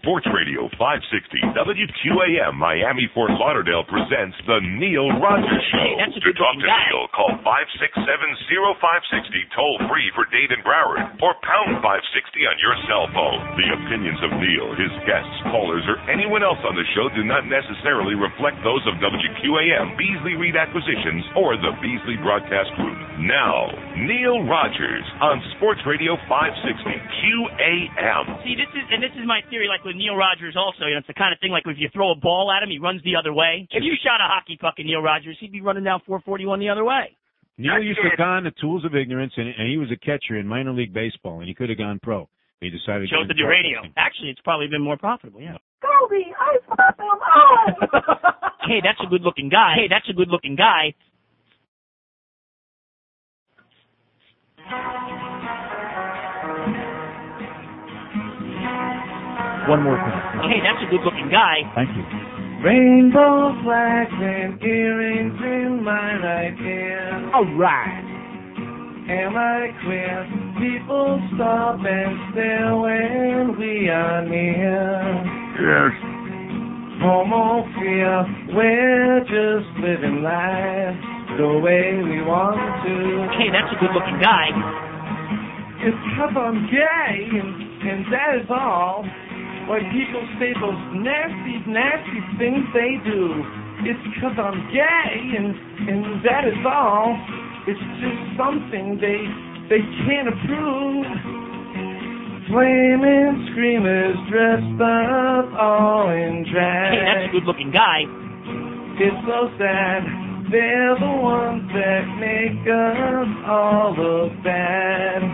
Sports Radio 560 WQAM Miami Fort Lauderdale presents The Neil Rogers Show. Hey, that's a to good talk looking to guy. Neil, call 5670560 toll free for Dade and Broward or pound 560 on your cell phone. The opinions of Neil, his guests, callers, or anyone else on the show do not necessarily reflect those of WQAM, Beasley Reed Acquisitions, or the Beasley Broadcast Group. Now, Neil Rogers on Sports Radio 560 QAM. See, this is and this is my theory. Like with Neil Rogers, also, you know, it's the kind of thing. Like if you throw a ball at him, he runs the other way. If you shot a hockey puck at Neil Rogers, he'd be running down 441 the other way. Neil used to con the tools of ignorance, and, and he was a catcher in minor league baseball, and he could have gone pro. He decided Chose to to do radio. Actually, it's probably been more profitable. Yeah. Goldie, I fucked him up. Hey, that's a good-looking guy. Hey, that's a good-looking guy. One more thing. Hey, that's a good-looking guy. Thank you. Rainbow flags and earrings in my right ear. All right. Am I queer? People stop and stare when we are near. Yes. Homo fear, we're just living life the way we want to. Hey, that's a good-looking guy. It's because I'm gay, and, and that is all. Why people say those nasty, nasty things they do. It's because I'm gay, and, and that is all. It's just something they they can't approve. Flaming screamers dressed up all in drag. Hey, that's a good-looking guy. It's so sad. They're the ones that make us all look bad.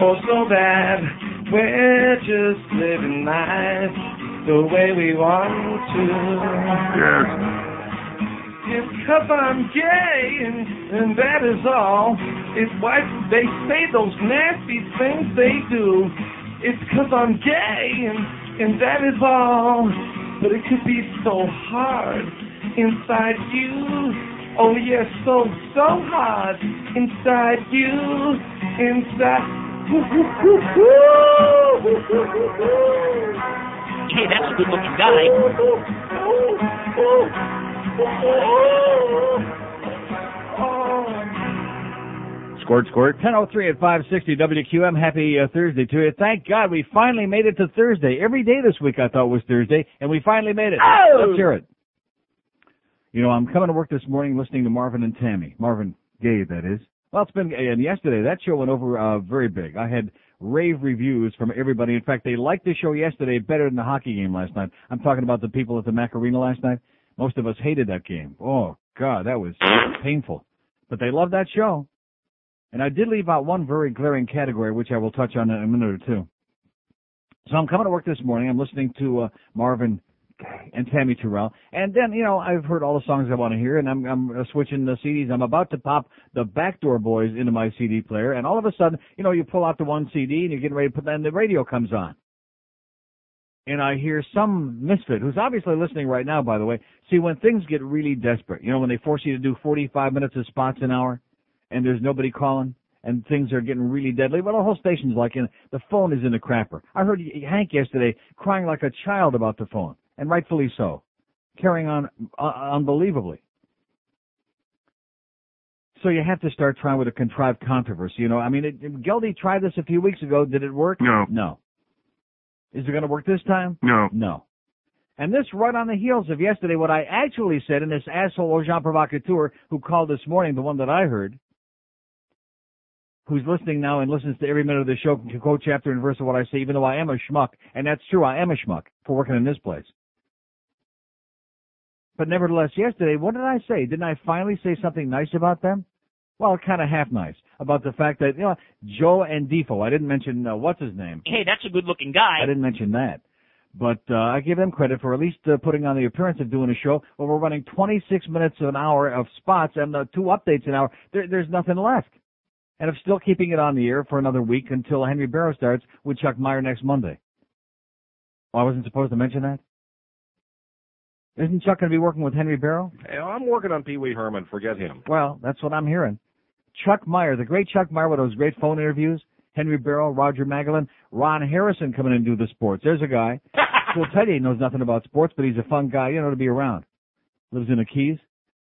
Oh, so bad. We're just living life the way we want to. Yes. It's cause I'm gay, and, and that is all. It's why they say those nasty things they do. It's cause I'm gay, and, and that is all. But it could be so hard inside you. Oh, yes, so, so hard inside you. Inside. Hey, that's a good-looking guy. Oh. Squirt, squirt. 10.03 at 560 WQM. Happy uh, Thursday to you. Thank God we finally made it to Thursday. Every day this week I thought was Thursday, and we finally made it. Oh! Let's hear it. You know, I'm coming to work this morning listening to Marvin and Tammy. Marvin Gaye, that is. Well, it's been, and yesterday that show went over uh, very big. I had rave reviews from everybody. In fact, they liked the show yesterday better than the hockey game last night. I'm talking about the people at the Macarena last night. Most of us hated that game. Oh, God, that was painful. But they loved that show. And I did leave out one very glaring category, which I will touch on in a minute or two. So I'm coming to work this morning. I'm listening to uh, Marvin and Tammy Terrell. And then, you know, I've heard all the songs I want to hear, and I'm, I'm uh, switching the CDs. I'm about to pop the Backdoor Boys into my CD player, and all of a sudden, you know, you pull out the one CD and you're getting ready to put that, and the radio comes on. And I hear some misfit who's obviously listening right now, by the way. See, when things get really desperate, you know, when they force you to do 45 minutes of spots an hour, and there's nobody calling and things are getting really deadly. Well, the whole station's like in the phone is in the crapper. I heard Hank yesterday crying like a child about the phone, and rightfully so, carrying on uh, unbelievably. So you have to start trying with a contrived controversy. You know, I mean, it, Geldy tried this a few weeks ago. Did it work? No. No. Is it going to work this time? No. No. And this right on the heels of yesterday, what I actually said, and this asshole Jean Provocateur who called this morning, the one that I heard, who's listening now and listens to every minute of the show can quote chapter and verse of what I say, even though I am a schmuck. And that's true, I am a schmuck for working in this place. But nevertheless, yesterday, what did I say? Didn't I finally say something nice about them? Well, kind of half nice about the fact that, you know, Joe and Defo, I didn't mention, uh, what's his name? Hey, that's a good-looking I guy. didn't mention that. But uh, I give them credit for at least uh, putting on the appearance of doing a show where we're running 26 minutes an hour of spots and uh, two updates an hour. There, there's nothing left. And I'm still keeping it on the air for another week until Henry Barrow starts with Chuck Meyer next Monday. Well, I wasn't supposed to mention that. Isn't Chuck going to be working with Henry Barrow? Hey, I'm working on Pee Wee Herman. Forget him. Well, that's what I'm hearing. Chuck Meyer, the great Chuck Meyer with those great phone interviews, Henry Barrow, Roger Magellan, Ron Harrison coming in and do the sports. There's a guy. Will Teddy knows nothing about sports, but he's a fun guy, you know, to be around. Lives in the Keys.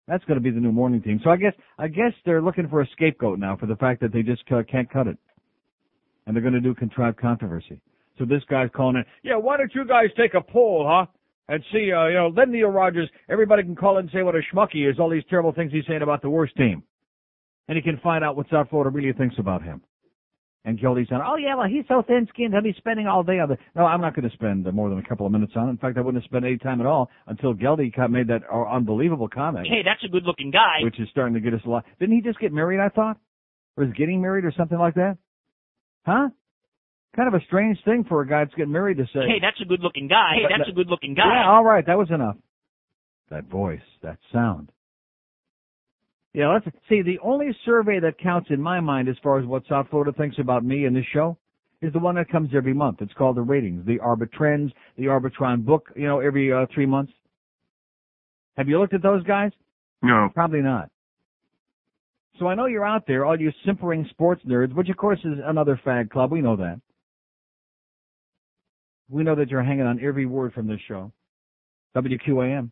That's going to be the new morning team. So I guess I guess they're looking for a scapegoat now for the fact that they just uh, can't cut it, and they're going to do contrived controversy. So this guy's calling in. Yeah, why don't you guys take a poll, huh? And see, uh, you know, then Neil Rogers, everybody can call in and say what a schmuck he is, all these terrible things he's saying about the worst team, and he can find out what South Florida really thinks about him. And Jody's on. Oh yeah, well he's so thin-skinned. He'll be spending all day on the. No, I'm not going to spend more than a couple of minutes on it. In fact, I wouldn't have spent any time at all until Geldy co- made that uh, unbelievable comment Hey, that's a good looking guy. which is starting to get us a lot. Didn't he just get married, I thought? Or is getting married or something like that? Huh? Kind of a strange thing for a guy that's getting married to say. Hey, that's a good looking guy. Hey, But- that's a good looking yeah, guy. all right, that was enough. That voice, that sound. Yeah, let's see. The only survey that counts in my mind as far as what South Florida thinks about me and this show is the one that comes every month. It's called the ratings, the Arbitrends, the Arbitron book, you know, every uh, three months. Have you looked at those guys? No. Probably not. So I know you're out there, all you simpering sports nerds, which of course is another fag club. We know that. We know that you're hanging on every word from this show. WQAM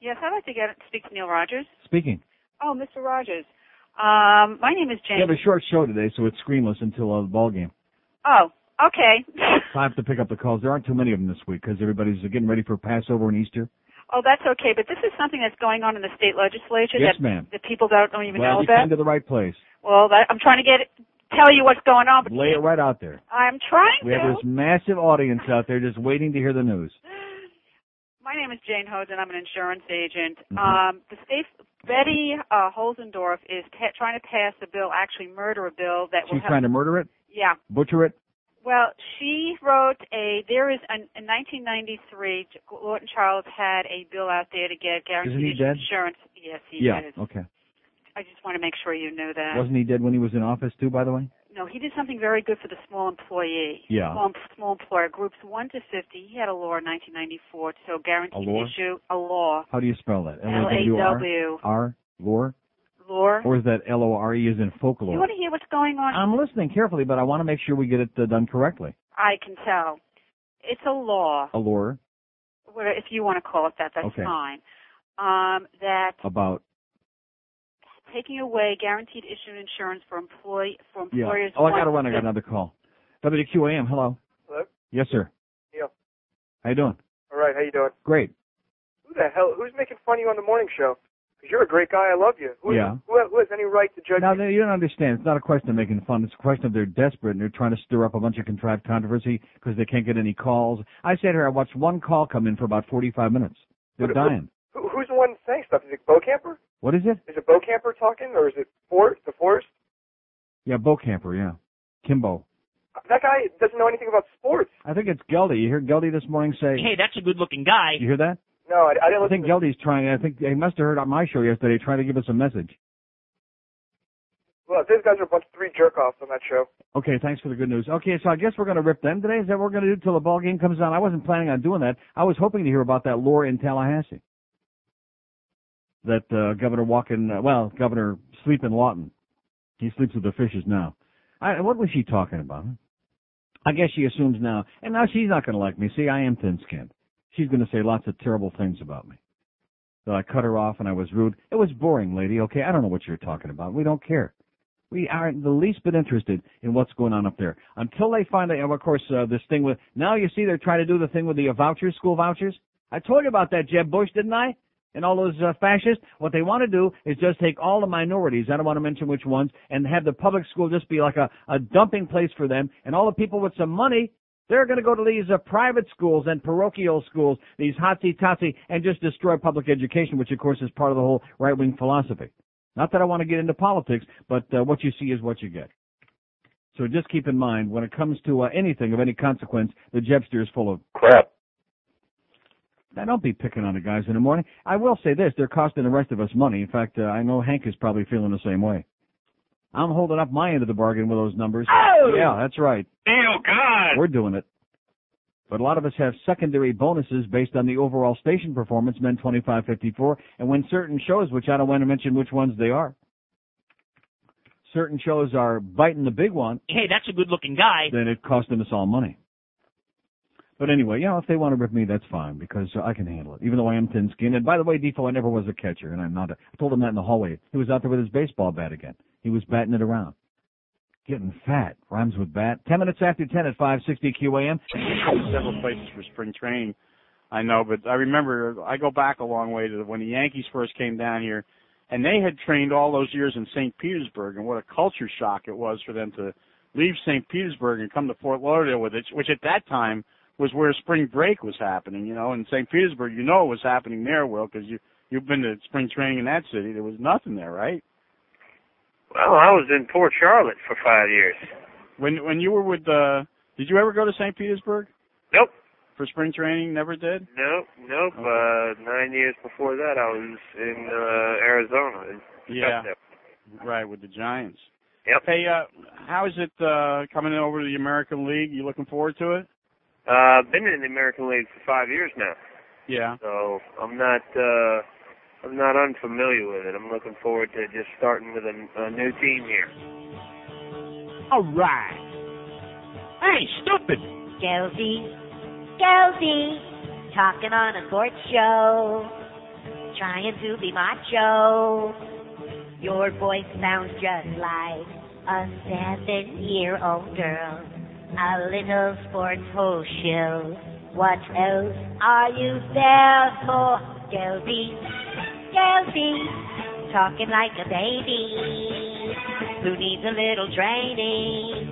Yes, I'd like to get speak to Neil Rogers. speaking. Oh, Mr. Rogers. Um, my name is We have Jane. a short show today, so it's screenless until uh, the ball game. Oh, okay. Time to pick up the calls. There aren't too many of them this week because everybody's getting ready for Passover and Easter. oh, that's okay. But this is something that's going on in the state legislature Yes, that ma'am. that people don't, don't even know well, you about. came to the right place. Well, that, I'm trying to get tell you what's going on, but Lay it right out there. I'm trying We to. have this massive audience out there just waiting to hear the news. My name is Jane Hoden. I'm an insurance agent. Mhm. Um, the state Betty uh, Holzendorf is pa- trying to pass a bill, actually murder a bill that will She's help. trying to murder it, yeah. butcher it. Well, she wrote a. There is an, in 1993, J- Lawton Charles had a bill out there to get guaranteed Isn't he dead? insurance. Yes, he yeah. is. Okay. I just want to make sure you know that. Wasn't he dead when he was in office too, by the way? no, he did something very good for the small employee. Yeah. Small, small employer groups one to fifty. He had a law in 1994, so guaranteed A law? issue a law. How do you spell that? L A L-A-W-R? W. R? Lore? Law. Or is Ah. that L-O-R-E E as in You folklore? want to hear what's going on? I'm listening carefully, but I want to make sure we get it uh, done correctly. I can tell. It's a law, A lore where- if you want to call it that, that's Okay. fine. Um, that about, taking away guaranteed issued insurance for employee for yeah. employers. Oh, I got to one- run. I got another call. WQAM, hello. Hello? Yes, sir. Yeah. How you doing? All right, how you doing? Great. Who the hell? Who's making fun of you on the morning show? Because you're a great guy. I love you. Who, Yeah. Who, who has any right to judge? Now, you? no, you don't understand. It's not a question of making fun. It's a question of they're desperate and they're trying to stir up a bunch of contrived controversy because they can't get any calls. I sat here, I watched one call come in for about 45 minutes. They're What- what- dying. Who, who's the one saying stuff? Is it Bo Camper? What is it? Is it Bo Camper talking, or is it Fort the Forest? Yeah, Bo Camper, yeah. Kimbo. That guy doesn't know anything about sports. I think it's Geldy. You hear Geldy this morning say, Hey, that's a good looking guy. you hear that? No, I, I didn't I listen. think Geldy's trying, I think he must have heard on my show yesterday trying to give us a message. well, those guys are a bunch of three jerk offs on that show. Okay, thanks for the good news. Okay, so I guess we're going to rip them today. Is that what we're going to do till the ball game comes on? I wasn't planning on doing that. I was hoping to hear about that lore in Tallahassee. That uh, Governor Walken, uh, well, Governor Sleepin' Lawton, he sleeps with the fishes now. I, what was she talking about? I guess she assumes now, and now she's not going to like me. See, I am thin-skinned. She's going to say lots of terrible things about me. That I cut her off and I was rude. It was boring, lady. Okay, I don't know what you're talking about. We don't care. We aren't the least bit interested in what's going on up there until they find out. and Of course, uh, this thing with now you see they're trying to do the thing with the uh, vouchers, school vouchers. I told you about that, Jeb Bush, didn't I? And all those uh, fascists. What they want to do is just take all the minorities. I don't want to mention which ones, and have the public school just be like a, a dumping place for them. And all the people with some money, they're going to go to these uh, private schools and parochial schools, these hotsy totsy, and just destroy public education, which of course is part of the whole right wing philosophy. Not that I want to get into politics, but uh, what you see is what you get. So just keep in mind when it comes to uh, anything of any consequence, the Jebster is full of Crap. now, don't be picking on the guys in the morning. I will say this: they're costing the rest of us money. In fact, uh, I know Hank is probably feeling the same way. I'm holding up my end of the bargain with those numbers. Oh! Yeah, that's right. Neil, God. We're doing it. But a lot of us have secondary bonuses based on the overall station performance, men 2554, and when certain shows, which I don't want to mention which ones they are. certain shows are biting the big one, Hey, that's a good-looking guy. then it costing us all money. But anyway, you know, if they want to rip me, that's fine because I can handle it. Even though I am thin-skinned, and by the way, Defoe, I never was a catcher, and I'm not. A, I told him that in the hallway. He was out there with his baseball bat again. He was batting it around, getting fat. Rhymes with bat. Ten minutes after ten at 5:60 QAM. several places for spring training. I know, but I remember I go back a long way to when the Yankees first came down here, and they had trained all those years in St. Petersburg, and what a culture shock it was for them to leave St. Petersburg and come to Fort Lauderdale with it, which at that time was where spring break was happening. You know, in St. Petersburg, you know it was happening there, Will, because you you've been to spring training in that city. There was nothing there, right? Well, I was in Port Charlotte for five years. When when you were with uh, did you ever go to St. Petersburg? Nope. For spring training, never did. Nope, nope. Uh, nine years before that, I was in uh, Arizona. in Yeah. Scottsdale. Right, with the Giants. Yep. Hey, uh, how is it uh, coming over to the American League? You looking forward to it? Uh, been in the American League for five years now, Uh-huh. Yeah. so I'm not uh, I'm not unfamiliar with it. I'm looking forward to just starting with a, a new team here. All right. Hey, stupid. Josie, Josie, talking on a sports show, trying to be macho. Your voice sounds just like a seven-year-old girl. A little sports whole show. What else are you there for, Josie? Josie, talking like a baby who needs a little training.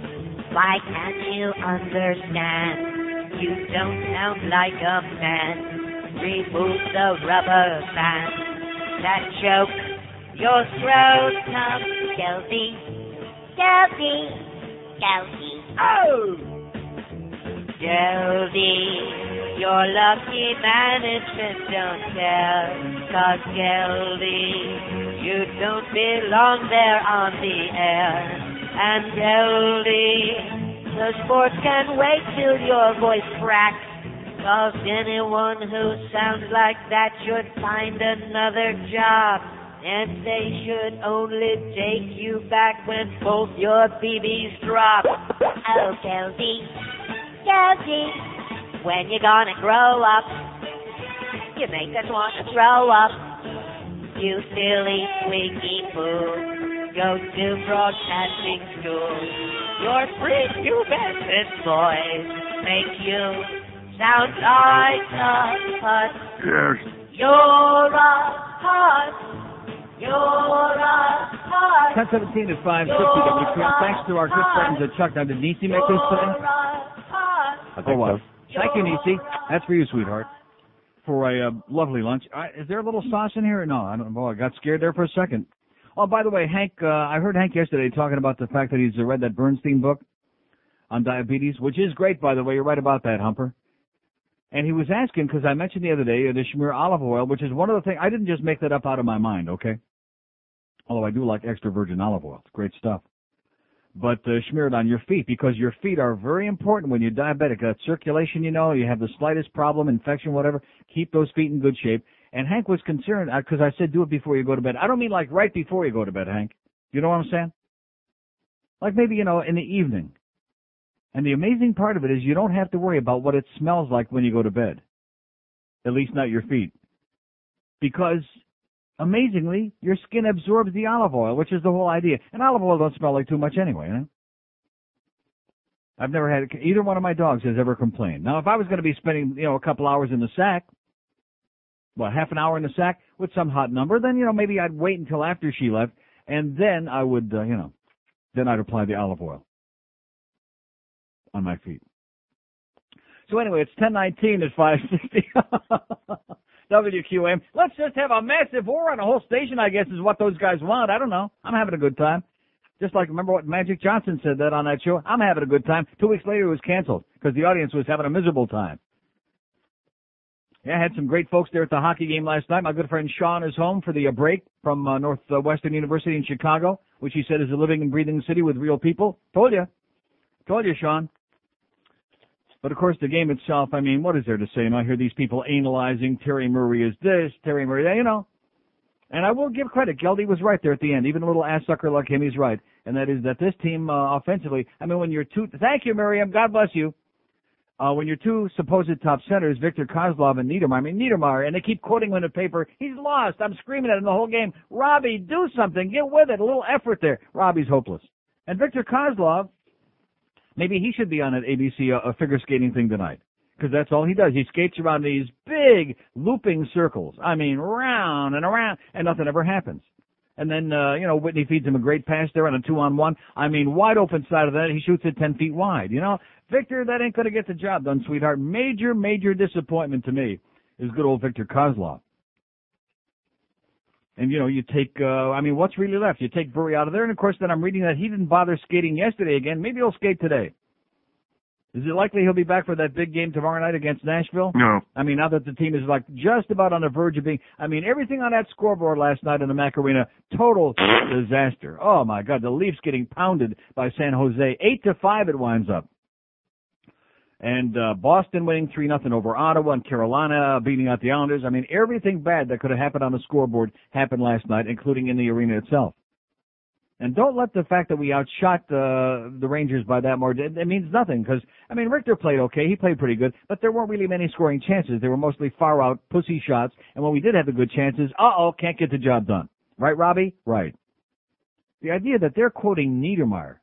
Why can't you understand? You don't sound like a man. Remove the rubber band. That joke, your throat comes. Kelsey, Kelsey, Kelsey. Oh! Kelsey, you're lucky management don't tell. Cause Kelsey, you don't belong there on the air. And Kelsey, the sports can wait till your voice cracks. Cause anyone who sounds like that should find another job. And they should only take you back when both your BBs drop. Oh, Kelsey, Kelsey, when you gonna grow up? You make us want to throw up. You silly, squeaky fool. Go to broadcasting school. Your prepubescent boys make you sound like a putt. You're a putt. You're a putt. 10:17 at 5:60. WQAM. Thanks to our good friends at Chuck. Now, did Niecy make this thing? You're a putt. I think what? Thank you, E Niecy. That's for you, sweetheart. For a uh, lovely lunch. I, is there a little sauce in here? No, I don't know. I got scared there for a second. Oh, by the way, Hank, uh, I heard Hank yesterday talking about the fact that he's uh, read that Bernstein book on diabetes, which is great, by the way. You're right about that, Humper. And he was asking, because I mentioned the other day, uh, the Schmier olive oil, which is one of the things, I didn't just make that up out of my mind, okay? Although I do like extra virgin olive oil. It's great stuff but uh, smear it on your feet because your feet are very important when you're diabetic. That circulation, you know, you have the slightest problem, infection, whatever. Keep those feet in good shape. And Hank was concerned because I said do it before you go to bed. I don't mean like right before you go to bed, Hank. You know what I'm saying? Like maybe you know in the evening. And the amazing part of it is you don't have to worry about what it smells like when you go to bed. At least not your feet. Because amazingly, your skin absorbs the olive oil, which is the whole idea. And olive oil don't smell like too much anyway, you know? I've never had either one of my dogs has ever complained. Now, if I was going to be spending, you know, a couple hours in the sack, well, half an hour in the sack with some hot number, then you know maybe I'd wait until after she left, and then I would, uh, you know, then I'd apply the olive oil on my feet. So anyway, it's 10:19 at 560. WQM. Let's just have a massive war on the whole station, I guess, is what those guys want. I don't know. I'm having a good time. Just like remember what Magic Johnson said that on that show? I'm having a good time. Two weeks later, it was canceled because the audience was having a miserable time. Yeah, I had some great folks there at the hockey game last night. My good friend Sean is home for the uh, break from uh, Northwestern University in Chicago, which he said is a living and breathing city with real people. Told you. Told you, Sean. But of course, the game itself, I mean, what is there to say? You know, I hear these people analyzing Terry Murray is this, Terry Murray that, you know. And I will give credit. Geldy was right there at the end. Even a little ass sucker like him, he's right. And that is that this team uh, offensively. I mean, when you're two. Thank you, Miriam. God bless you. Uh, when your two supposed top centers, Victor Kozlov and Niedermeyer, I mean Niedermeyer, and they keep quoting him in the paper, he's lost. I'm screaming at him the whole game. Robbie, do something. Get with it. A little effort there. Robbie's hopeless. And Victor Kozlov, maybe he should be on an ABC uh, a figure skating thing tonight because that's all he does. He skates around these big looping circles. I mean, round and around, and nothing ever happens. And then uh, you know Whitney feeds him a great pass there on a two-on-one. I mean, wide open side of that, he shoots it ten feet wide. You know, Victor, that ain't gonna get the job done, sweetheart. Major, major disappointment to me is good old Victor Kozlov. And you know, you take uh I mean, what's really left? You take Burry out of there, and of course, then I'm reading that he didn't bother skating yesterday again. Maybe he'll skate today. Is it likely he'll be back for that big game tomorrow night against Nashville? No. I mean, now that the team is like just about on the verge of being, I mean, everything on that scoreboard last night in the Mac Arena, total disaster. Oh my God, the Leafs getting pounded by San Jose, eight to five it winds up. And uh, Boston winning three nothing over Ottawa, and Carolina beating out the Islanders. I mean, everything bad that could have happened on the scoreboard happened last night, including in the arena itself. And don't let the fact that we outshot the the Rangers by that margin it means nothing because I mean Richter played okay, he played pretty good, but there weren't really many scoring chances. They were mostly far out pussy shots, and when we did have the good chances, uh oh, can't get the job done. Right, Robbie? Right. The idea that they're quoting Niedermeyer,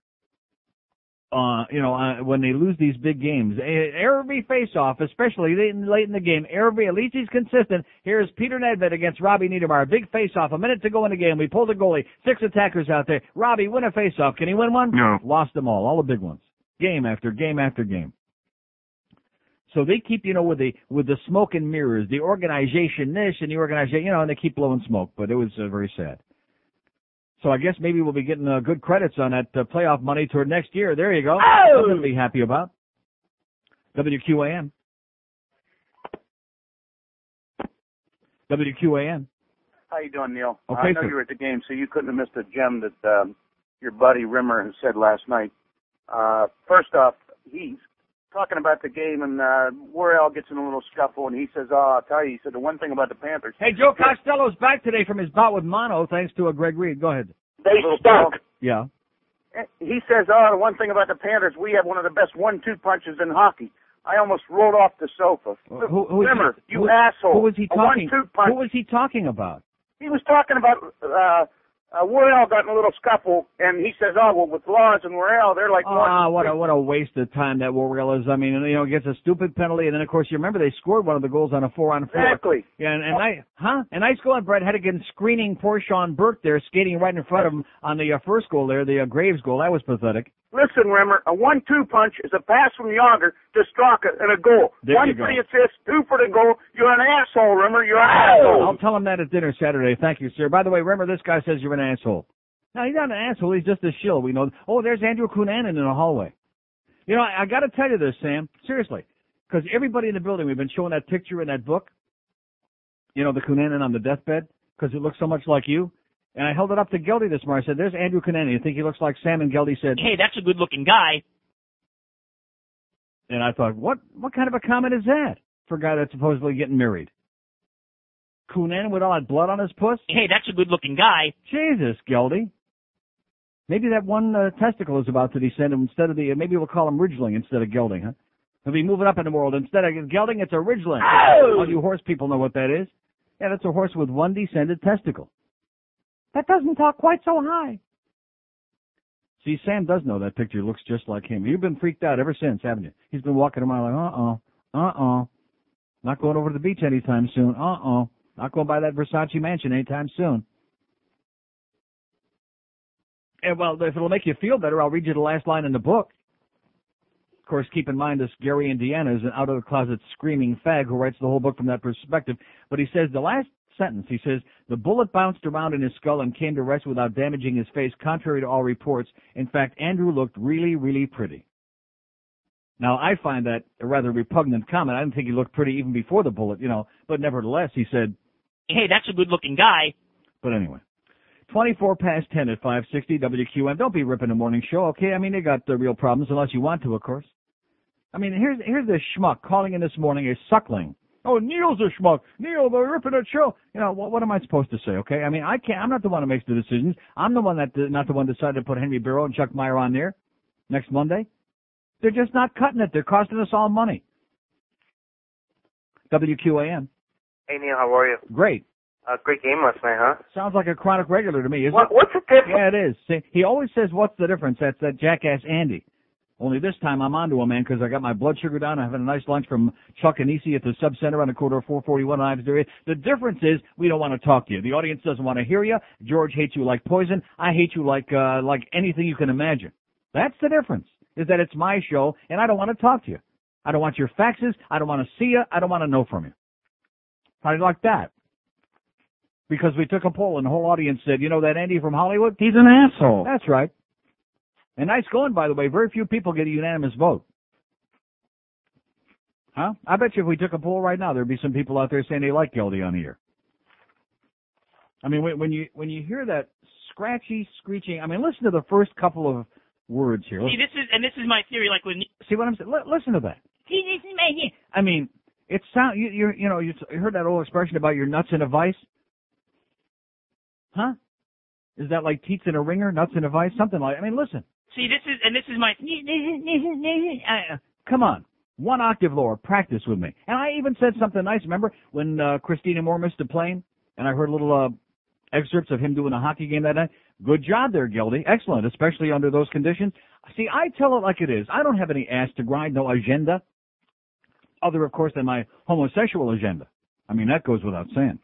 uh, you know, uh, when they lose these big games, eh, every face-off, especially late in, late in the game, every at least he's consistent. Here's Peter Nedved against Robbie Niedermeyer, big face-off, a minute to go in the game. We pulled the goalie, six attackers out there. Robbie win a face-off. Can he win one? No. Lost them all, all the big ones, game after game after game. So they keep, you know, with the with the smoke and mirrors, the organization this and the organization, you know, and they keep blowing smoke. But it was uh, very sad. So I guess maybe we'll be getting uh, good credits on that uh, playoff money toward next year. There you go. Oh! Something to be happy about. WQAM. WQAM. How you doing, Neil? Okay, I know sir. you were at the game, so you couldn't have missed a gem that um, your buddy Rimmer had said last night. Uh, first off, he's talking about the game, and uh, Worrell gets in a little scuffle, and he says, "Oh, I'll tell you," he said, "the one thing about the Panthers." Hey, Joe Costello's back today from his bout with mono, thanks to a Greg Reed. Go ahead. They stunk. Yeah. He says, "Oh, the one thing about the Panthers, we have one of the best one-two punches in hockey." I almost rolled off the sofa. Who, who is Rimmer, he- you who- asshole! Who was he A talking? one-two punch. Who was he talking about? he was talking about uh, uh Worrell got in a little scuffle, and he says, "Oh well, with Laws and Worrell, they're like one Ah, what a what a waste of time that Warrior is. I mean, you know, gets a stupid penalty, and then of course you remember they scored one of the goals on a four on four. Exactly. Yeah, and, and I huh? And nice goal on Brett Hedigan screening poor Sean Burke there, skating right in front of him on the uh, first goal there, the uh, Graves goal. That was pathetic. Listen, Remmer, a one-two punch is a pass from Yager to Straka and a goal. There one you go. for the assist, two for the goal. You're an asshole, Remmer. You're an asshole. I'll tell him that at dinner Saturday. Thank you, sir. By the way, remember this guy says you're an asshole. No, he's not an asshole. He's just a shill. We know. Oh, there's Andrew Cunanan in the hallway. You know, I, I got to tell you this, Sam. Seriously, because everybody in the building, we've been showing that picture in that book. You know, the Cunanan on the deathbed, because it looks so much like you. And I held it up to Geldy this morning. I said, "There's Andrew Cunanan. You think he looks like Sam?" And Geldy said, Hey, that's a good looking guy. And I thought, what what kind of a comment is that for a guy that's supposedly getting married? Cunanan with all that blood on his puss? Hey, that's a good looking guy. Jesus, Geldy. Maybe that one uh, testicle is about to descend him instead of the. uh, Maybe we'll call him Ridgeling instead of Gelding, huh? He'll be moving up in the world instead of Gelding. It's a Ridgeling. Ow! All you horse people know what that is. Yeah, that's a horse with one descended testicle. That doesn't talk quite so high. See, Sam does know that picture looks just like him. You've been freaked out ever since, haven't you? He's been walking around like, uh oh, uh oh, not going over to the beach anytime soon. Uh oh, not going by that Versace mansion anytime soon. And well, if it'll make you feel better, I'll read you the last line in the book. Of course, keep in mind this Gary Indiana is an out of the closet screaming fag who writes the whole book from that perspective. But he says the last sentence, he says, the bullet bounced around in his skull and came to rest without damaging his face, contrary to all reports. In fact, Andrew looked really, really pretty. Now, I find that a rather repugnant comment. I didn't think he looked pretty even before the bullet, you know, but nevertheless, he said, Hey, that's a good looking guy. but anyway, 24 past 10 at 560 WQM. Don't be ripping the morning show, okay? I mean, they got the real problems, unless you want to, of course. I mean, here's here's this schmuck calling in this morning a suckling. Oh, Neil's a schmuck. Neil, they're ripping a show. You know, what, what am I supposed to say? Okay, I mean, I can't. I'm not the one who makes the decisions. I'm the one that uh, not the one decided to put Henry Barrow and Chuck Meyer on there next Monday. They're just not cutting it. They're costing us all money. WQAM. Hey Neil, how are you? Great. Uh, great game last night, huh? Sounds like a chronic regular to me, isn't What- it? what's the difference? Yeah, it is. See, he always says, "What's the difference?" That's that jackass Andy. Only this time I'm onto him, man, because I got my blood sugar down. I'm having a nice lunch from Chuck and Easy at the sub center on the quarter of 441 lives there. The difference is we don't want to talk to you. The audience doesn't want to hear you. George hates you like poison. I hate you like uh, like anything you can imagine. That's the difference. Is that it's my show and I don't want to talk to you. I don't want your faxes. I don't want to see you. I don't want to know from you. How do you like that? Because we took a poll and the whole audience said, you know that Andy from Hollywood? He's an asshole. That's right. And nice going, by the way. Very few people get a unanimous vote. Huh? I bet you if we took a poll right now, there'd be some people out there saying they like Gildy on here. I mean, when, when you when you hear that scratchy screeching, I mean, listen to the first couple of words here. See, this is and this is my theory. Like with See what I'm saying? Li- Listen to that. see, this is my theory. I mean, it sound you you you know you s- you heard that old expression about your nuts in a vice, huh? Is that like teats in a ringer, nuts in a vice, something like? I mean, listen, See, this is and this is my. I- come on, one octave lower, practice with me. And I even said something nice. Remember when uh, Christina Moore missed a plane, and I heard little uh, excerpts of him doing a hockey game that night. Good job there, Gildy. Excellent, especially under those conditions. See, I tell it like it is. I don't have any ass to grind, no agenda, other of course than my homosexual agenda. I mean, that goes without saying.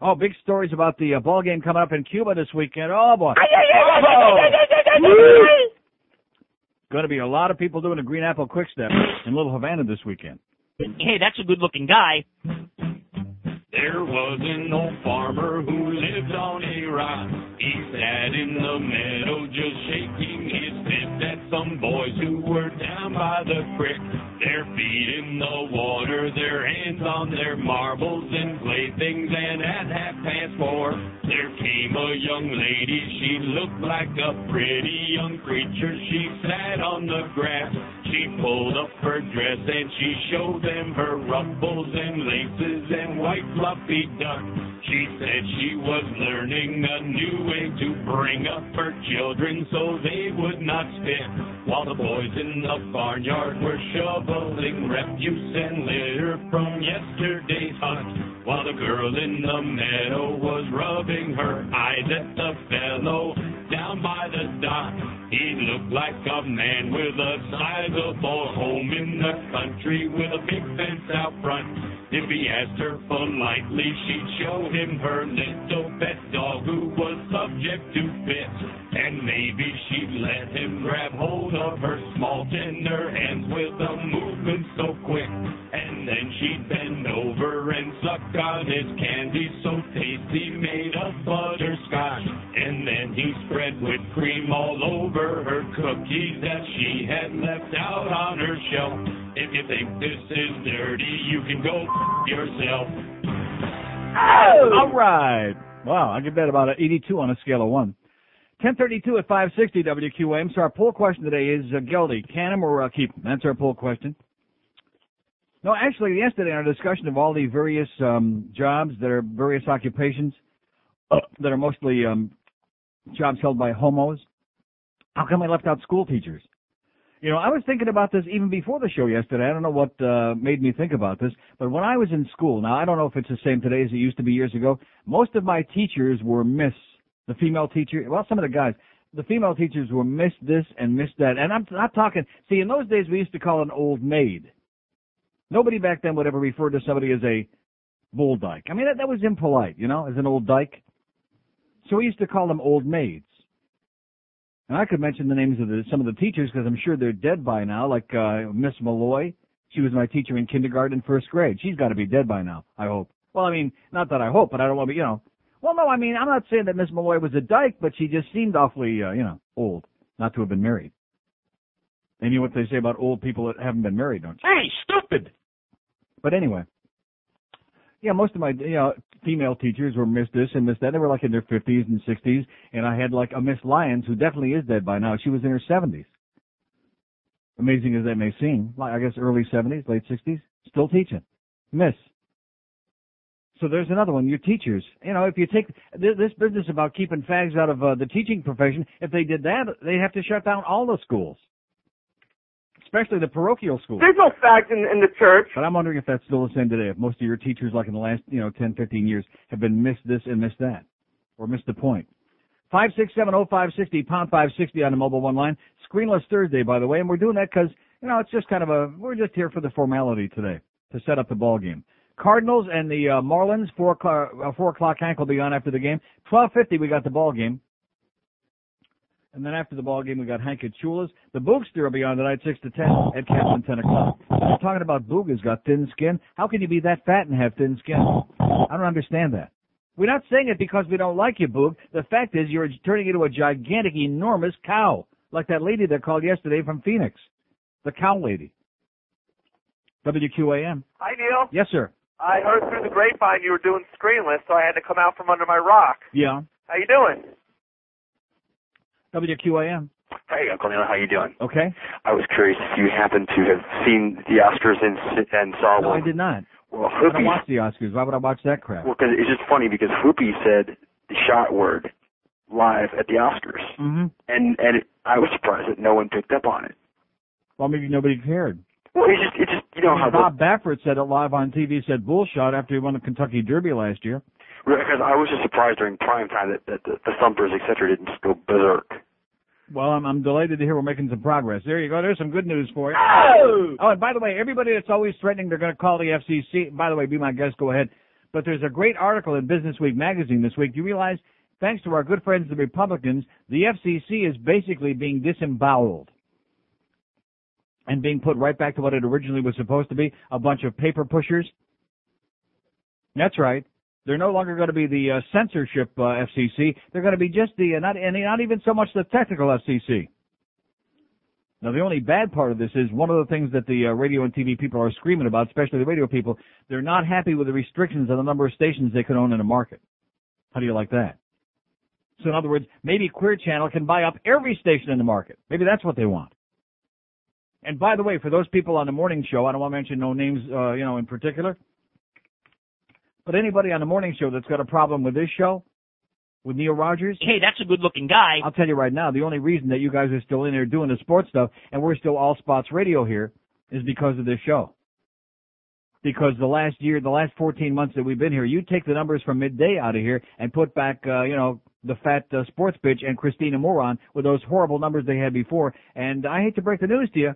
Oh, big stories about the uh, ball game coming up in Cuba this weekend. Oh boy. Woo! Going to be a lot of people doing a green apple quick step in Little Havana this weekend. Hey, that's a good-looking guy. There was an old farmer who lived on a rock. He sat in the meadow just shaking his fist at some boys who were down by the creek. Their feet in the water, their hands on their marbles and playthings, and at half past four, there came a young lady. She looked like a pretty young creature. She sat on the grass. She pulled up her dress and she showed them her ruffles and laces and white fluffy duck. She said she was learning a new way to bring up her children so they would not spit. While the boys in the barnyard were shoveling refuse and litter from yesterday's hunt. While the girl in the meadow was rubbing her eyes at the fellow down by the dock. He looked like a man with a sizable home in the country with a big fence out front. If he asked her politely, she'd show him her little pet dog who was subject to fits. And maybe she'd let him grab hold of her small tender hands with a movement so quick. And then she'd bend over and suck on his candy so tasty made of butterscotch. And then he spread whipped cream all over her cookies that she had left out on her shelf. If you think this is dirty, you can go f- yourself. All right. Wow, I give that about an 82 on a scale of 1. 1032 at 560 WQAM. So our poll question today is uh, Geldy, can him or uh, keep him? That's our poll question. No, actually, yesterday in our discussion of all the various um, jobs that are various occupations uh, that are mostly um, jobs held by homos, how come I left out school teachers? You know, I was thinking about this even before the show yesterday. I don't know what uh, made me think about this, but when I was in school, now I don't know if it's the same today as it used to be years ago. Most of my teachers were miss the female teacher. Well, some of the guys, the female teachers were miss this and miss that, and I'm not talking. See, in those days we used to call an old maid. Nobody back then would ever refer to somebody as a bull dyke. I mean, that, that was impolite, you know, as an old dyke. So we used to call them old maids. And I could mention the names of the, some of the teachers because I'm sure they're dead by now, like uh, Miss Malloy. She was my teacher in kindergarten, first grade. She's got to be dead by now, I hope. Well, I mean, not that I hope, but I don't want to be, you know. Well, no, I mean, I'm not saying that Miss Malloy was a dyke, but she just seemed awfully, uh, you know, old, not to have been married. They knew what they say about old people that haven't been married, don't you? Hey, stupid! But anyway, yeah, most of my you know, female teachers were Miss this and Miss that. They were like in their 50s and 60s, and I had like a Miss Lyons who definitely is dead by now. She was in her 70s. Amazing as that may seem, like I guess early 70s, late 60s, still teaching. miss. So there's another one. Your teachers. You know, if you take th- this business about keeping fags out of uh, the teaching profession, if they did that, they'd have to shut down all the schools, especially the parochial schools. There's no fags in, in the church. But I'm wondering if that's still the same today. If most of your teachers, like in the last, you know, 10, 15 years, have been missed this and missed that, or missed the point. Five six seven oh five sixty pound five sixty on the mobile one line. Screenless Thursday, by the way, and we're doing that because you know it's just kind of a we're just here for the formality today to set up the ball game. Cardinals and the uh, Marlins four o'clock uh, four o'clock hank will be on after the game. Twelve fifty we got the ball game. And then after the ball game, we got Hank at Chula's. The Boogster will be on tonight, 6 to 10, at Captain 10 o'clock. We're talking about Boog has got thin skin. How can you be that fat and have thin skin? I don't understand that. We're not saying it because we don't like you, Boog. The fact is you're turning into a gigantic, enormous cow, like that lady that called yesterday from Phoenix. The cow lady. WQAM. Hi, Neil. Yes, sir. I heard through the grapevine you were doing screenless, so I had to come out from under my rock. Yeah. How you doing? WQAM. Hey, Uncle Neil, how you doing? Okay. I was curious if you happen to have seen the Oscars and and saw No, I one. did not. Well, I don't Hoopy, watch the Oscars. Why would I watch that crap? well, cause it's just funny because Hoopy said the shot word live at the Oscars, Mm-hmm. and and it, I was surprised that no one picked up on it. Well, maybe nobody cared. Well, it just it just you know how the Bob Baffert said it live on TV, said bullshot after he won the Kentucky Derby last year. because I was just surprised during prime time that, that the, the thumpers etc didn't just go berserk. Well, I'm, I'm delighted to hear we're making some progress. There you go. There's some good news for you. Oh! and by the way, everybody that's always threatening they're going to call the FCC. By the way, be my guest. Go ahead. But there's a great article in Business Week magazine this week. Do you realize, thanks to our good friends the Republicans, the FCC is basically being disemboweled and being put right back to what it originally was supposed to be—a bunch of paper pushers. That's right. They're no longer going to be the uh, censorship uh, FCC. They're going to be just the uh, not and not even so much the technical FCC. Now the only bad part of this is one of the things that the uh, radio and TV people are screaming about, especially the radio people. They're not happy with the restrictions on the number of stations they can own in a market. How do you like that? So in other words, maybe Queer Channel can buy up every station in the market. Maybe that's what they want. And by the way, for those people on the morning show, I don't want to mention no names, uh, you know, in particular. But anybody on the morning show that's got a problem with this show, with Neil Rogers, hey, that's a good-looking guy. I'll tell you right now, the only reason that you guys are still in there doing the sports stuff and we're still all spots radio here is because of this show. Because the last year, the last 14 months that we've been here, you take the numbers from midday out of here and put back, uh, you know, the fat uh, sports bitch and Christina Moron with those horrible numbers they had before. And I hate to break the news to you,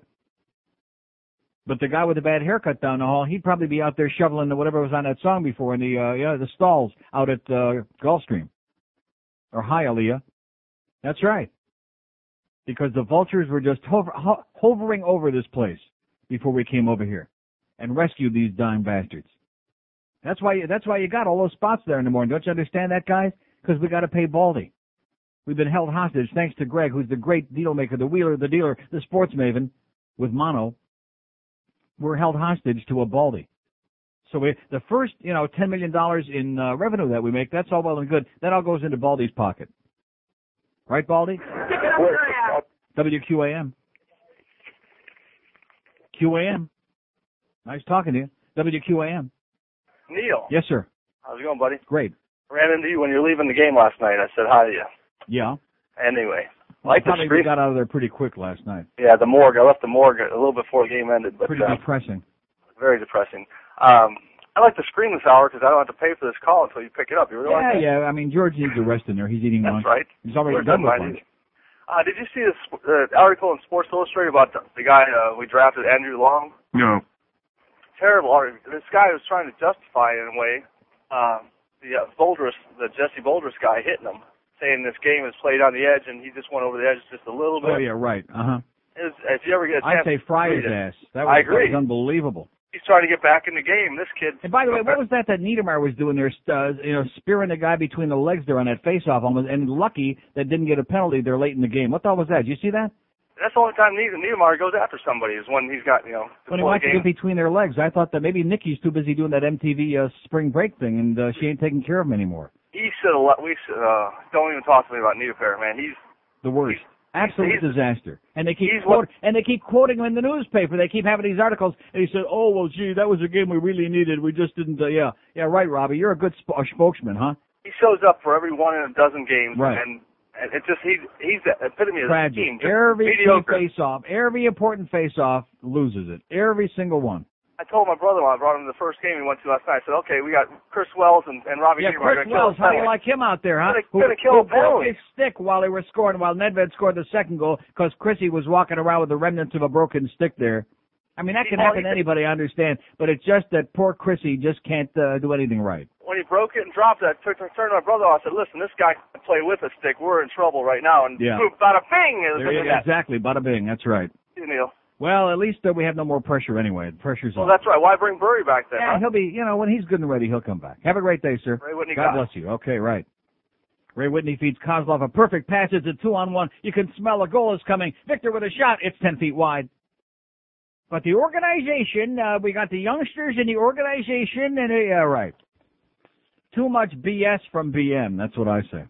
but the guy with the bad haircut down the hall, he'd probably be out there shoveling the whatever was on that song before in the uh, yeah the stalls out at uh, Gulfstream or Hialeah. That's right, because the vultures were just hover, ho- hovering over this place before we came over here and rescued these dying bastards. That's why that's why you got all those spots there in the morning. Don't you understand that, guys? Because we got to pay Baldy. We've been held hostage thanks to Greg, who's the great deal maker, the wheeler, the dealer, the sports maven with mono we're held hostage to a baldy. So we, the first, you know, ten million dollars in uh, revenue that we make, that's all well and good. That all goes into Baldy's pocket, right, Baldy? WQAM. QAM. Nice talking to you. WQAM. Neil, Yes, sir. how's it going, buddy? Great. Ran into you when you were leaving the game last night. I said hi to you. Yeah. Anyway, like the Probably we street. got out of there pretty quick last night. Yeah, the morgue. I left the morgue a little before the game ended, but Pretty uh, depressing. very depressing. Um, I like to screen this hour because I don't have to pay for this call until you pick it up. You Yeah, realize that? yeah. I mean, George needs a rest in there. He's eating lunch. right. He's already We're done with done by lunch. Uh, did you see the sp- uh, article in Sports Illustrated about the, the guy uh, we drafted, Andrew Long? No. Terrible article. This guy was trying to justify in a way uh, the uh, Boulderous, the Jesse Boulderous guy hitting him, saying this game is played on the edge and he just went over the edge just a little bit. Oh yeah, right. Uh huh. It was, if you ever get a I'd chance, say fry his read it. ass. That was, I agree. That was unbelievable. He's trying to get back in the game. This kid. And by the way, what was that that Niedermeyer was doing there? Uh, you know, spearing the guy between the legs there on that face-off almost, and lucky that didn't get a penalty there late in the game. What the hell was that? Did you see that? That's the only time Nieder- Niedermeyer goes after somebody is when he's got you know When he before wants the to get game. between their legs, I thought that maybe Nikki's too busy doing that MTV uh, spring break thing, and uh, she ain't taking care of him anymore. He should have let we should, uh, don't even talk to me about Niedermeyer, man. He's The worst. Absolute disaster. And they keep quote, and they keep quoting him in the newspaper. They keep having these articles. And he said, "Oh well, gee, that was a game we really needed. We just didn't." Uh, yeah, yeah, right, Robbie. You're a good sp- a spokesman, huh? He shows up for every one in a dozen games, Right. and, and it just he he's the epitome of Tragic. the team. Just Every mediocre. face-off, every important face-off loses it. Every single one. I told my brother when I brought him to the first game he went to last night. I said, "Okay, we got Chris Wells and, and Robbie yeah, Niemeyer Chris gonna kill Wells. us How do you now." like him out there, huh? Gonna- Who, gonna kill who a penalty. broke his stick while they were scoring, while Nedved scored the second goal because Chrissy was walking around with the remnants of a broken stick there. I mean, that can Well, happen he- to anybody, I understand, but it's just that poor Chrissy just can't uh, do anything right. When he broke it and dropped it, I took, turned to my brother. I said, "Listen, this guy can play with a stick. We're in trouble right now." And Yeah. boom, bada bing! It was There you like go. that. Exactly, bada bing. That's right. You know. Well, at least uh, we have no more pressure anyway. The pressure's Well, off. that's right. Why bring Burry back then? Yeah, huh? he'll be, you know, when he's good and ready, he'll come back. Have a great day, sir. Ray Whitney God got it. bless you. Okay, right. Ray Whitney feeds Kozlov a perfect pass. It's a two on one. You can smell a goal is coming. Victor with a shot. It's 10 feet wide. But the organization, uh, we got the youngsters in the organization, and they, uh, right. Too much BS from BM. That's what I say.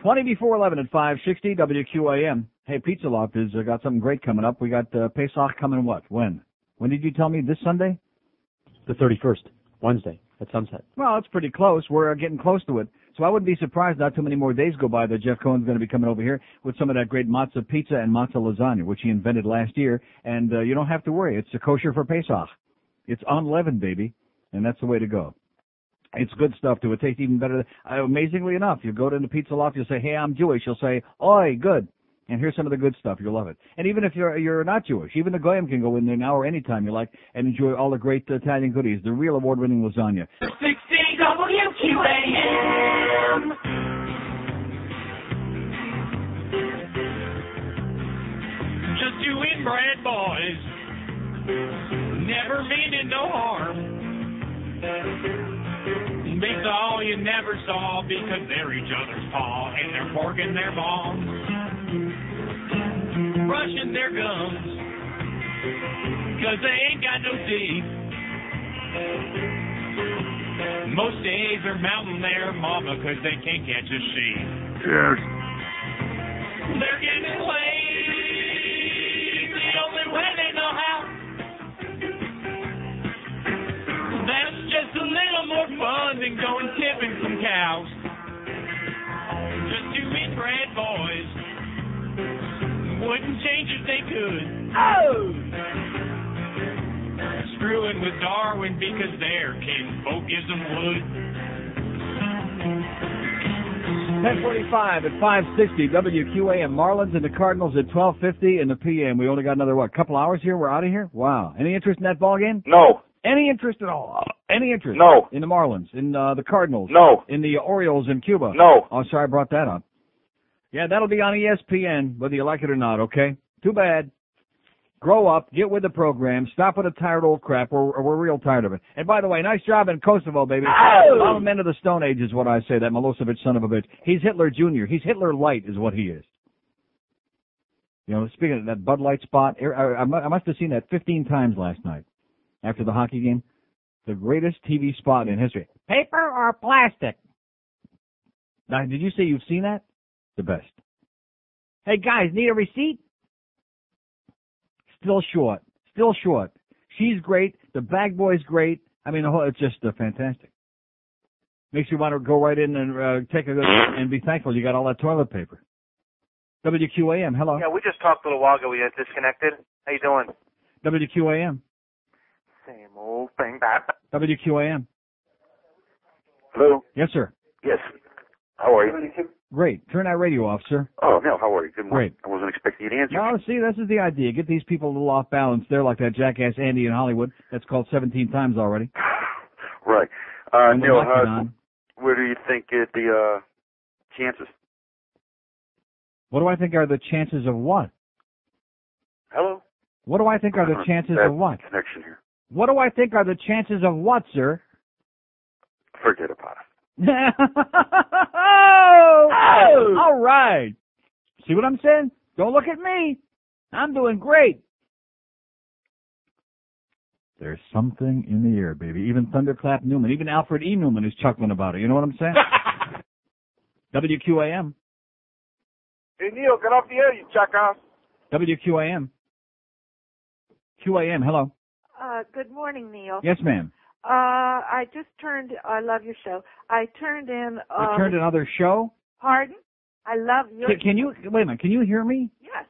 20 before 11 at 560 WQAM. Hey, Pizza Loft has uh, got something great coming up. We got uh, Pesach coming what? When? When did you tell me? This Sunday? The 31st, Wednesday at sunset. Well, it's pretty close. We're uh, getting close to it. So I wouldn't be surprised not too many more days go by that Jeff Cohen's going to be coming over here with some of that great matzah pizza and matzah lasagna, which he invented last year. And uh, you don't have to worry. It's a kosher for Pesach. It's unleavened, baby. And that's the way to go. It's good stuff too. It tastes even better. Than, uh, amazingly enough, you go to the pizza loft, you'll say, hey, I'm Jewish. You'll say, oi, good. And here's some of the good stuff. You'll love it. And even if you're you're not Jewish, even the goyim can go in there now or anytime you like and enjoy all the great Italian goodies, the real award-winning lasagna. 60 WQAM. Just two inbred boys, never meaning no harm. They saw you never saw because they're each other's paw and they're forking their bombs, brushing their gums, cause they ain't got no teeth. Most days are mounting their mama 'cause they can't catch a sheep. Yes. They're getting laid the only way they know how. That's just a little more fun than going tipping some cows. Just two inbred boys. Wouldn't change if they could. Oh! Screwing with Darwin because their kinfolk isn't wood. 1045 at 560 WQAM. Marlins and the Cardinals at 1250 in the PM. We only got another, what, couple hours here? We're out of here? Wow. Any interest in that ball game? No. Any interest at all? Any interest? No. In the Marlins? In uh, the Cardinals? No. In the Orioles in Cuba? No. Oh, sorry I brought that up. Yeah, that'll be on E ESPN, whether you like it or not, okay? Too bad. Grow up, get with the program, stop with the tired old crap. We're, we're real tired of it. And by the way, nice job in Kosovo, baby. Ow! Model men of the Stone Age is what I say, that Milosevic son of a bitch. He's Hitler Jr. He's Hitler Light is what he is. You know, speaking of that Bud Light spot, er- I I mu- I must have seen that 15 times last night after the hockey game. The greatest TV spot in history. Paper or plastic? Now, did you say you've seen that? The best. Hey guys, need a receipt? Still short. Still short. She's great. The bag boy's great. I mean, the whole, it's just uh, fantastic. Makes you want to go right in and uh, take a and be thankful you got all that toilet paper. WQAM, hello. Yeah, we just talked a little while ago. We got disconnected. How you doing? WQAM. Same old thing. Back. WQAM. Hello. Yes, sir. Yes. How are you? Great. Turn that radio off, sir. Oh no, how are you? Good morning. I wasn't expecting you to answer. No, see, this is the idea. Get these people a little off balance. They're like that jackass Andy in Hollywood. That's called 17 times already. Right. Uh, And we're Neil, lucky, uh, Don. where do you think uh, the uh, chances? What do I think are the chances of what? Hello. What do I think are the chances of what? Connection here. What do I think are the chances of what, sir? Forget about it. oh! All right. See what I'm saying? Don't look at me. I'm doing great. There's something in the air, baby. Even Thunderclap Newman, even Alfred E. Newman is chuckling about it. You know what I'm saying? WQAM. Hey, Neil, get off the air, you jackass. WQAM. QAM, hello. Uh, good morning, Neil. Yes, ma'am. Uh, I just turned. I love your show. I turned in. You Um, turned another show? Pardon? I love your. Can, can you, wait a minute, can you hear me? Yes.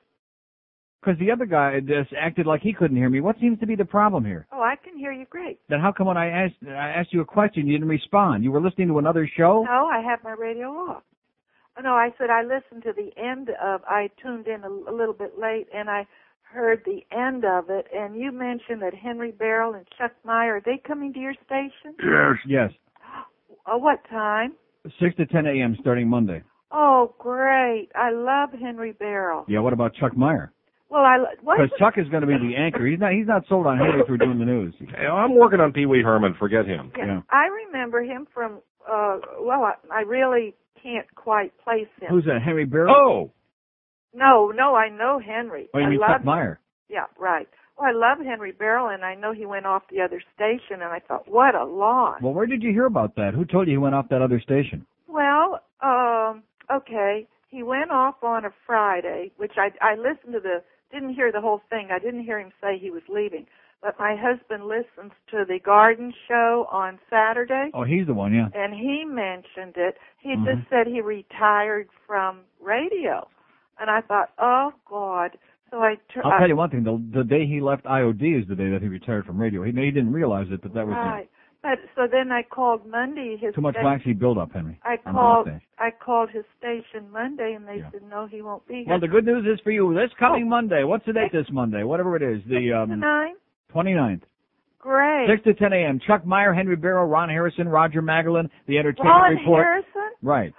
Because the other guy just acted like he couldn't hear me. What seems to be the problem here? Oh, I can hear you great. Then how come when I asked, I asked you a question, you didn't respond? You were listening to another show? No, I have my radio off. Oh, No, I said I listened to the end of. I tuned in a, a little bit late, and I heard the end of it. And you mentioned that Henry Barrel and Chuck Meyer are they coming to your station? Yes. Yes. Uh, what time? 6 to 10 a.m. starting Monday. Oh, great! I love Henry Barrel. Yeah, what about Chuck Meyer? Well, I lo- what? Because Chuck is going to be the anchor. He's not, he's not sold on Henry for doing the news. I'm working on Pee Wee Herman. Forget him. Yeah. I remember him from. Uh, well, I, I really can't quite place him. Who's that, Henry Barrel? Oh! No, no, I know Henry. Oh, you I mean love Chuck Meyer? Yeah, right. Well, I love Henry Barrel, and I know he went off the other station, and I thought, what a loss. Well, where did you hear about that? Who told you he went off that other station? Well, um, okay, he went off on a Friday, which I I listened to the didn't hear the whole thing. I didn't hear him say he was leaving, but my husband listens to the Garden Show on Saturday. Oh, he's the one, yeah. and he mentioned it. He Mhm. just said he retired from radio, and I thought, oh God. So I tur- I'll I- tell you one thing. The, the day he left IOD is the day that he retired from radio. He, he didn't realize it, but that was Right. But so then I called Monday. His too much sta- waxy buildup, Henry. I on called. that day. I called his station Monday, and they said no, he won't be here. Well, the good news is for you. Oh. This coming Monday, what's the date this Monday? Whatever it is, the um, Nine. 29th. Great. 6 to 10 a.m. Chuck Meyer, Henry Barrow, Ron Harrison, Roger Magallon, The Entertainment Ron Report. Harrison. Right.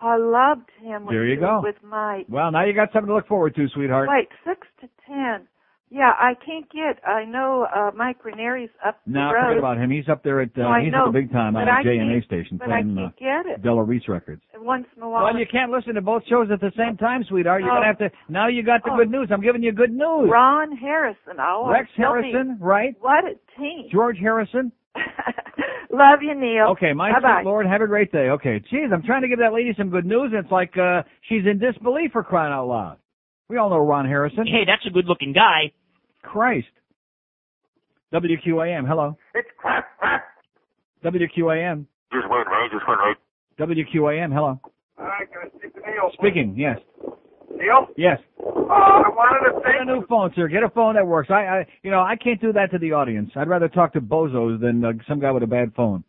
I loved him. When There you he was go. With Mike. Well, now you got something to look forward to, sweetheart. Wait, six to ten. Yeah, I can't get. I know uh Mike Ranieri's up Now, the road. forget about him. He's up there at, uh, No, I he's know, at the big time on but I J and A can't- station but I playing can't get uh, it. Della Reese records. Once in a while. Well, you can't listen to both shows at the same time, sweetheart. You're Oh. gonna have to. Now you got the good news. I'm giving you good news. Ron Harrison. Oh, Oh. Rex tell me, Harrison, right? What a team. George Harrison. Love you, Neil. Okay, my Bye-bye. sweet Lord, have a great day. Okay, geez, I'm trying to give that lady some good news. and It's like uh she's in disbelief for crying out loud. We all know Ron Harrison. Hey, that's a good-looking guy. Christ. WQAM. Hello. It's crap, crap. WQAM. Just went right, just went right. WQAM. Hello. All right, can I speak to Neil? Speaking. Yes. Neil? Yes. Uh, I wanted to Get a new phone, sir. Get a phone that works. I, I, you know, I can't do that to the audience. I'd rather talk to bozos than uh, some guy with a bad phone.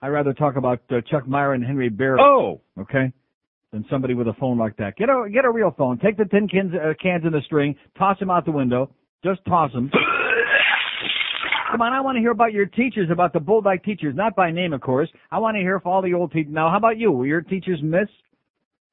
I'd rather talk about uh, Chuck Meyer and Henry Barrett. Oh, okay. Than somebody with a phone like that. Get a get a real phone. Take the tin cans uh, cans in the string. Toss them out the window. Just toss them. Come on, I want to hear about your teachers, about the Bulldog teachers, not by name, of course. I want to hear from all the old teachers. Now, how about you? Were your teachers miss?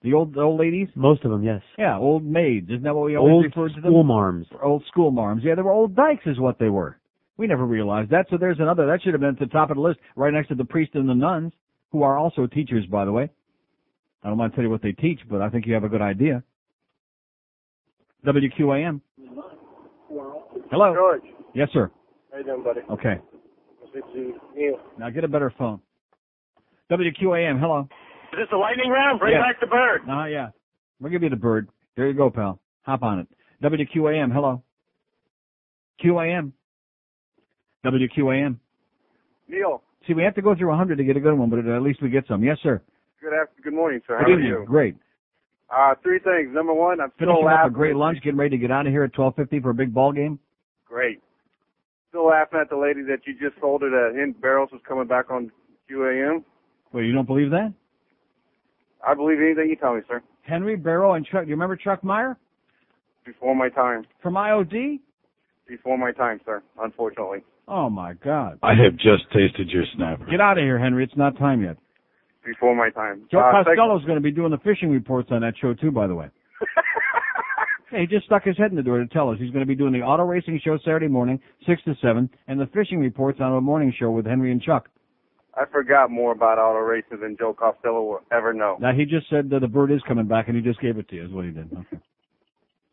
The old the old ladies? Most of them, yes. Yeah, old maids. Isn't that what we always Old refer to them? school marms. Old school marms. Yeah, they were old dykes is what they were. We never realized that. So there's another. That should have been at the top of the list, right next to the priest and the nuns, who are also teachers, by the way. I don't want to tell you what they teach, but I think you have a good idea. WQAM. Hello. Oh. George. Yes, sir. How you doing, buddy? Okay. I speak to Neil. Now get a better phone. WQAM. Hello. Is this the lightning round? Bring Yeah. back the bird. Ah, yeah. We'll give you the bird. There you go, pal. Hop on it. WQAM. Hello. QAM. WQAM. Neil, See, we have to go through 100 to get a good one, but at least we get some. Yes, sir. good after, good morning, sir. How Good are evening. you? Great. Uh, three things. Number one, I'm still Finishing up a laughing. great lunch, getting ready to get out of here at 12:50 for a big ball game. Great. Still laughing at the lady that you just sold it at Hen Barrels was coming back on QAM. Wait, you don't believe that? I believe anything you tell me, sir. Henry Barrow and Chuck. Do you remember Chuck Meyer Before my time. from IOD? Before my time, sir. Unfortunately. Oh my God. I have just tasted your snapper. Get out of here, Henry. It's not time yet. Before my time. Joe Uh, second- Costello's going to be doing the fishing reports on that show too, by the way. Hey, he just stuck his head in the door to tell us he's going to be doing the auto racing show Saturday morning, six to seven, and the fishing reports on a morning show with Henry and Chuck. I forgot more about auto racing than Joe Costello will ever know. Now he just said that the bird is coming back, and he just gave it to you. Is what he did. Okay.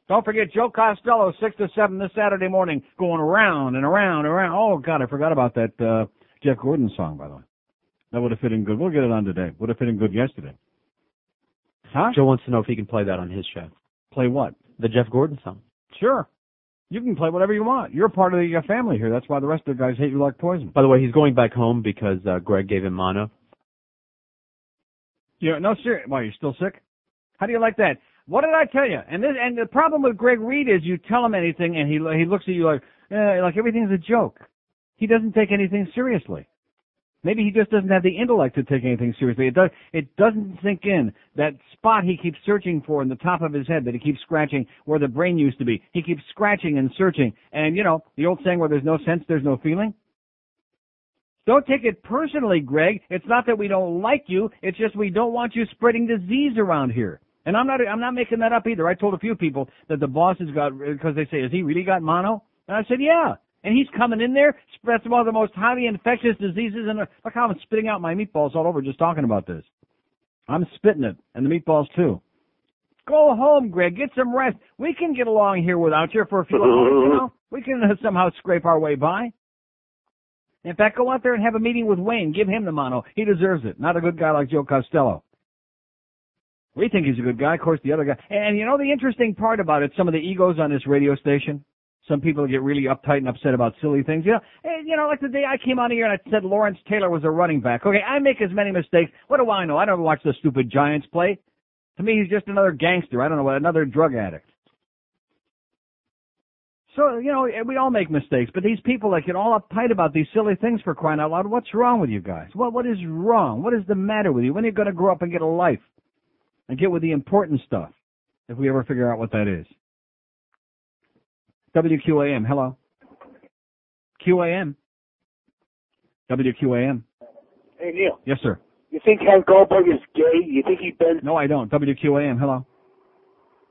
Don't forget Joe Costello, six to seven this Saturday morning, going around and around and around. Oh God, I forgot about that uh, Jeff Gordon song, by the way. That would have fit in good. We'll get it on today. Would have fit in good yesterday. Huh? Joe wants to know if he can play that on his show. Play what? The Jeff Gordon song. Sure. You can play whatever you want. You're part of the uh, family here. That's why the rest of the guys hate you like poison. By the way, he's going back home because uh, Greg gave him mono. You know, no, sir. Why, you're still sick? How do you like that? What did I tell you? And this, and the problem with Greg Reed is you tell him anything and he he looks at you like eh, like everything's a joke. He doesn't take anything seriously. Maybe he just doesn't have the intellect to take anything seriously. It does it doesn't sink in that spot he keeps searching for in the top of his head that he keeps scratching where the brain used to be. He keeps scratching and searching. And you know, the old saying where there's no sense, there's no feeling. Don't take it personally, Greg. It's not that we don't like you. It's just we don't want you spreading disease around here. And I'm not I'm not making that up either. I told a few people that the boss has got because they say, "Has he really got mono?" And I said, "Yeah." And he's coming in there, spreads one of the most highly infectious diseases. And look how I'm spitting out my meatballs all over just talking about this. I'm spitting it, and the meatballs too. Go home, Greg. Get some rest. We can get along here without you for a few hours. You know? We can somehow scrape our way by. In fact, go out there and have a meeting with Wayne. Give him the mono. He deserves it. Not a good guy like Joe Costello. We think he's a good guy. Of course, the other guy. And you know the interesting part about it, some of the egos on this radio station. Some people get really uptight and upset about silly things. You know, and, you know, like the day I came on here and I said Lawrence Taylor was a running back. Okay, I make as many mistakes. What do I know? I don't watch the stupid Giants play. To me, he's just another gangster. I don't know what another drug addict. So you know, we all make mistakes, but these people that get all uptight about these silly things for crying out loud. What's wrong with you guys? What what is wrong? What is the matter with you? When are you going to grow up and get a life? and get with the important stuff if we ever figure out what that is. WQAM, hello. QAM. WQAM. Hey Neil, Yes, sir. you think Hank Goldberg is gay? You think he been? No, I don't. WQAM, hello.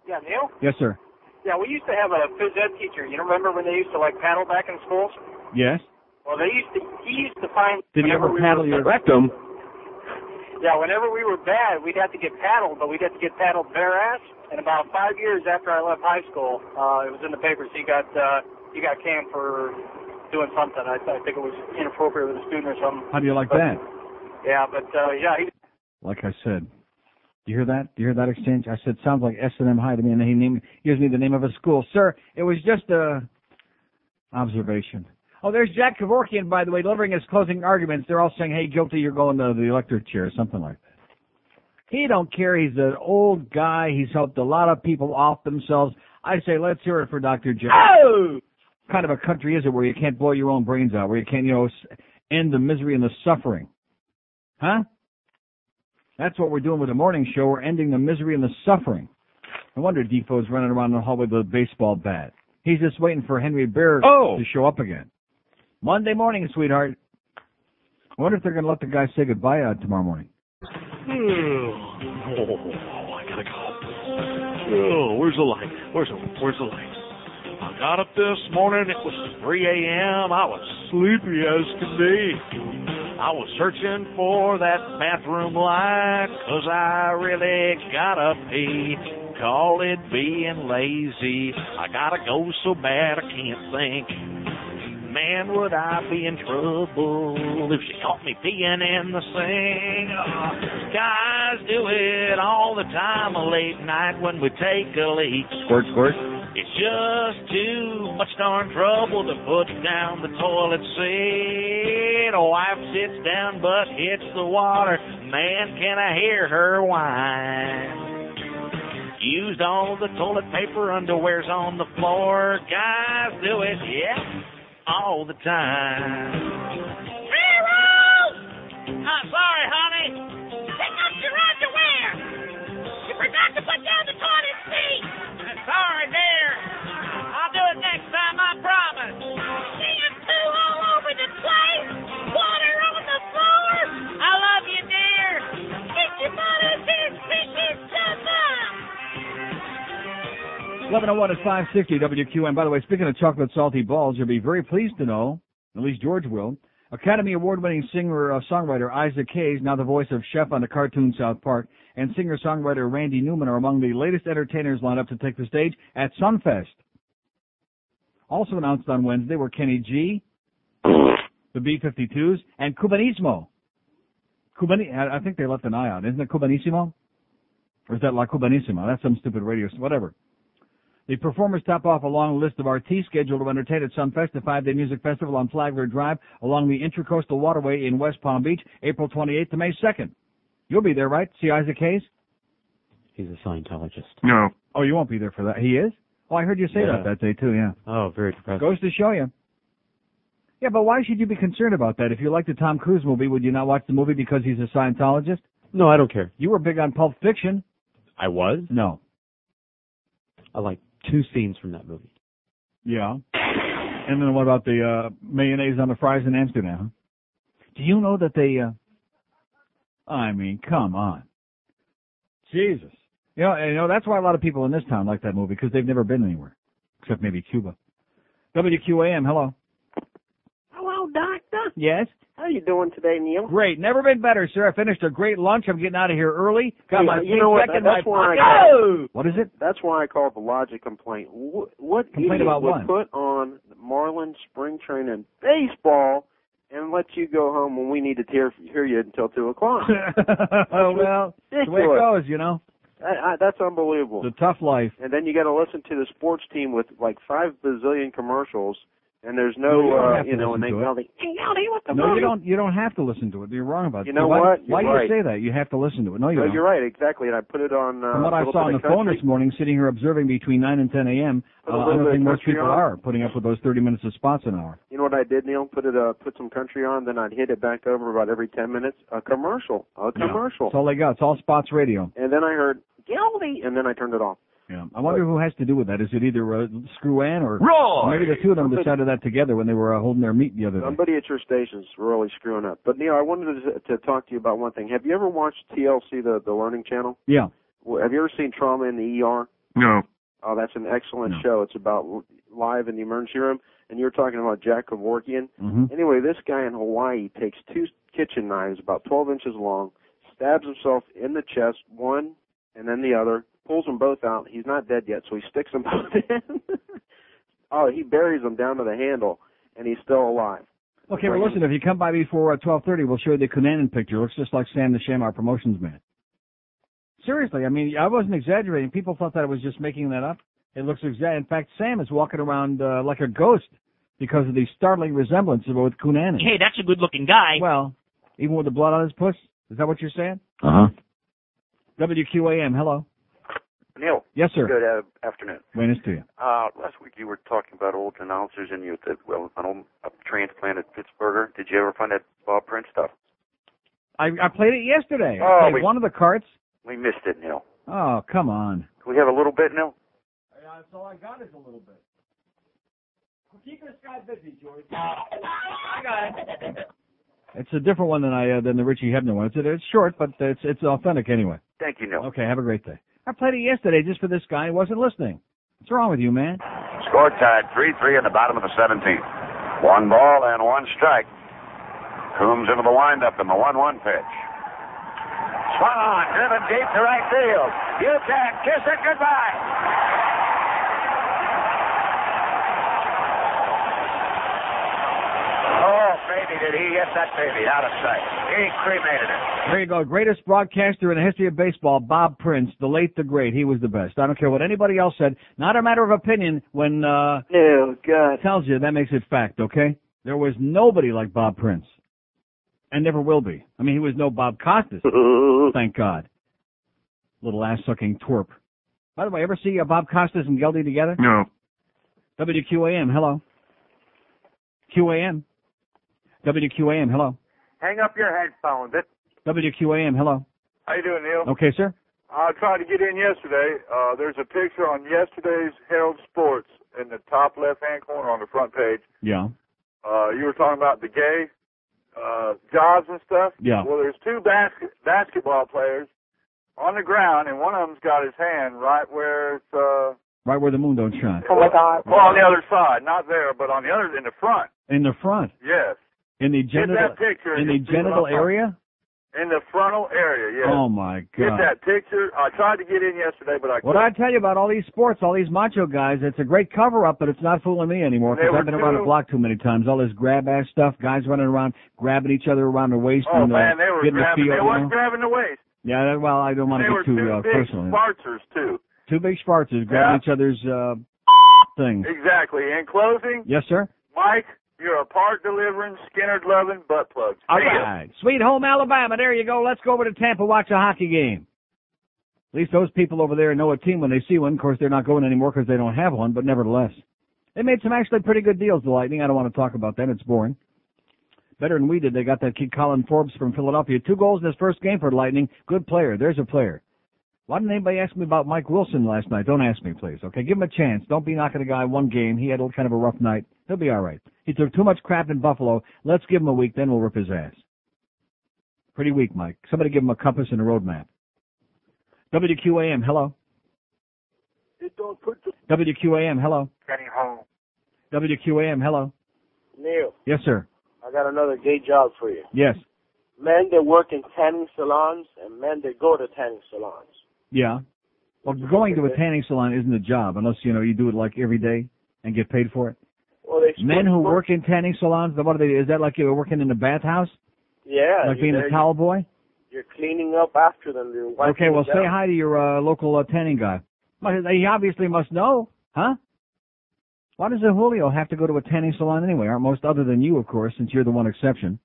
Yeah, Neil. Yes, sir. Yeah, we used to have a phys ed teacher. You remember when they used to like paddle back in schools? Yes. Well, they used to. He used to find. Did you ever paddle your rectum? Yeah, whenever we were bad, we'd have to get paddled, but we'd have to get paddled bare ass. And about five years after I left high school, uh, it was in the papers. He got uh, he got canned for doing something. I, I think it was inappropriate with a student or something. How do you like that? Yeah, but uh, yeah, he Like I said. Do you hear that? Do you hear that exchange? I said sounds like S and M High to me, and he named gives me the name of a school. Sir, it was just a observation. Oh, there's Jack Kevorkian, by the way, delivering his closing arguments. They're all saying, "Hey, guilty, you're going to the electric chair," or something like that. He don't care. He's an old guy. He's helped a lot of people off themselves. I say, let's hear it for Dr. Jekyll. Oh! Kind of a country is it where you can't blow your own brains out, where you can't, you know, s- end the misery and the suffering, huh? That's what we're doing with the morning show. We're ending the misery and the suffering. No wonder Defoe's running around the hallway with a baseball bat. He's just waiting for Henry Bear to show up again. Monday morning, sweetheart. I wonder if they're going to let the guy say goodbye out tomorrow morning. Oh, I gotta go. Oh, where's the light? Where's the where's the light? I got up this morning. It was 3 a.m. I was sleepy as can be. I was searching for that bathroom light 'cause I really gotta pee. Call it being lazy. I gotta go so bad I can't think. Man, would I be in trouble if she caught me peeing in the sink? Oh, guys do it all the time late night when we take a leak. Squirt, squirt. It's just too much darn trouble to put down the toilet seat. A wife sits down but hits the water. Man, can I hear her whine? Used all the toilet paper, underwear's on the floor. Guys do it, yeah, all the time. I'm sorry, honey. Pick up your underwear. You forgot to put down the toilet seat. Sorry, dear. I'll do it next time, I promise. Shampoo all over the place. Water on the floor. I love you, dear. Get your mother this picking stuff up. 1101 at 560 WQM. By the way, speaking of chocolate salty balls, you'll be very pleased to know, at least George will, Academy Award-winning singer-songwriter Isaac Hayes, now the voice of Chef on the cartoon South Park, and singer-songwriter Randy Newman are among the latest entertainers lined up to take the stage at Sunfest. Also announced on Wednesday were Kenny G, the B-52s, and Cubanismo. Cubani- I I think they left an eye out. Isn't it Cubanissimo? Or is that La Cubanissima? That's some stupid radio, whatever. The performers top off a long list of artistes scheduled to entertain at Sunfest, the five-day music festival on Flagler Drive along the Intracoastal Waterway in West Palm Beach, April 28th to May 2nd. You'll be there, right? See Isaac Hayes? He's a Scientologist. No. Oh, you won't be there for that. He is? Oh, I heard you say Yeah. that that day too, yeah. Oh, very depressing. Goes to show you. Yeah, but why should you be concerned about that? If you like the Tom Cruise movie, would you not watch the movie because he's a Scientologist? No, I don't care. You were big on Pulp Fiction. I was? No. I like two scenes from that movie. Yeah. And then what about the uh, mayonnaise on the fries in Amsterdam? Do you know that they? Uh... I mean, come on. Jesus. You know, and, you know that's why a lot of people in this town like that movie because they've never been anywhere except maybe Cuba. WQAM. Hello. Hello, Doctor. Yes. How you doing today, Neil? Great. Never been better, sir. I finished a great lunch. I'm getting out of here early. Got my you know what? paycheck in That's my why I pocket. called. What is it? That's why I called the logic complaint. What, what Complaint idiot about what? would put on Marlins spring training baseball and let you go home when we need to hear hear you until two o'clock? well, it's the way it ridiculous. goes, you know. I, I, that's unbelievable. The tough life. and then you got to listen to the sports team with like five bazillion commercials, and there's No, you no, don't uh, have to you know, listen and they to it. yell, they, "Hey, Yowdy, what the No, fuck?" you don't. You don't have to listen to it. You're wrong about You that. know why, what? Why do You're you say right. that? You have to listen to it. No, Oh, you No, don't. you're right, exactly. And I put it on. Uh, From what I Philip saw on and the Country. phone this morning, sitting here observing between 9 and 10 a.m., uh, Put I a little don't bit think of most country people on. are putting up with those 30 minutes of spots an hour. You know what I did, Neil? Put it, uh, put some country on, then I'd hit it back over about every ten minutes. A commercial, a commercial, That's all they got. It's all spots radio. and then I heard Gildy, and then I turned it off. Yeah. I wonder who has to do with that. Is it either uh, Screw Ann or Roy! Maybe the two of them decided that together when they were uh, holding their meet the other day. Somebody at your station's really screwing up. But Neil, I wanted to, to talk to you about one thing. Have you ever watched TLC, the the Learning Channel? Yeah. Well, Have you ever seen Trauma in the ER? No. Oh, that's an excellent show. It's about l- live in the emergency room, and you're talking about Jack Kevorkian. Mm-hmm. Mhm. Anyway, this guy in Hawaii takes two kitchen knives about 12 inches long, stabs himself in the chest, one and then the other, pulls them both out. He's not dead yet, so he sticks them both in. oh, he buries them down to the handle, and he's still alive. Okay, well, listen, if you come by before uh, 12.30, we'll show you the Cunanan picture. Looks just like Sam the Sham, our promotions man. Seriously, I mean, I wasn't exaggerating. People thought that I was just making that up. It looks exact. In fact, Sam is walking around uh, like a ghost because of the startling resemblance with Cunanan. Hey, that's a good-looking guy. Hmm. Well, even with the blood on his puss? Is that what you're saying? Uh huh. WQAM, hello. Neil. Yes, sir. Good uh, afternoon. Buenos to you. Uh, last week you were talking about old announcers and you that well, an old a transplant at Pittsburgh. Did you ever find that Bob Prince stuff? I, I played it yesterday. Oh, I played we- one of the carts. We missed it, Neil. Oh, come on. Can we have a little bit, Neil? That's all uh, I got is a little bit. Keep this guy busy, George. It's a different one than I uh, than the Richie Hebner one. It's it's short, but it's it's authentic anyway. Thank you, Neil. Okay, have a great day. I played it yesterday just for this guy. He wasn't listening. What's wrong with you, man? Score tied 3 3 in the bottom of the 17th. One ball and one strike. Coombs into the windup in the 1 1 pitch. Swung on, driven deep to right field. You can kiss it goodbye. Oh, baby, did he hit that baby out of sight. He cremated it. There you go. Greatest broadcaster in the history of baseball, Bob Prince, the late, the great. He was the best. I don't care what anybody else said. Not a matter of opinion when uh God. tells you that makes it fact, okay? There was nobody like Bob Prince. And never will be. I mean he was no Bob Costas. Thank God. Little ass sucking twerp. By the way, ever see uh, Bob Costas and Geldy together? No. WQAM, hello. QAM. WQAM, hello. Hang up your headphones. It, WQAM, hello. How you doing, Neil? Okay, sir. I tried to get in yesterday. Uh, there's a picture on yesterday's Herald Sports in the top left-hand corner on the front page. Yeah. Uh, you were talking about the gay uh, jobs and stuff. Yeah. Well, there's two basket basketball players on the ground, and one of them's got his hand right where it's uh, Right where the moon don't shine. Oh, well on the other side, not there, but on the other in the front. In the front. Yes. In the Get genital that picture. in and you'll the see what genital I'm talking- area? In the frontal area. Yes. Oh my Get god. that picture. I tried to get in yesterday, but I What I couldn't. tell you about all these sports, all these macho guys, it's a great cover up, but it's not fooling me anymore They because were I've been around the too- block too many times. All this grab ass stuff, guys running around grabbing each other around the waist oh and uh, man, they were getting grabbing. the they field. was grabbing the waist. Yeah, that- well, I don't want they to were get too two uh, big personal. here. Spartzers, too. Two big Spartans grabbing each other's uh, thing. Exactly. In closing, Yes, sir. Mike, you're a part delivering, Skinner loving butt plugs. All See ya. right. Sweet home Alabama. There you go. Let's go over to Tampa watch a hockey game. At least those people over there know a team when they see one. Of course, they're not going anymore because they don't have one, but nevertheless. They made some actually pretty good deals, the Lightning. I don't want to talk about that. It's boring. Better than we did. They got that kid Colin Forbes from Philadelphia. Two goals in his first game for the Lightning. Good player. There's a player. Why didn't anybody ask me about Mike Wilson last night? Don't ask me, please. Okay, give him a chance. Don't be knocking a guy one game. He had a kind of a rough night. He'll be all right. He took too much crap in Buffalo. Let's give him a week, then we'll rip his ass. Pretty weak, Mike. Somebody give him a compass and a road map. WQAM, hello. It don't put the WQAM, hello. penny home. WQAM, hello. Neil, Yes, sir. I got another day job for you. Yes. Men that work in tanning salons and men that go to tanning salons. Yeah. Well, going to a tanning salon isn't a job unless, you know, you do it like every day and get paid for it. Well, they Men who work in tanning salons, what are they? Is that like you're working in the bathhouse? Yeah, Like being you're, a towel boy? you're cleaning up after them. You're wiping Okay, well, them say down. hi to your uh, local uh, tanning guy. Well, He obviously must know, huh? Why does a Julio have to go to a tanning salon anyway? Aren't most other than you, of course, since you're the one exception.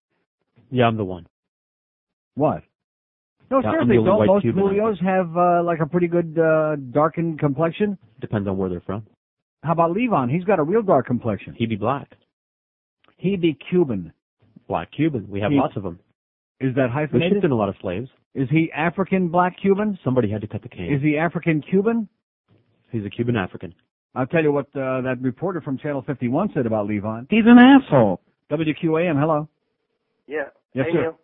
Yeah, I'm the one. What? No, Yeah, I'm seriously, the only don't white most Cuban out Julios have uh, like a pretty good uh, darkened complexion? Depends on where they're from. How about Levon? He's got a real dark complexion. He'd be black. He'd be Cuban. Black Cuban. We have He- lots of them. Is that We hyphenated? shipped in a lot of slaves. Is he African black Cuban? Somebody had to cut the cane. Is he African Cuban? He's a Cuban African. I'll tell you what uh, that reporter from Channel 51 said about Levon. He's an asshole. WQAM, hello. Yeah. Yes, hey, sir. Neil.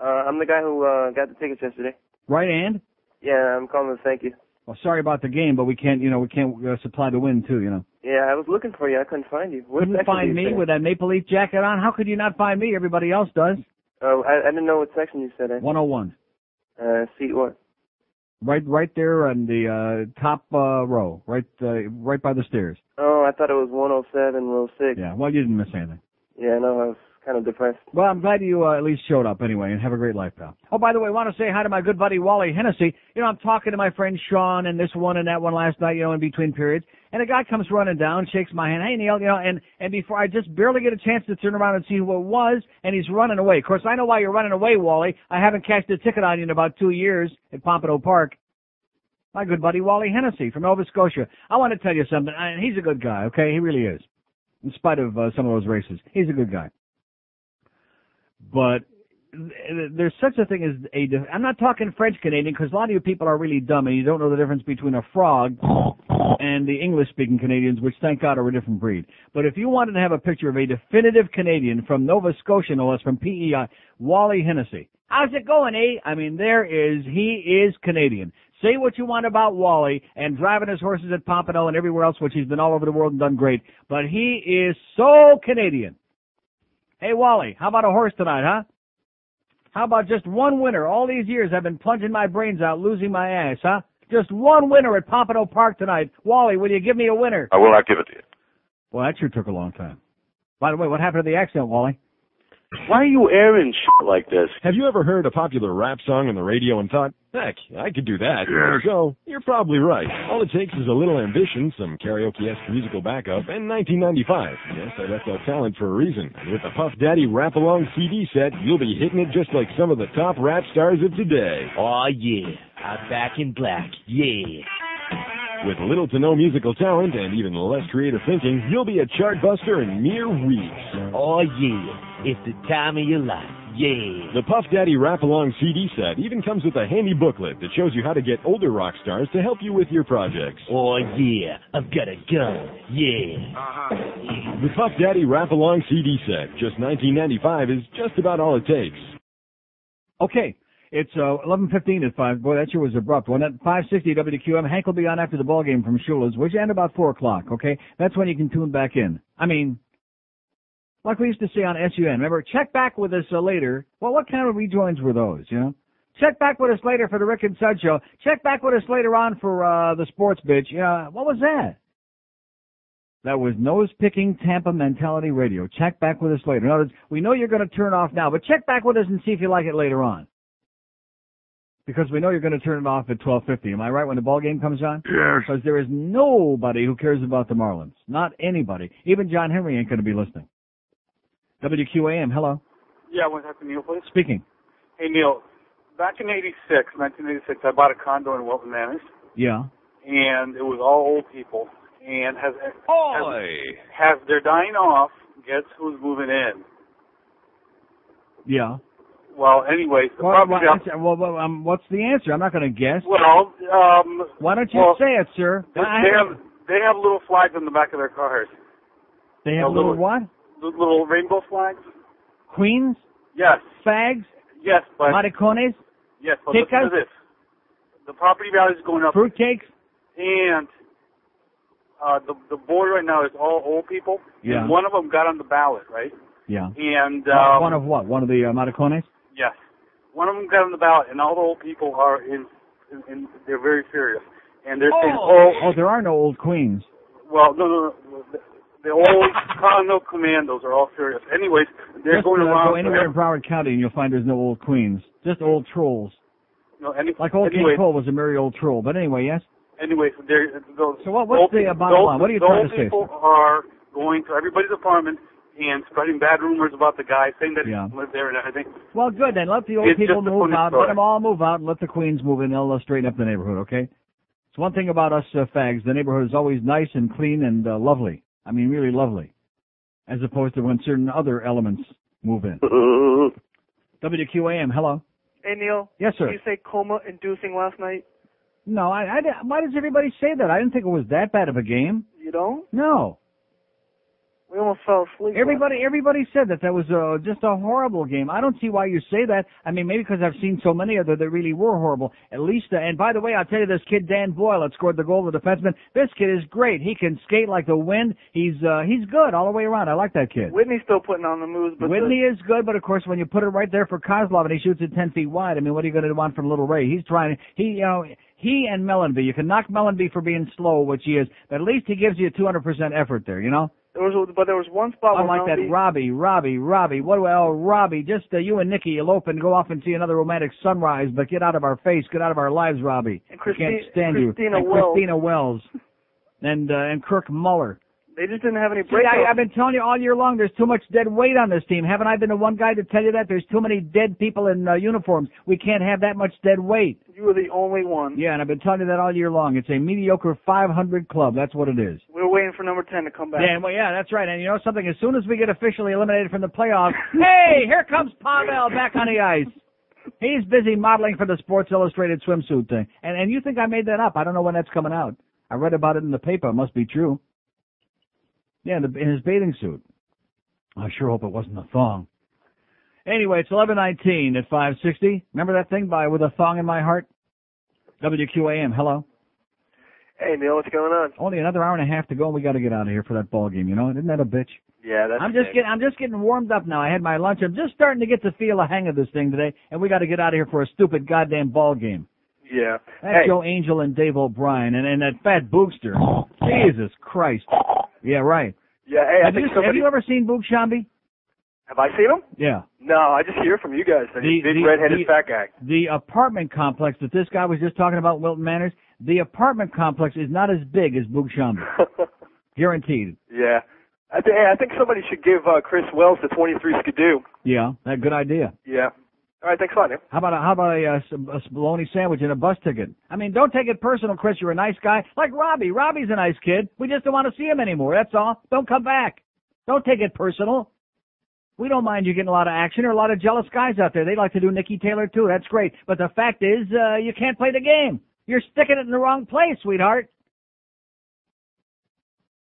Uh, I'm the guy who uh, got the tickets yesterday. Right, and? Yeah, I'm calling to thank you. Well, sorry about the game, but we can't, you know, we can't uh, supply the wind too, you know. Yeah, I was looking for you. I couldn't find you. Where Couldn't find me with that maple leaf jacket on. How could you not find me? Everybody else does. Oh, I, I didn't know what section you said. In. 101. Uh, seat what? Right, right there on the uh, top uh, row, right, uh, right by the stairs. Oh, I thought it was 107, row six. Yeah. Well, you didn't miss anything. Yeah, no, I was kind of depressed. Well, I'm glad you uh, at least showed up anyway, and have a great life, pal. Oh, by the way, want to say hi to my good buddy Wally Hennessy. You know, I'm talking to my friend Sean and this one and that one last night, you know, in between periods. And a guy comes running down, shakes my hand, hey Neil, you know, and and before I just barely get a chance to turn around and see who it was, and he's running away. Of course, I know why you're running away, Wally. I haven't cashed a ticket on you in about two years at Pompano Park. My good buddy Wally Hennessy from Nova Scotia. I want to tell you something. I, he's a good guy, okay? He really is. In spite of uh, some of those races, he's a good guy but th- there's such a thing as a. def- I'm not talking French Canadian because a lot of you people are really dumb and you don't know the difference between a frog and the English speaking Canadians, which thank God are a different breed. But if you wanted to have a picture of a definitive Canadian from Nova Scotia, no less from PEI, Wally Hennessy. How's it going, eh? I mean, there is, he is Canadian. Say what you want about Wally and driving his horses at Pompano and everywhere else, which he's been all over the world and done great, but he is so Canadian. Hey, Wally, how about a horse tonight, huh? How about just one winner? All these years I've been plunging my brains out, losing my ass, huh? Just one winner at Pompano Park tonight. Wally, will you give me a winner? I will not give it to you. Well, that sure took a long time. By the way, what happened to the accent, Wally? Why are you airing shit like this? Have you ever heard a popular rap song on the radio and thought, heck, I could do that? Yes. So, you're probably right. All it takes is a little ambition, some karaoke-esque musical backup, and 1995. Yes, I left out talent for a reason. And with the Puff Daddy Rap Along CD set, you'll be hitting it just like some of the top rap stars of today. Aw, yeah. I'm back in black. Yeah. With little to no musical talent and even less creative thinking, you'll be a chart buster in mere weeks. Oh yeah, it's the time of your life. Yeah. The Puff Daddy Rap Along CD set even comes with a handy booklet that shows you how to get older rock stars to help you with your projects. Oh yeah, I've got a gun. Yeah. Uh-huh. The Puff Daddy Rap Along CD set, just 19.95, is just about all it takes. Okay. It's uh, 11.15 at 5. Boy, that sure was abrupt. One at 5.60 WQM. Hank will be on after the ball game from Shula's, which end about 4 o'clock, okay? That's when you can tune back in. I mean, like we used to say on SUN, remember, check back with us uh, later. Well, what kind of rejoins were those, you know? Check back with us later for the Rick and Sud show. Check back with us later on for uh, the sports bitch. Yeah, what was that? That was nose picking Tampa mentality radio. Check back with us later. In other words, we know you're going to turn off now, but check back with us and see if you like it later on. Because we know you're going to turn it off at 12:50. Am I right when the ball game comes on? Yes. Because there is nobody who cares about the Marlins. Not anybody. Even John Henry ain't going to be listening. WQAM. Hello. Yeah, I want to talk to Neil, please. Speaking. Hey, Neil. Back in 86, 1986, I bought a condo in Wilton Manors, Yeah. and it was all old people. And has, has, has they're dying off, guess who's moving in? Yeah. Well, anyways, the Well, property well, well, well, um, what's the answer? I'm not going to guess. Well, um, Why don't you well, say it, sir? they, I- they have they have little flags on the back of their cars, they have a little little- what? the little rainbow flags. Queens? Yes, Fags? yes, but Maricones? yes, but listen to Chicas? this: the property value is going up, Fruitcakes? and uh, the the board right now is all old people. Yeah. And one of them got on the ballot, right? Yeah. And Uh, um, one of what? One of the uh, maricones? yes, one of them got on the ballot, and all the old people are in, in, in they're very serious, and they're saying, "Oh, oh, there are no old queens. Well, no, no, no. The, the old condo commandos are all serious. Anyways, they're Just going uh, around. go anywhere in Broward County and you'll find there's no old queens. Just old trolls. no, any, Like old anyways, King Cole was a merry old troll. But anyway, yes. Anyways, they're, those, so what- what's those, the, uh, bottom those, line? What are you those trying to say, people are going to everybody's apartment and spreading bad rumors about the guy, saying that Yeah. he lived there and everything. Well, good then. Let the old It's people just a move funny out. Let story. them all move out and let the queens move in. They'll uh, straighten up the neighborhood. Okay. It's one thing about us uh, fags. The neighborhood is always nice and clean and uh, lovely. I mean, really lovely, as opposed to when certain other elements move in. WQAM. Hello. Hey, Neil. Yes, sir. Did you say coma-inducing last night? No, I, I di- Why does everybody say that? I didn't think it was that bad of a game. You don't? No. We almost fell asleep. Everybody, everybody said that that was uh, just a horrible game. I don't see why you say that. I mean, maybe because I've seen so many of them that really were horrible. At least, uh, and by the way, I'll tell you, this kid Dan Boyle that scored the goal, the defenseman. This kid is great. He can skate like the wind. He's uh, he's good all the way around. I like that kid. Whitney's still putting on the moves, but Whitney is good, but of course, when you put it right there for Kozlov and he shoots it ten feet wide, I mean, what are you going to want from Little Ray? He's trying. He, you know, he and Mellenby. You can knock Mellenby for being slow, which he is, but at least he gives you two hundred percent effort there. You know. The, there was, but there was one spot I where like that Melby- Robbie, Robbie, Robbie. What well, Robbie? Just uh, you and Nikki elope and go off and see another romantic sunrise, but get out of our face, get out of our lives, Robbie. And We Christi- can't stand you. Christina And Wells. Christina Wells, and uh, and Kirk Muller. They just didn't have any See, I, breakouts. I've been telling you all year long. There's too much dead weight on this team. Haven't I been the one guy to tell you that? There's too many dead people in uh, uniforms. We can't have that much dead weight. You were the only one. Yeah, and I've been telling you that all year long. It's a mediocre 500 club. That's what it is. We were waiting for number 10 to come back. Yeah, well, yeah, that's right. And you know something? As soon as we get officially eliminated from the playoffs, hey, here comes Pavel back on the ice. He's busy modeling for the Sports Illustrated swimsuit thing. And and you think I made that up? I don't know when that's coming out. I read about it in the paper. It must be true. Yeah, the, in his bathing suit. I sure hope it wasn't a thong. Anyway, it's 11:19 at 5:60. Remember that thing by with a thong in my heart? WQAM. Hello. Hey, Neil, what's going on? Only another hour and a half to go, and we got to get out of here for that ball game. You know, isn't that a bitch? Yeah, that's I'm just okay. getting I'm just getting warmed up now. I had my lunch. I'm just starting to get to feel a hang of this thing today, and we got to get out of here for a stupid goddamn ball game. Yeah. That's Joe Angel and Dave O'Brien and, and that fat Boogster. Jesus Christ. Yeah, right. Yeah, hey, I have, think you, have somebody- you ever seen Boogshambi? Have I seen him? Yeah. No, I just hear from you guys. The- big the- redheaded the- fat guy. The apartment complex that this guy was just talking about, Wilton Manors, the apartment complex is not as big as Boogshambi. Guaranteed. Yeah. I, th- hey, I think somebody should give uh, Chris Wells the 23 Skidoo. Yeah, that good idea. Yeah. All right, thanks a lot, Neil. How about a, how about a, uh, s- a bologna sandwich and a bus ticket? I mean, don't take it personal, Chris. You're a nice guy, like Robbie. Robbie's a nice kid. We just don't want to see him anymore. That's all. Don't come back. Don't take it personal. We don't mind you getting a lot of action. There are a lot of jealous guys out there. They like to do Nikki Taylor too. That's great. But the fact is, uh, you can't play the game. You're sticking it in the wrong place, sweetheart.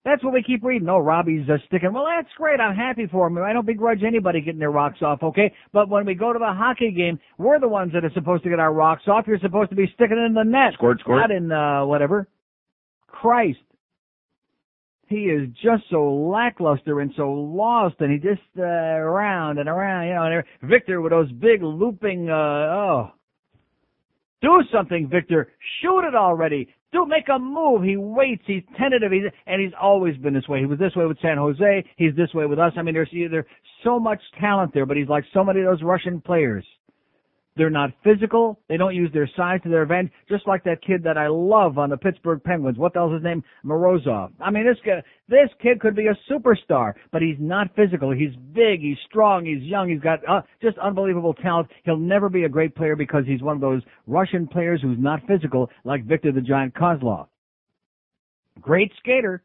That's what we keep reading. Oh, Robbie's uh, sticking. Well, that's great. I'm happy for him. I don't begrudge anybody getting their rocks off, okay? But when we go to the hockey game, we're the ones that are supposed to get our rocks off. You're supposed to be sticking it in the net. Squirt, squirt. Not in, uh, whatever. Christ. He is just so lackluster and so lost, and he just, uh, around and around, you know, and every- Victor with those big looping, uh, oh. Do something, Victor. Shoot it already. Do make a move. He waits. He's tentative. He's, and he's always been this way. He was this way with San Jose. He's this way with us. I mean, there's either so much talent there, but he's like so many of those Russian players. They're not physical. They don't use their size to their advantage. Just like that kid that I love on the Pittsburgh Penguins. What the hell's his name? Morozov. I mean, this guy, this kid could be a superstar, but he's not physical. He's big. He's strong. He's young. He's got uh, just unbelievable talent. He'll never be a great player because he's one of those Russian players who's not physical, like Victor the Giant Kozlov. Great skater.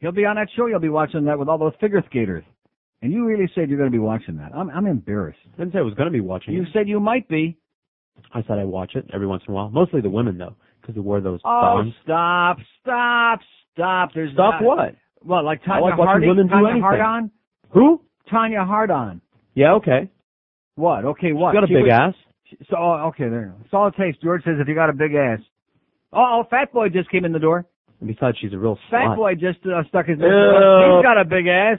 He'll be on that show. You'll be watching that with all those figure skaters. And you really said you're going to be watching that. I'm, I'm embarrassed. I didn't say I was going to be watching You it. said you might be. I said I watch it every once in a while. Mostly the women though, because they wore those Oh, thongs. stop, stop, stop. There's Stop not- what? Well, like I Tanya like watching Harding, women do Tanya anything. Hardon? Who? Tanya Hardon. Yeah, okay. What? Okay, what? She's got a She big ass. was- she- So, oh, okay, there. It's all it takes. George says if you got a big ass. Oh, oh Fat Boy just came in the door. And besides, she's a real Fat slut. Boy just uh, stuck his. Ew. He's got a big ass.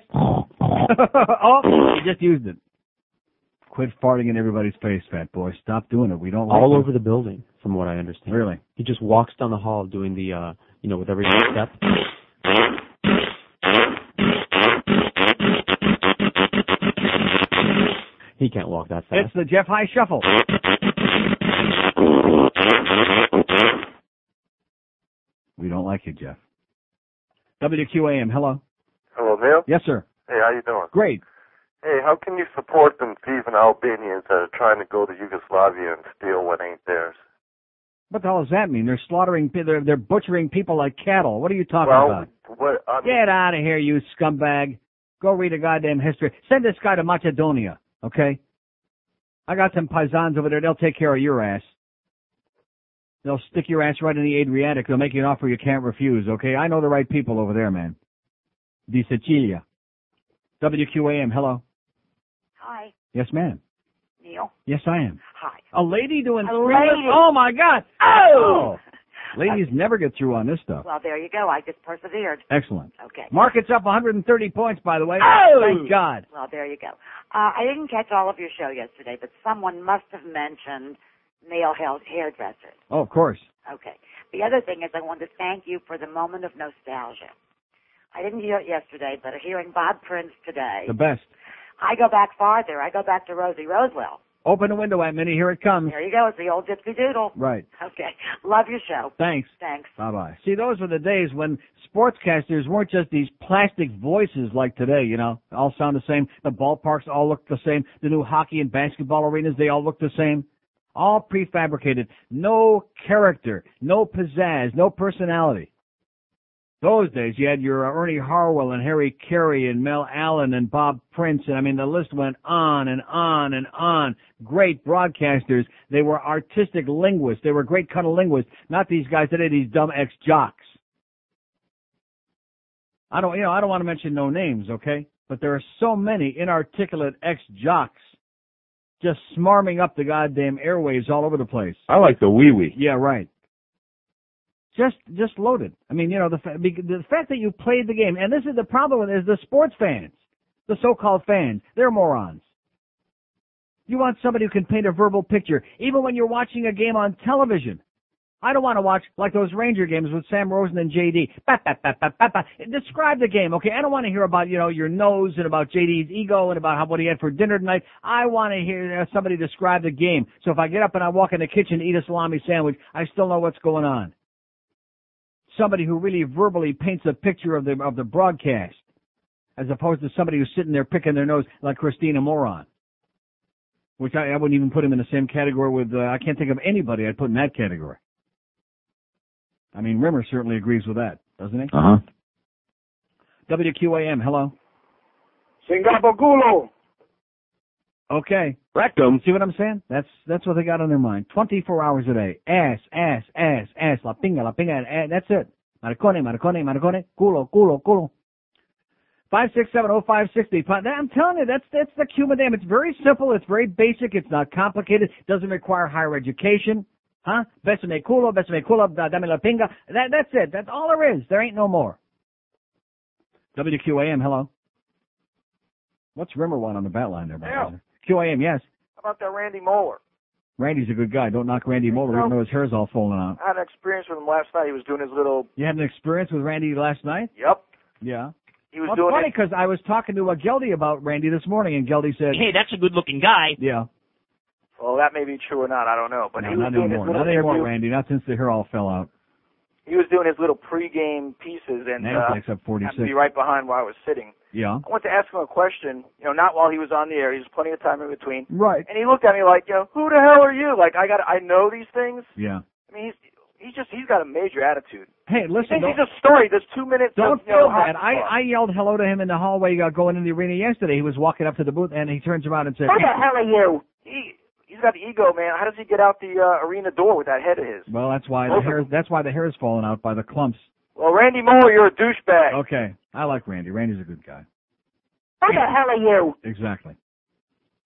oh, he just used it. Quit farting in everybody's face, Fat Boy. Stop doing it. We don't like all you. over the building, from what I understand. Really? He just walks down the hall doing the, uh, you know, with every step. He can't walk that fast. It's the Jeff High Shuffle. We don't like you, Jeff. WQAM, hello. Hello, Neil. Yes, sir. Hey, how you doing? Great. Hey, how can you support them thieving Albanians that are trying to go to Yugoslavia and steal what ain't theirs? What the hell does that mean? They're slaughtering, pe- they're, they're butchering people like cattle. What are you talking well, about? what? I mean, Get out of here, you scumbag. Go read a goddamn history. Send this guy to Macedonia, okay? I got some paisans over there. They'll take care of your ass. They'll stick your ass right in the Adriatic. They'll make you an offer you can't refuse, okay? I know the right people over there, man. Di Sicilia. WQAM, hello. Hi, Yes, ma'am. Neil. Yes, I am. Hi. A lady doing A three minutes- lady. Oh, my God. Oh! Oh! Ladies never get through on this stuff. Well, there you go. I just persevered. Excellent. Okay. Market's up 130 points, by the way. Oh! Thank God. Well, there you go. Uh, I didn't catch all of your show yesterday, but someone must have mentioned male hair- hairdressers. Oh, of course. Okay. The other thing is I wanted to thank you for the moment of nostalgia. I didn't hear it yesterday, but hearing Bob Prince today, The best. I go back farther. I go back to Rosie Rosewell. Open the window, Aunt Minnie. Here it comes. There you go. It's the old Dipsy Doodle. Right. Okay. Love your show. Thanks. Thanks. Bye bye. See, those were the days when sportscasters weren't just these plastic voices like today, you know. All sound the same. The ballparks all look the same. The new hockey and basketball arenas, they all look the same. All prefabricated. No character. No pizzazz. No personality. Those days, you had your uh, Ernie Harwell and Harry Carey and Mel Allen and Bob Prince, and I mean, the list went on and on and on. Great broadcasters. They were artistic linguists. They were great cunnilinguists. Not these guys today, these dumb ex-jocks. I don't, you know, I don't want to mention no names, okay? But there are so many inarticulate ex-jocks just smarming up the goddamn airwaves all over the place. I like the wee wee. Yeah, right. Just, just loaded. I mean, you know, the fa- bec- the fact that you played the game, and this is the problem with it, is the sports fans, the so-called fans, they're morons. You want somebody who can paint a verbal picture, even when you're watching a game on television. I don't want to watch like those Ranger games with Sam Rosen and JD. Ba, ba, ba, ba, ba, ba. Describe the game, okay? I don't want to hear about, you know, your nose and about JD's ego and about how, what he had for dinner tonight. I want to hear uh, somebody describe the game. So if I get up and I walk in the kitchen to eat a salami sandwich, I still know what's going on. Somebody who really verbally paints a picture of the, of the broadcast as opposed to somebody who's sitting there picking their nose like Christina Moron. Which I, I wouldn't even put him in the same category with, uh, I can't think of anybody I'd put in that category. I mean, Rimmer certainly agrees with that, doesn't he? Uh huh. WQAM, hello. Singabagulo. Okay. Rectum. See what I'm saying? That's that's what they got on their mind. 24 hours a day. Ass, ass, ass, ass. La pinga, la pinga, and ass. That's it. Marcone, marcone, marcone. Culo, culo, culo. Five six seven oh five sixty. I'm telling you, that's that's the Cuban dam. It's very simple. It's very basic. It's not complicated. It doesn't require higher education. Huh? Besame culo, besame culo, da- dame la pinga. That that's it. That's all there is. There ain't no more. WQAM, hello. What's Rimmer want on the bat line there, by the way? QAM, yes. How about that Randy Moeller? Randy's a good guy. Don't knock Randy Moeller, even though his hair's all falling out. I had an experience with him last night. He was doing his little. You had an experience with Randy last night? Yep. Yeah. He was well, doing it's funny it. because I was talking to uh, Geldy about Randy this morning, and Geldy said, Hey, that's a good looking guy. Yeah. Well, that may be true or not. I don't know. But No, he was not doing anymore. his little Not anymore, interview- Randy. Not since the hair all fell out. He was doing his little pregame pieces, and Now uh, he's like up happened to 46. be right behind where I was sitting. Yeah. I went to ask him a question. You know, not while he was on the air. He was plenty of time in between. Right. And he looked at me like, you know, who the hell are you? Like, I got, I know these things. Yeah. I mean, he's he's just he's got a major attitude. Hey, He listen. thinks Don't, he's a story. This two minutes. don't you know, feel hockey bad. I, talk. I yelled hello to him in the hallway uh, going in the arena yesterday. He was walking up to the booth and he turns around and said, Who the hell are you? He he's got the ego, man. How does he get out the uh, arena door with that head of his? Well, that's why the Okay. hair. That's why the hair is falling out by the clumps. Well, Randy Moore, you're a douchebag. Okay, I like Randy. Randy's a good guy. Who the hell are you? Exactly.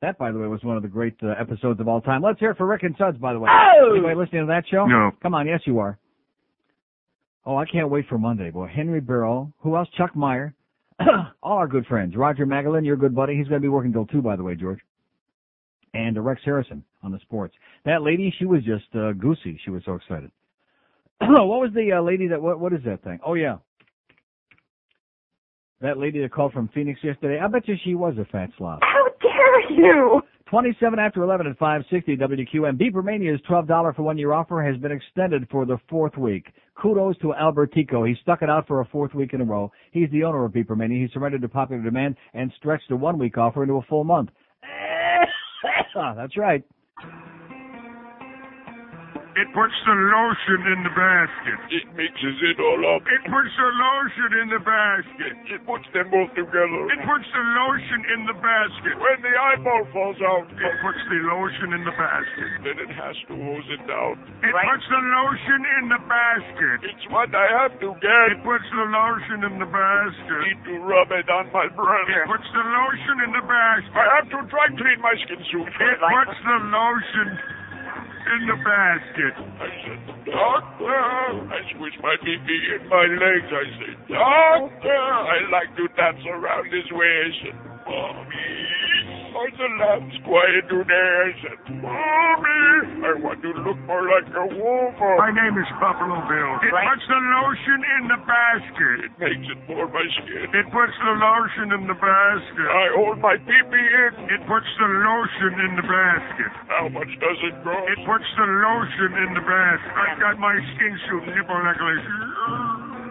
That, by the way, was one of the great uh, episodes of all time. Let's hear it for Rick and Suds, by the way. Oh! Anybody listening to that show? No. Come on, yes, you are. Oh, I can't wait for Monday. Boy, Henry Burrow. Who else? Chuck Meyer. all our good friends. Roger Magalin, your good buddy. He's going to be working till 2, by the way, George. And uh, Rex Harrison on the sports. That lady, she was just uh, goosey. She was so excited. what was the uh, lady that, what, what is that thing? Oh, yeah. That lady that called from Phoenix yesterday. I bet you she was a fat slob. How dare you? 27 after 11 at 560 WQM. Beeper Mania's $12 for one year offer has been extended for the fourth week. Kudos to Albertico. He stuck it out for a fourth week in a row. He's the owner of Beeper Mania. He surrendered to popular demand and stretched the one week offer into a full month. Ah, That's right. It puts the lotion in the basket. It mixes it all up. It puts the lotion in the basket. It puts them both together. It puts the lotion in the basket. When the eyeball falls out, it puts the lotion in the basket. Then it has to hose it down. It puts the lotion in the basket. It's what I have to get. It puts the lotion in the basket. Need to rub it on my breath. It puts the lotion in the basket. I have to dry clean my skin soon. It puts the lotion in the basket. I said, Doctor, I squish my BB in my legs. I said, Oh! Doctor, I like to dance around his way. I said, Mommy, are the lambs quiet today? I said, Mommy, I want to look more like a wolf. My name is Buffalo Bill. It puts the lotion in the basket. It makes it more my skin. It puts the lotion in the basket. I hold my pee pee in. It puts the lotion in the basket. How much does it cost? It puts the lotion in the basket. I've got my skin suit nipple necklace.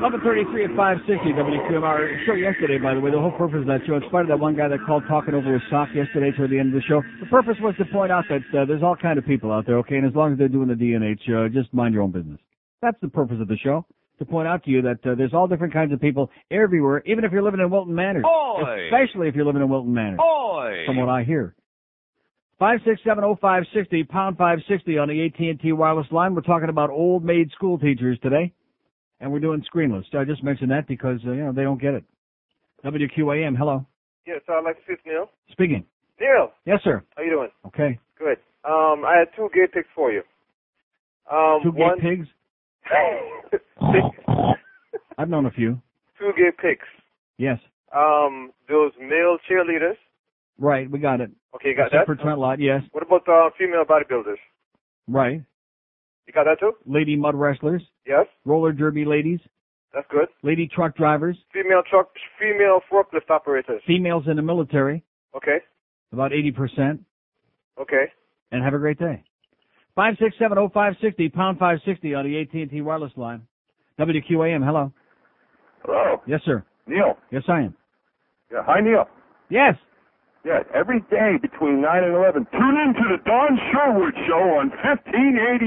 Eleven thirty-three at 560 WQM. Our show yesterday, by the way, the whole purpose of that show, in spite of that one guy that called talking over his sock yesterday toward the end of the show, the purpose was to point out that uh, there's all kind of people out there, okay? And as long as they're doing the DNH, uh, just mind your own business. That's the purpose of the show, to point out to you that uh, there's all different kinds of people everywhere, even if you're living in Wilton Manor. Oi! Especially if you're living in Wilton Manor. Oi! From what I hear. Five six seven oh five sixty pound five sixty on the AT and T wireless line. We're talking about old maid school teachers today, and we're doing screenless. I just mentioned that because uh, you know they don't get it. WQAM, hello, Yes, I'd like to speak to Neil. speaking. Neil, Yes, sir. how you doing? Okay. Good. Um, I had two gay picks for you. Um, Two gay one, pigs. two I've known a few. gay picks. Yes, Um, those male cheerleaders. right. We got it. Okay, you got Except that. for Trent Lott. Yes, What about uh, female bodybuilders? right. You got that too? Lady mud wrestlers, Yes, roller derby ladies, that's good. lady truck drivers, Female truck, female forklift operators. females in the military, Okay, about eighty percent. okay. and have a great day. Five six seven oh five sixty pound five sixty on the AT and T wireless line. WQAM. Hello. Hello. Yes, sir. Neil. Yes, I am. Yeah, hi, Neil. Yes. Yeah, every day between 9 and 11, tune in to the Don Sherwood Show on 1580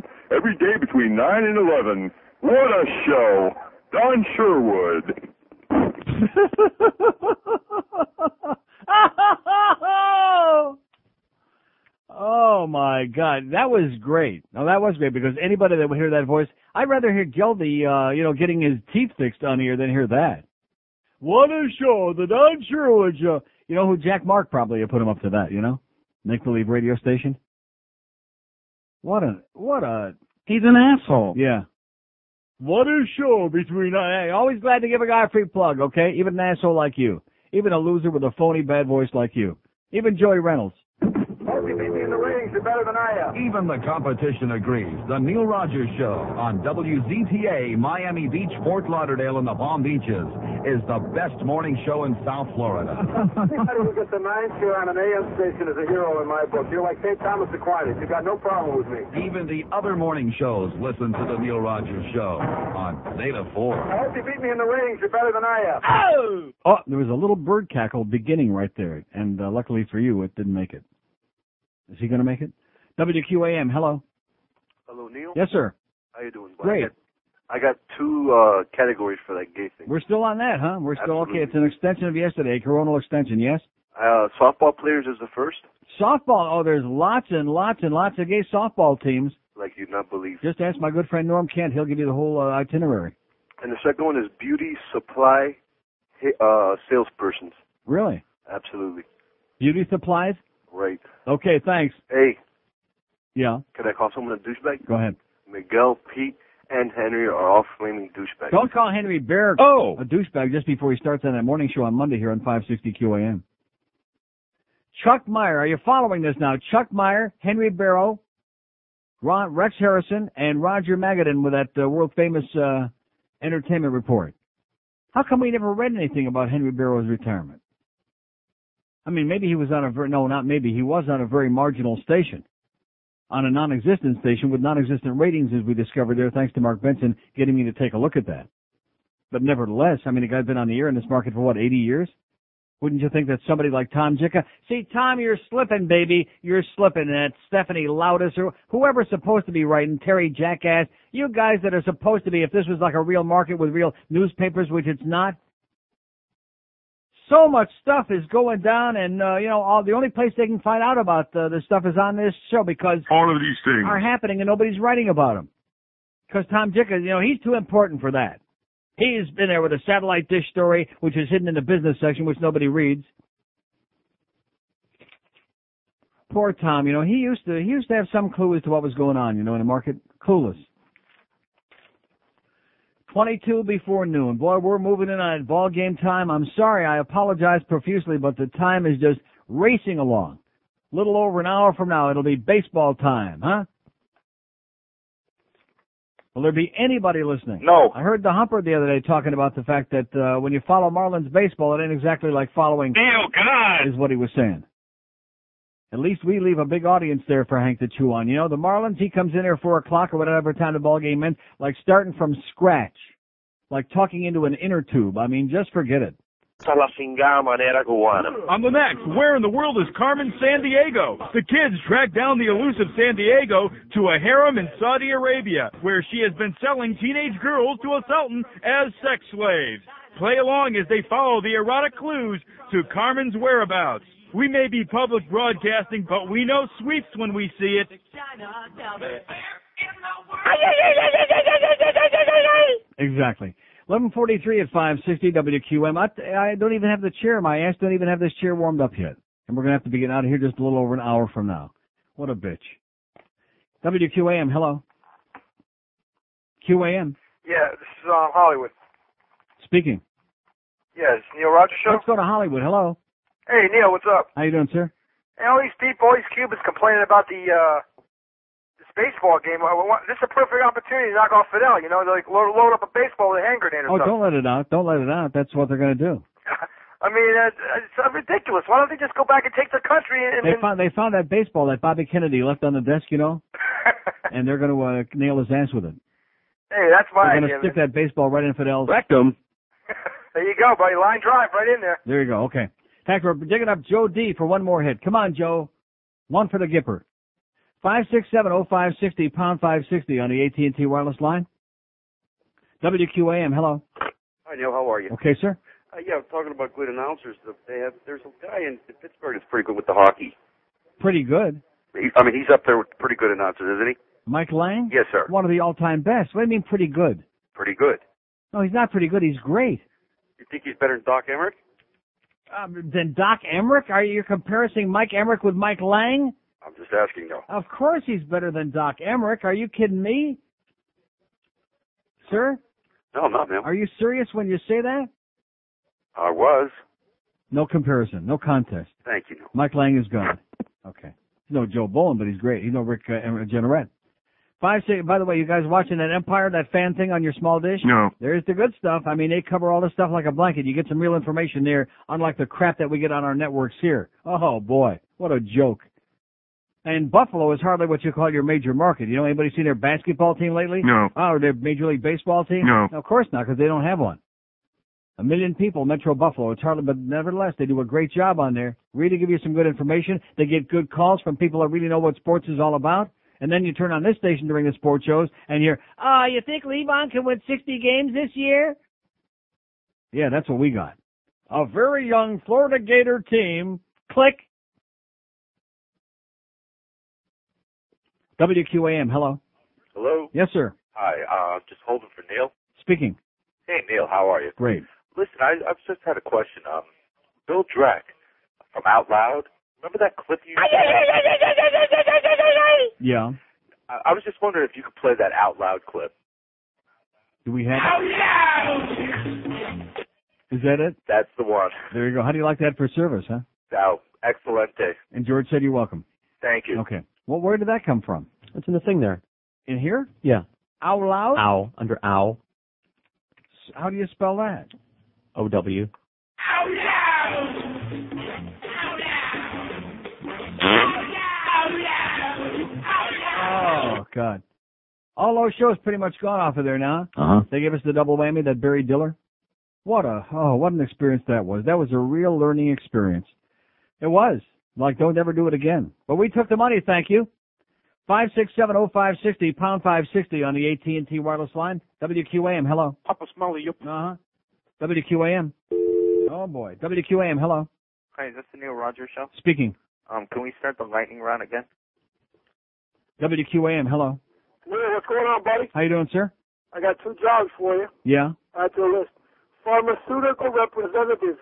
AM. Every day between 9 and 11. What a show. Don Sherwood. Oh my God, that was great. No, that was great because anybody that would hear that voice, I'd rather hear Gildy, uh, you know, getting his teeth fixed on here than hear that. What a show, the Don Sherwood show. You know who Jack Mark probably put him up to that, you know? Make believe radio station. What a what a He's an asshole. Yeah. What a show between uh, hey, always glad to give a guy a free plug, okay? Even an asshole like you. Even a loser with a phony bad voice like you. Even Joey Reynolds. in the rings are better than I am. Even the competition agrees. The Neil Rogers Show on WZTA, Miami Beach, Fort Lauderdale, and the Palm Beaches is the best morning show in South Florida. Anybody who gets a nine share on an AM station is a hero in my book. You're like St. Thomas Aquinas. You've got no problem with me. Even the other morning shows listen to the Neil Rogers Show on Zeta 4. I hope you beat me in the rings. You're better than I am. Oh! Oh, there was a little bird cackle beginning right there, and uh, luckily for you, it didn't make it. Is he going to make it? WQAM, hello. Hello, Neil. Yes, sir. How you doing? bud? Great. I got two uh, categories for that gay thing. We're still on that, huh? We're still okay. It's an extension of yesterday, coronal extension, yes? Uh, softball players is the first, Softball. Oh, there's lots and lots and lots of gay softball teams. like you'd not believe. Just ask my good friend Norm Kent. He'll give you the whole uh, itinerary. And the second one is beauty supply hi- uh, salespersons. Really? Absolutely Beauty supplies? right. Okay, thanks. Hey, Yeah, can I call someone a douchebag? go ahead. Miguel, Pete, and Henry are all flaming douchebags. Don't call Henry Bear oh. a douchebag just before he starts on that morning show on Monday here on 560 QAM. Chuck Meyer, are you following this now? Chuck Meyer, Henry Barrow, Ron, Rex Harrison, and Roger Magadan with that uh, world famous uh, entertainment report. How come we never read anything about Henry Barrow's retirement? I mean, maybe he was on a very, no, not maybe, he was on a very marginal station. On a non-existent station with non-existent ratings as we discovered there thanks to Mark Benson getting me to take a look at that. But nevertheless, I mean, the guy's been on the air in this market for what, 80 years? Wouldn't you think that somebody like Tom Jicka? See, Tom, you're slipping, baby. You're slipping. And it's Stephanie Loudis or whoever's supposed to be writing, Terry Jackass, you guys that are supposed to be, if this was like a real market with real newspapers, which it's not, so much stuff is going down, and uh, you know, all the only place they can find out about uh, this stuff is on this show because All of these things. are happening and nobody's writing about them. Because Tom Dickens, you know, he's too important for that. He's been there with a satellite dish story, which is hidden in the business section, which nobody reads. Poor Tom, you know, he used to he used to have some clue as to what was going on, you know, in the market. Clueless. Twenty-two before noon. Boy, we're moving in on ball game time. I'm sorry, I apologize profusely, but the time is just racing along. Little over an hour from now, it'll be baseball time, huh? Will there be anybody listening? No. I heard the Humper the other day talking about the fact that uh, when you follow Marlins baseball, it ain't exactly like following. Neil, God. Is what he was saying. At least we leave a big audience there for Hank to chew on. You know, the Marlins, he comes in here four o'clock or whatever time the ball game ends, like starting from scratch, like talking into an inner tube. I mean, just forget it. On the next, where in the world is Carmen San Diego? The kids track down the elusive San Diego to a harem in Saudi Arabia, where she has been selling teenage girls to a sultan as sex slaves. Play along as they follow the erotic clues to Carmen's whereabouts. We may be public broadcasting, but we know sweeps when we see it. Exactly. 11:43 at 5:60 WQM. I, I don't even have the chair. My ass don't even have this chair warmed up yet, and we're gonna have to be getting out of here just a little over an hour from now. What a bitch. WQAM. Hello. QAM Yeah, this is um, Hollywood. speaking. Yeah, it's Neil Rogers show. Let's go to Hollywood. Hello. Hey, Neil, what's up? How you doing, sir? Hey, all these people, all these Cubans complaining about the uh, this baseball game. Uh, what- This is a perfect opportunity to knock off Fidel. You know, they like load, load up a baseball with a hand grenade or Oh, something. don't let it out. Don't let it out. That's what they're gonna do. I mean, uh, it's uh, ridiculous. Why don't they just go back and take the country and, and They found they found that baseball that Bobby Kennedy left on the desk, you know, and they're gonna uh, nail his ass with it. hey, that's my They're idea. gonna stick man. that baseball right in Fidel's rectum. There you go, buddy. Line drive right in there. There you go. Okay. Thanks for digging up Joe D for one more hit. Come on, Joe. One for the Gipper. Five six seven oh five sixty pound five sixty on the AT and T wireless line. WQAM. Hello. Hi, Neil. How are you? Okay, sir. Uh, yeah, I'm talking about good announcers. that They have. There's a guy in Pittsburgh that's pretty good with the hockey. Pretty good. He, I mean, he's up there with pretty good announcers, isn't he? Mike Lang. Yes, sir. One of the all time best. What do you mean pretty good? Pretty good. No, he's not pretty good. He's great. You think he's better than Doc Emmerich? Um, then Doc Emmerich? Are you comparing Mike Emmerich with Mike Lang? I'm just asking, though. Of course he's better than Doc Emmerich. Are you kidding me? Sir? No, I'm not, man. Are you serious when you say that? I was. No comparison, no contest. Thank you. Neil. Mike Lang is gone. Okay. He's no Joe Bowen, but he's great. He's no Rick uh, Generette. Five six. By the way, you guys watching that Empire, that fan thing on your small dish? No. There's the good stuff. I mean, they cover all this stuff like a blanket. You get some real information there, unlike the crap that we get on our networks here. Oh boy, what a joke! And Buffalo is hardly what you call your major market. You know anybody seen their basketball team lately? No. Oh, or their major league baseball team? No. Of course not, because they don't have one. A million people, Metro Buffalo. It's hardly, but nevertheless, they do a great job on there. Really give you some good information. They get good calls from people that really know what sports is all about. And then you turn on this station during the sports shows and you're, Ah, you think Levon can win 60 games this year? yeah, that's what we got. A very young Florida Gator team. Click. WQAM, hello. Hello. Yes, sir. Hi. Uh, just holding for Neil. Speaking. Hey, Neil. How are you? Great. Listen, I, I've just had a question. Um, Bill Drek from Out Loud. Remember that clip you? Yeah. I, I was just wondering if you could play that Out Loud clip. Do we have? Is that it? That's the one. There you go. How do you like that for service, huh? Now, excelente. And George said you're welcome. Thank you. Okay. Well, where did that come from? It's in the thing there. In here? Yeah. Out loud? Ow. Under ow. How do you spell that? O W. Oh God. All those shows pretty much gone off of there now. Uh huh. They gave us the double whammy, that Barry Diller. What a oh, what an experience that was. That was a real learning experience. It was. Like don't ever do it again. But we took the money, thank you. Five six seven oh five sixty, pound five sixty on the AT and T wireless line. WQAM, hello. Papa Smiley, yep. Uh huh. WQAM. Oh boy. WQAM, hello. Hi, is this the Neil Rogers show? Speaking. Um, can we start the lightning round again? WQAM, hello. Neil, what's going on, buddy? How you doing, sir? I got two jobs for you. Yeah. Add to the list. Pharmaceutical representatives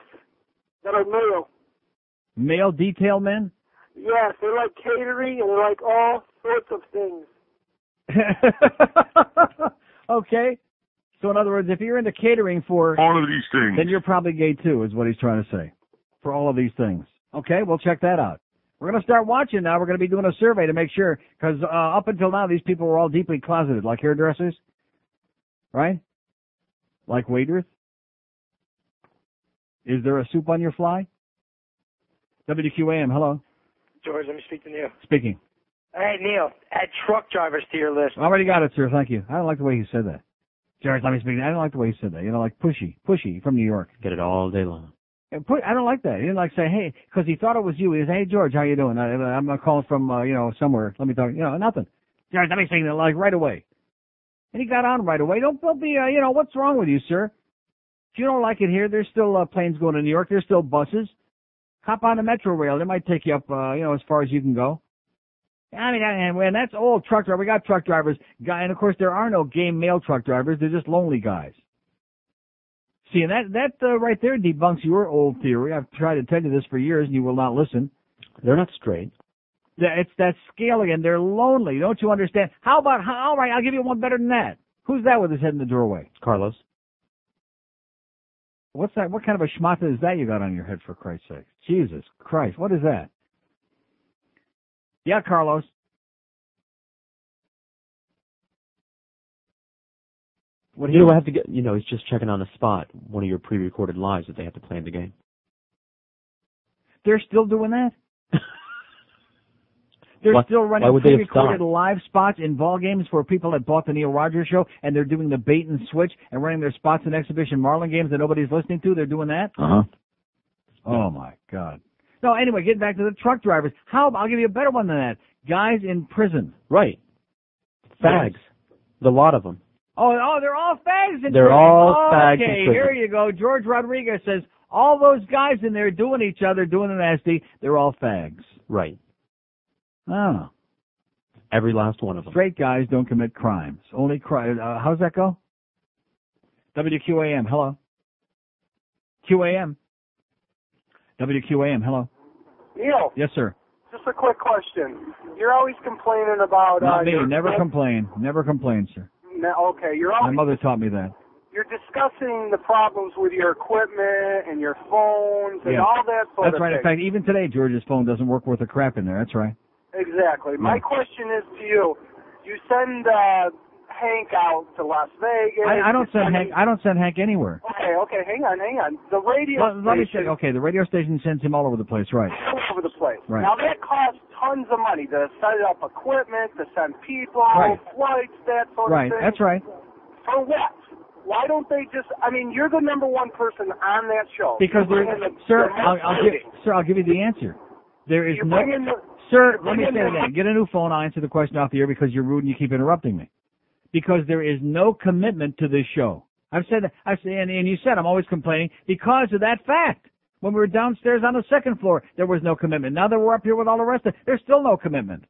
that are male. Male detail men? Yes, they like catering and they like all sorts of things. okay. So in other words, if you're into catering for All of these things. then you're probably gay too, is what he's trying to say. For all of these things. Okay, we'll check that out. We're going to start watching now. We're going to be doing a survey to make sure, because uh, up until now, these people were all deeply closeted, like hairdressers, right? Like waiters. Is there a soup on your fly? WQAM, hello. George, let me speak to Neil. Speaking. Hey, Neil, add truck drivers to your list. I already got it, sir. Thank you. I don't like the way he said that. Jared, let me speak. I don't like the way he said that. You know, like pushy, pushy from New York. Get it all day long. And put, I don't like that. He didn't like say, hey, because he thought it was you. He was, hey, George, how you doing? I, I'm uh, calling from, uh, you know, somewhere. Let me talk. You know, nothing. George, let me sing that like right away. And he got on right away. Don't, don't be, uh, you know, what's wrong with you, sir? If you don't like it here, there's still uh, planes going to New York. There's still buses. Hop on the metro rail. They might take you up, uh, you know, as far as you can go. I mean, and, and that's old truck driver. We got truck drivers, guy, and of course there are no gay male truck drivers. They're just lonely guys. See, and that that uh, right there debunks your old theory. I've tried to tell you this for years, and you will not listen. They're not straight. That it's that scale again. They're lonely. Don't you understand? How about? How, all right, I'll give you one better than that. Who's that with his head in the doorway? Carlos. What's that? What kind of a schmata is that you got on your head? For Christ's sake, Jesus Christ, what is that? Yeah, Carlos. What you know, I have to get. You know, he's just checking on the spot one of your pre-recorded lives that they have to play in the game. They're still doing that. They're Why- still running why would they have pre-recorded stopped? live spots in ball games for people that bought the Neil Rogers show, and they're doing the bait and switch and running their spots in exhibition Marlin games that nobody's listening to. They're doing that. Uh huh. Uh-huh. Oh my God. No, anyway, getting back to the truck drivers. How I'll give you a better one than that. Guys in prison. Right. Fags. The lot of them. Oh, oh, they're all fags. In They're prison. all fags in Okay, prison. here you go. George Rodriguez says all those guys in there doing each other, doing the nasty. They're all fags. Right. Oh, Every last one of them. straight guys don't commit crimes. Only crime. Uh, how's that go? WQAM. Hello. QAM. WQAM. Hello. Neil, Yes, sir. just a quick question. You're always complaining about. uh, Not me. your Never sex- complain. Never complain, sir. No, okay, you're My Oh. always mother taught me that. you're discussing the problems with your equipment and your phones and Yeah. all that sort That's of right. In thing. fact, even today, George's phone doesn't work worth a crap in there. That's right. Exactly. My Yeah. question is to you: You send uh, Hank out to Las Vegas. I, I don't I send mean- Hank. I don't send Hank anywhere. Okay, okay, hang on, hang on. Oh, The radio Let, let me say, station okay, the radio station sends him all over the place, right? all over the place. Right. Now that costs tons of money to set up equipment, to send people, Right. flights, that sort Right. of thing. That's right. For what? Why don't they just? I mean, you're the number one person on that show. Because You're there, bringing the- sir, the I'll, I'll give, sir, I'll give you the answer. There is You're no, bringing the- sir. you're Let me say bringing the- that. Get a new phone. I'll answer the question off the air because you're rude and you keep interrupting me. Because there is no commitment to this show. I've said that. I've said, and, and you said I'm always complaining because of that fact. When we were downstairs on the second floor, there was no commitment. Now that we're up here with all the rest of, there's still no commitment.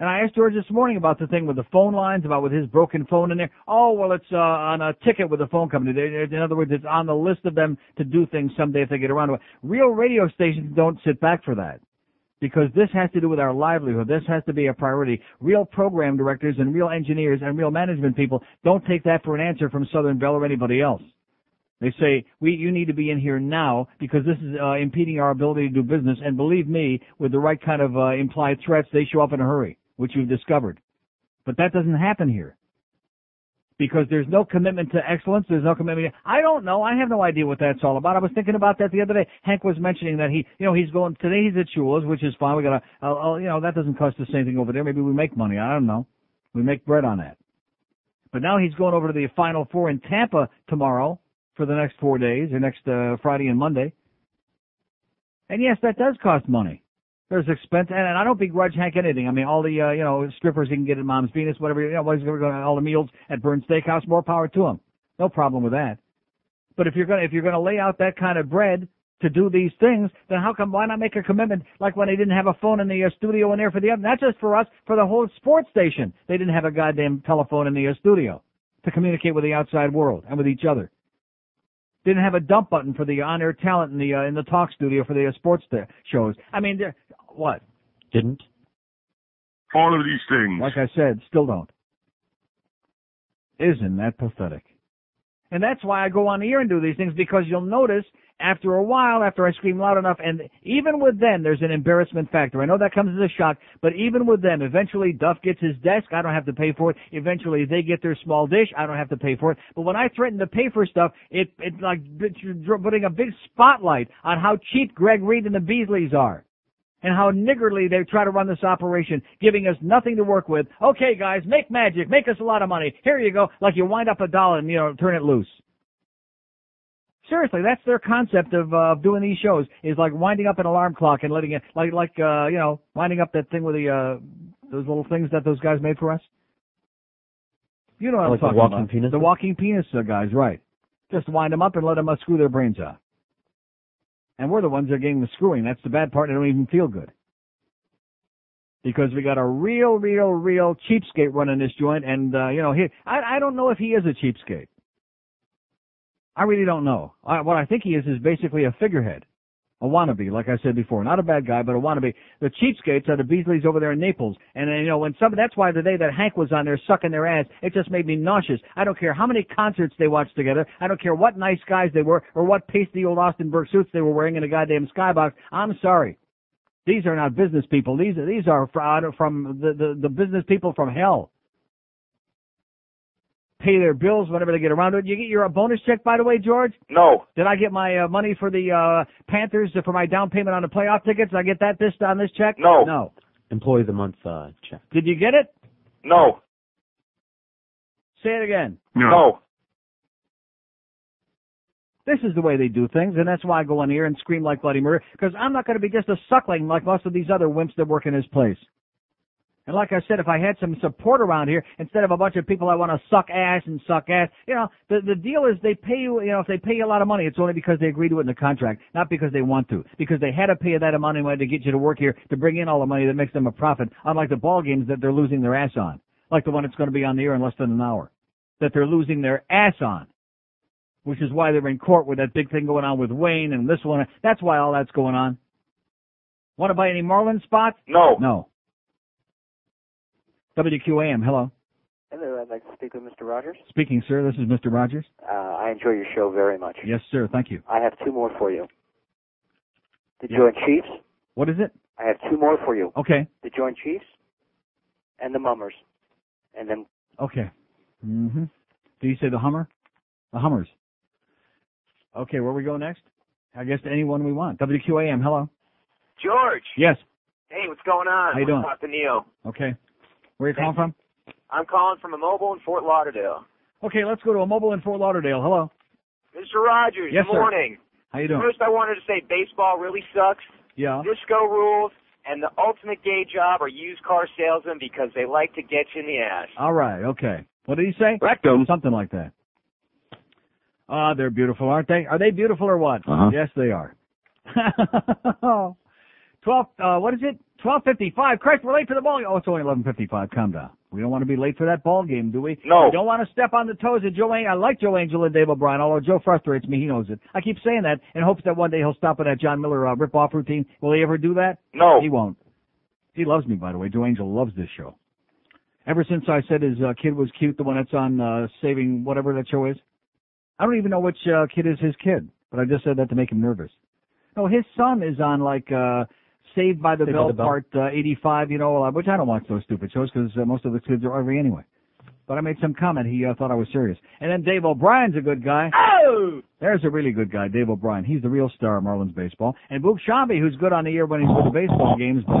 And I asked George this morning about the thing with the phone lines, about with his broken phone in there. Oh, well, it's uh, on a ticket with the phone company. They- they- In other words, it's on the list of them to do things someday if they get around to it. Real radio stations don't sit back for that because this has to do with our livelihood. This has to be a priority. Real program directors and real engineers and real management people don't take that for an answer from Southern Bell or anybody else. They say, we, you need to be in here now because this is uh, impeding our ability to do business. And believe me, with the right kind of uh, implied threats, they show up in a hurry, which you've discovered. But that doesn't happen here because there's no commitment to excellence. There's no commitment. I don't know. I have no idea what that's all about. I was thinking about that the other day. Hank was mentioning that he, you know, he's going today. He's at Shula's, which is fine. We got to, uh, uh, you know, that doesn't cost us anything over there. Maybe we make money. I don't know. We make bread on that. But now he's going over to the Final Four in Tampa tomorrow for the next four days, or next uh, Friday and Monday. And yes, that does cost money. There's expense, and, and I don't begrudge Hank anything. I mean, all the uh, you know strippers he can get at Mom's Venus, whatever, you know, what he's gonna go- all the meals at Burns Steakhouse, more power to him. No problem with that. But if you're gonna if you're gonna lay out that kind of bread to do these things, then how come why not make a commitment like when they didn't have a phone in the uh, studio in there for the not just for us, for the whole sports station. They didn't have a goddamn telephone in the uh, studio to communicate with the outside world and with each other. Didn't have a dump button for the on-air talent in the uh, in the talk studio for the uh, sports th- shows. I mean, there- what? Didn't. All of these things. Like I said, still don't. Isn't that pathetic? And that's why I go on the air and do these things because you'll notice after a while, after I scream loud enough, and even with them, there's an embarrassment factor. I know that comes as a shock, but even with them, eventually Duff gets his desk. I don't have to pay for it. Eventually they get their small dish. I don't have to pay for it. But when I threaten to pay for stuff, it, it's like you're putting a big spotlight on how cheap Greg Reed and the Beasleys are and how niggardly they try to run this operation, giving us nothing to work with. Okay, guys, make magic, make us a lot of money. Here you go, like you wind up a dollar and you know turn it loose. Seriously, that's their concept of uh, of doing these shows is like winding up an alarm clock and letting it like like uh, you know winding up that thing with the uh, those little things that those guys made for us. You know what Like the I'm talking walking about? penis? The walking penis uh, guys, right? Just wind them up and let them uh, screw their brains out. And we're the ones that are getting the screwing. That's the bad part. They don't even feel good because we got a real, real, real cheapskate running this joint. And uh, you know, he, I, I don't know if he is a cheapskate. I really don't know. I, what I think he is is basically a figurehead, a wannabe. Like I said before, not a bad guy, but a wannabe. The cheapskates are the Beasleys over there in Naples. And uh, you know, when some that's why the day that Hank was on there sucking their ass, it just made me nauseous. I don't care how many concerts they watched together. I don't care what nice guys they were or what pasty old Austinburg suits they were wearing in a goddamn skybox. I'm sorry. These are not business people. These are these are fraud from the, the the business people from hell. Pay their bills whenever they get around to it. You get your uh, bonus check, by the way, George. No. Did I get my uh, money for the uh Panthers uh, for my down payment on the playoff tickets? Did I get that this on this check? No. No. Employee of the month uh, check. Did you get it? No. Say it again. No. This is the way they do things, and that's why I go on here and scream like bloody murder, because I'm not going to be just a suckling like most of these other wimps that work in his place. And like I said, if I had some support around here, instead of a bunch of people I want to suck ass and suck ass, you know, the, the deal is they pay you, you know, if they pay you a lot of money, it's only because they agree to it in the contract, not because they want to. Because they had to pay you that amount of money to get you to work here to bring in all the money that makes them a profit, unlike the ball games that they're losing their ass on. Like the one that's going to be on the air in less than an hour. That they're losing their ass on which is why they were in court with that big thing going on with Wayne and this one. That's why all that's going on. Want to buy any Marlin spots? No. No. WQAM, hello. Hello, I'd like to speak with Mr. Rogers. Speaking, sir, this is Mr. Rogers. Uh, I enjoy your show very much. Yes, sir. Thank you. I have two more for you. The Yeah. Oh. Joint Chiefs. What is it? I have two more for you. Okay. The Joint Chiefs and the Mummers. And then Okay. Mm-hmm. Did you say the Hummer? The Hummers. Okay, where we go next? I guess to anyone we want. WQAM, hello. George. Yes. Hey, what's going on? How you doing? What's up, Neil? Okay. Where you calling from? I'm calling from a mobile in Fort Lauderdale. Okay, let's go to a mobile in Fort Lauderdale. Hello. Mr. Rogers, Yes, good sir. morning. How you doing? First, I wanted to say baseball really sucks. Yeah. Disco rules and the ultimate gay job are used car salesmen because they like to get you in the ass. All right. Okay. What did he say? Rectum. Something like that. Ah, they're beautiful, aren't they? Are they beautiful or what? Uh-huh. Yes, they are. Twelve. Uh, what is it? Twelve fifty-five. Christ, we're late for the ball. game. Oh, it's only eleven fifty-five. Calm down. We don't want to be late for that ball game, do we? No. We don't want to step on the toes of Joe. Ang- I like Joe Angel and Dave O'Brien, although Joe frustrates me. He knows it. I keep saying that in hopes that one day he'll stop with that John Miller uh, rip-off routine. Will he ever do that? No. He won't. He loves me, by the way. Joe Angel loves this show. Ever since I said his uh, kid was cute, the one that's on uh, Saving whatever that show is. I don't even know which uh, kid is his kid, but I just said that to make him nervous. No, his son is on like uh Saved by the Saved by Bell the Bell. Part uh, 85, you know, uh, which I don't watch those stupid shows because uh, most of the kids are ugly anyway. But I made some comment. He uh, thought I was serious. And then Dave O'Brien's a good guy. Oh! There's a really good guy, Dave O'Brien. He's the real star of Marlins baseball. Oh. And Boog Shabby, who's good on the air when he's with the baseball games, but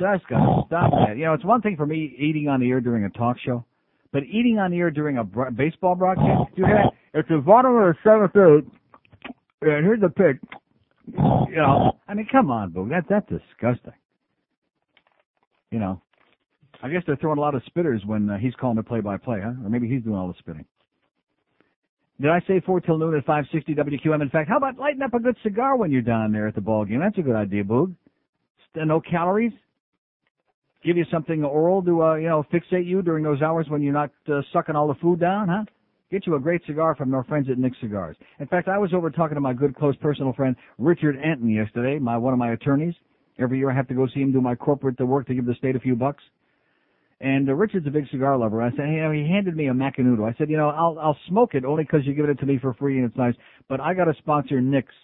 just gotta stop that. You know, it's one thing for me eating on the air during a talk show, but eating on the air during a bro- baseball broadcast, you hear that? It's the bottom of the seventh eight, and here's the pitch. You know, I mean, come on, Boog. That, that's disgusting. You know, I guess they're throwing a lot of spitters when uh, he's calling the play-by-play, huh? Or maybe he's doing all the spitting. Did I say four till noon at 560 WQM? In fact, how about lighting up a good cigar when you're down there at the ball game? That's a good idea, Boog. St- uh, No calories. Give you something oral to, uh, you know, fixate you during those hours when you're not uh, sucking all the food down, huh? Get you a great cigar from our friends at Nick Cigars. In fact, I was over talking to my good close personal friend Richard Anton yesterday, my one of my attorneys. Every year I have to go see him do my corporate uh, work to give the state a few bucks. And uh, Richard's a big cigar lover. I said, you know, he handed me a Macanudo. I said, you know, I'll I'll smoke it only because you're giving it to me for free and it's nice. But I got to sponsor Nick's.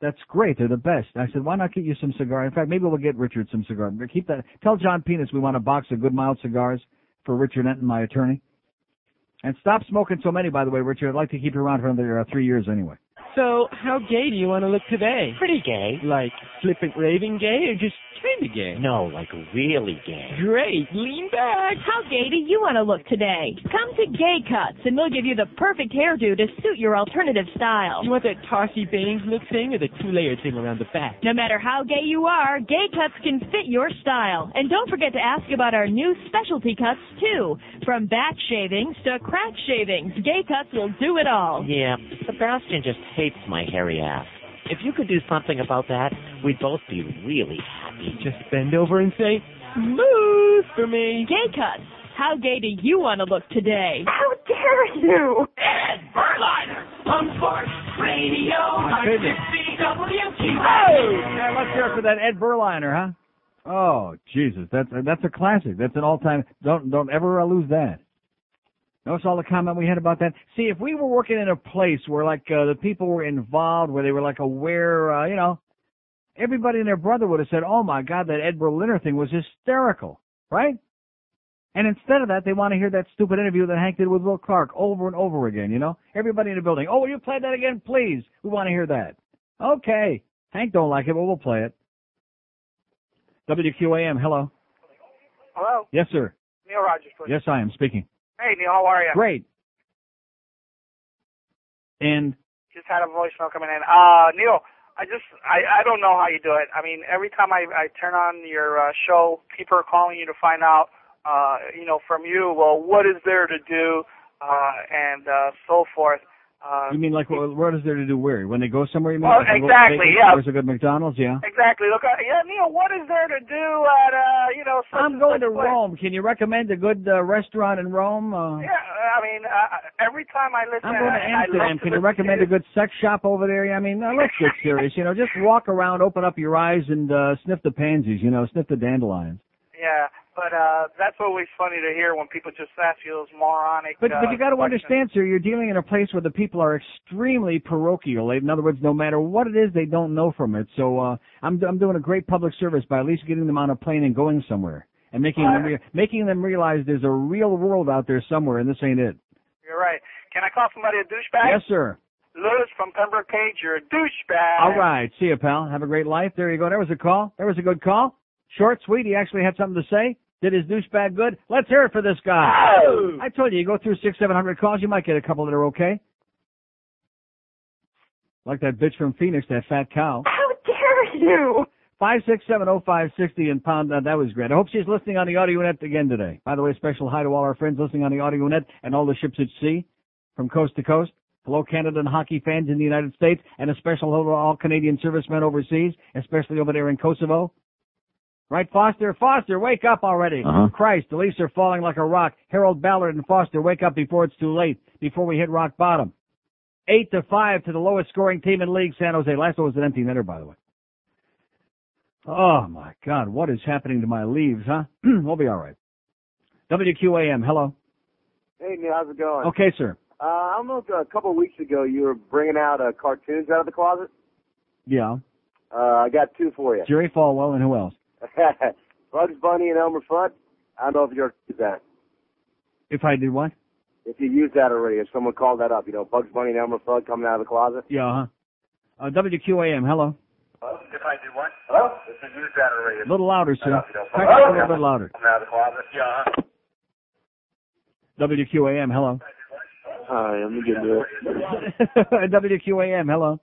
That's great. They're the best. I said, why not get you some cigar? In fact, maybe we'll get Richard some cigar. Keep that. Tell John Penis we want a box of good mild cigars for Richard Enton, my attorney. And stop smoking so many, by the way, Richard. I'd like to keep you around for another uh, three years anyway. So, how gay do you want to look today? Pretty gay. Like flippant raving gay or just kinda gay? No, like really gay. Great. Lean back. How gay do you want to look today? Come to Gay Cuts and we'll give you the perfect hairdo to suit your alternative style. You want that tossy bangs look thing or the two layer thing around the back? No matter how gay you are, Gay Cuts can fit your style. And don't forget to ask about our new specialty cuts too. From back shavings to crack shavings, Gay Cuts will do it all. Yeah, Sebastian just hates my hairy ass. If you could do something about that, we'd both be really happy. Just bend over and say, Smooth for me. Gay Cuts. How gay do you want to look today? How dare you? Ed Berliner, Unforced Radio, Oh, My goodness. Yeah, let's hear it for that Ed Berliner, huh? Oh, Jesus, that's that's a classic. That's an all-time. Don't don't ever uh, lose that. Notice all the comment we had about that. See, if we were working in a place where like uh, the people were involved, where they were like aware, uh, you know, everybody and their brother would have said, "Oh my God, that Ed Berliner thing was hysterical," right? And instead of that, they want to hear that stupid interview that Hank did with Will Clark over and over again. You know, everybody in the building. Oh, will you play that again, please? We want to hear that. Okay, Hank don't like it, but we'll play it. WQAM, hello. Hello, Yes, sir. Neil Rogers, please. Yes, I am speaking. Hey, Neil, how are you? Great. And Just had a voicemail coming in. Uh, Neil, I just I I don't know how you do it. I mean, every time I I turn on your uh, show, people are calling you to find out, uh, you know, from you. Well, what is there to do, uh, and uh, so forth. Uh, you mean like what, what is there to do where? When they go somewhere, you mean? Well, Like they go to exactly, Vegas, yeah. There's a good McDonald's, yeah. Exactly. Look, uh, yeah, Neil. What is there to do at uh, you know? Such I'm and going such to place? Rome. Can you recommend a good uh, restaurant in Rome? Uh, Yeah, I mean, uh, every time I listen, I'm going to I- I Amsterdam. love Can you listen recommend to a good sex shop over there? I mean, now let's get serious. You know, just walk around, open up your eyes, and uh, sniff the pansies. You know, sniff the dandelions. Yeah, But uh, that's always funny to hear when people just ask you those moronic. But uh, but you got to questions. understand, sir, you're dealing in a place where the people are extremely parochial. In other words, no matter what it is, they don't know from it. So uh, I'm I'm doing a great public service by at least getting them on a plane and going somewhere and making them re- making them realize there's a real world out there somewhere, and this ain't it. You're right. Can I call somebody a douchebag? Yes, sir. Lewis from Pembroke Page, you're a douchebag. All right, see you, pal. Have a great life. There you go. There was a call. There was a good call. Short, sweet. He actually had something to say. Did his douchebag good? Let's hear it for this guy. Oh! I told you, you go through six, seven hundred calls, you might get a couple that are okay. Like that bitch from Phoenix, that fat cow. How dare you? Five six seven oh five sixty and pound. Uh, that was great. I hope she's listening on the audio net again today. By the way, special hi to all our friends listening on the audio net and all the ships at sea from coast to coast. Hello, Canada and hockey fans in the United States, and a special hello to all Canadian servicemen overseas, especially over there in Kosovo. Right, Foster? Foster, wake up already. Uh-huh. Christ, the Leafs are falling like a rock. Harold Ballard and Foster, wake up before it's too late, before we hit rock bottom. Eight to five to the lowest scoring team in league, San Jose. Last one was an empty netter, by the way. Oh my God, what is happening to my leaves, huh? we'll be all right. WQAM, hello. Hey, Neil, how's it going? Okay, sir. Uh, I don't know, if, uh, a couple of weeks ago you were bringing out uh, cartoons out of the closet. Yeah. Uh, I got two for you. Jerry Falwell and who else? Bugs Bunny and Elmer Fudd. I don't know if you're used that. If I did what? If you use that already, if someone called that up, you know, Bugs Bunny and Elmer Fudd coming out of the closet. Yeah, huh? Uh, WQAM, hello. If I did what? Hello? If you use that already. A little louder, sir. Try Hello? to get a little bit louder. Coming out of the closet. Yeah. WQAM, hello. Hi, I'm getting there. WQAM, hello.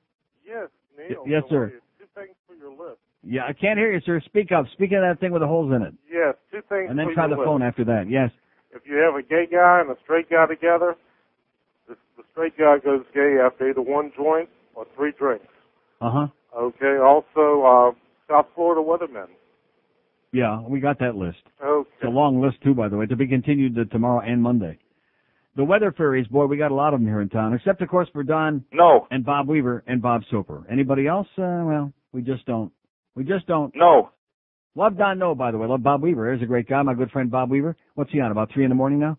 Yes, Neil, yes, how sir. are you? Two things for your list. Yeah, I can't hear you, sir. Speak up. Speak of that thing with the holes in it. Yes, two things. And then for try the your phone list. after that. Yes. If you have a gay guy and a straight guy together, the, the straight guy goes gay after either one joint or three drinks. Uh huh. Okay. Also, uh, South Florida weathermen. Oh. Yeah, we got that list. Okay. It's a long list too, by the way, to be continued to tomorrow and Monday. The weather fairies, boy, we got a lot of them here in town, except of course for Don. No. And Bob Weaver and Bob Soper. Anybody else? Uh, well, we just don't. We just don't. No. Love Don No, by the way. Love Bob Weaver. There's a great guy, my good friend Bob Weaver. What's he on? About three in the morning now.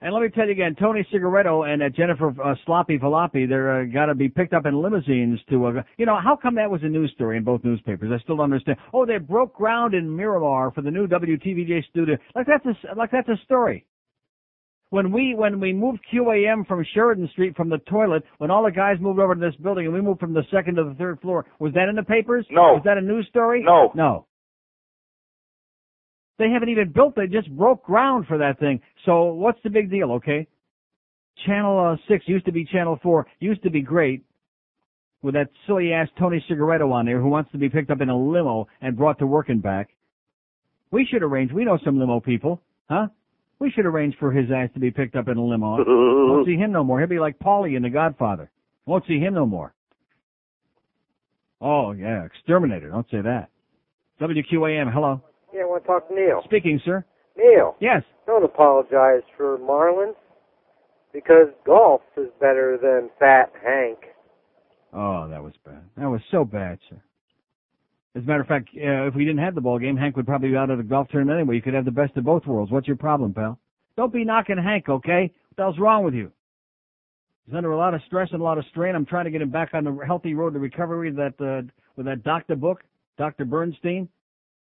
And let me tell you again, Tony Cigaretto and uh, Jennifer uh, Sloppy Falapi, they're uh, got to be picked up in limousines to, uh, you know, how come that was a news story in both newspapers? I still don't understand. Oh, they broke ground in Miramar for the new WTVJ studio. Like that's a, s- like that's a story. When we when we moved QAM from Sheridan Street from the toilet, when all the guys moved over to this building and we moved from the second to the third floor, was that in the papers? No. Was that a news story? No. No. They haven't even built. They just broke ground for that thing. So what's the big deal? Okay. Channel uh, six used to be Channel four. Used to be great. With that silly ass Tony Cigaretto on there who wants to be picked up in a limo and brought to work and back. We should arrange. We know some limo people, huh? We should arrange for his ass to be picked up in a limo. Won't see him no more. He'll be like Paulie in The Godfather. Won't see him no more. Oh yeah, exterminator. Don't say that. WQAM. Hello. Yeah, I want to talk to Neil. Speaking, sir. Neil, Yes. don't apologize for Marlins because golf is better than Fat Hank. Oh, that was bad. That was so bad, sir. As a matter of fact, uh, if we didn't have the ball game, Hank would probably be out at a golf tournament anyway. You could have the best of both worlds. What's your problem, pal? Don't be knocking Hank, okay? What the hell's wrong with you? He's under a lot of stress and a lot of strain. I'm trying to get him back on the healthy road to recovery. That uh, with that doctor book, Doctor Bernstein,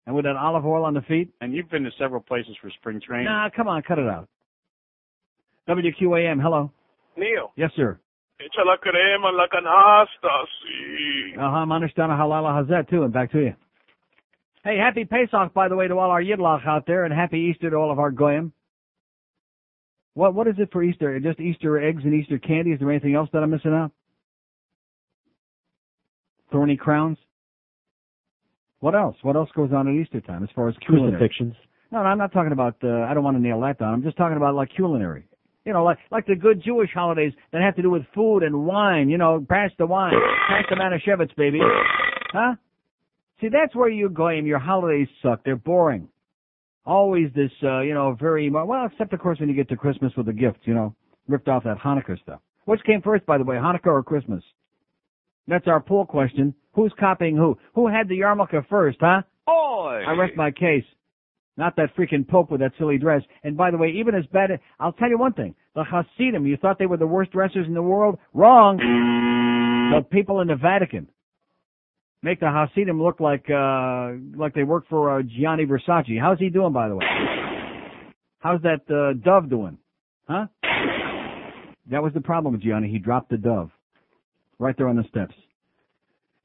and with that olive oil on the feet. And you've been to several places for spring training. Nah, come on, cut it out. WQAM, hello. Neil, Yes, sir. echa la crema, la canasta, sí. Uh huh. Manashtana Halala Hazet too, and back to you. Hey, happy Pesach, by the way, to all our Yidlach out there, and happy Easter to all of our Goyim. What what is it for Easter? Just Easter eggs and Easter candy? Is there anything else that I'm missing out? Thorny crowns. What else? What else goes on at Easter time as far as culinary? Crucifixions. No, no, I'm not talking about. Uh, I don't want to nail that down. I'm just talking about like culinary. You know, like like the good Jewish holidays that have to do with food and wine. You know, pass the wine, pass the Manischewitz, baby. Huh? See, that's where you go. Aim. Your holidays suck. They're boring. Always this, uh, you know, very well. Except of course when you get to Christmas with the gifts. You know, ripped off that Hanukkah stuff. Which came first, by the way, Hanukkah or Christmas? That's our poll question. Who's copying who? Who had the yarmulke first, huh? Oi! I rest my case. Not that freaking Pope with that silly dress. And by the way, even as bad, I'll tell you one thing. The Hasidim, you thought they were the worst dressers in the world? Wrong. The people in the Vatican make the Hasidim look like, uh, like they work for, uh, Gianni Versace. How's he doing, by the way? How's that, uh, dove doing? Huh? That was the problem with Gianni. He dropped the dove. Right there on the steps.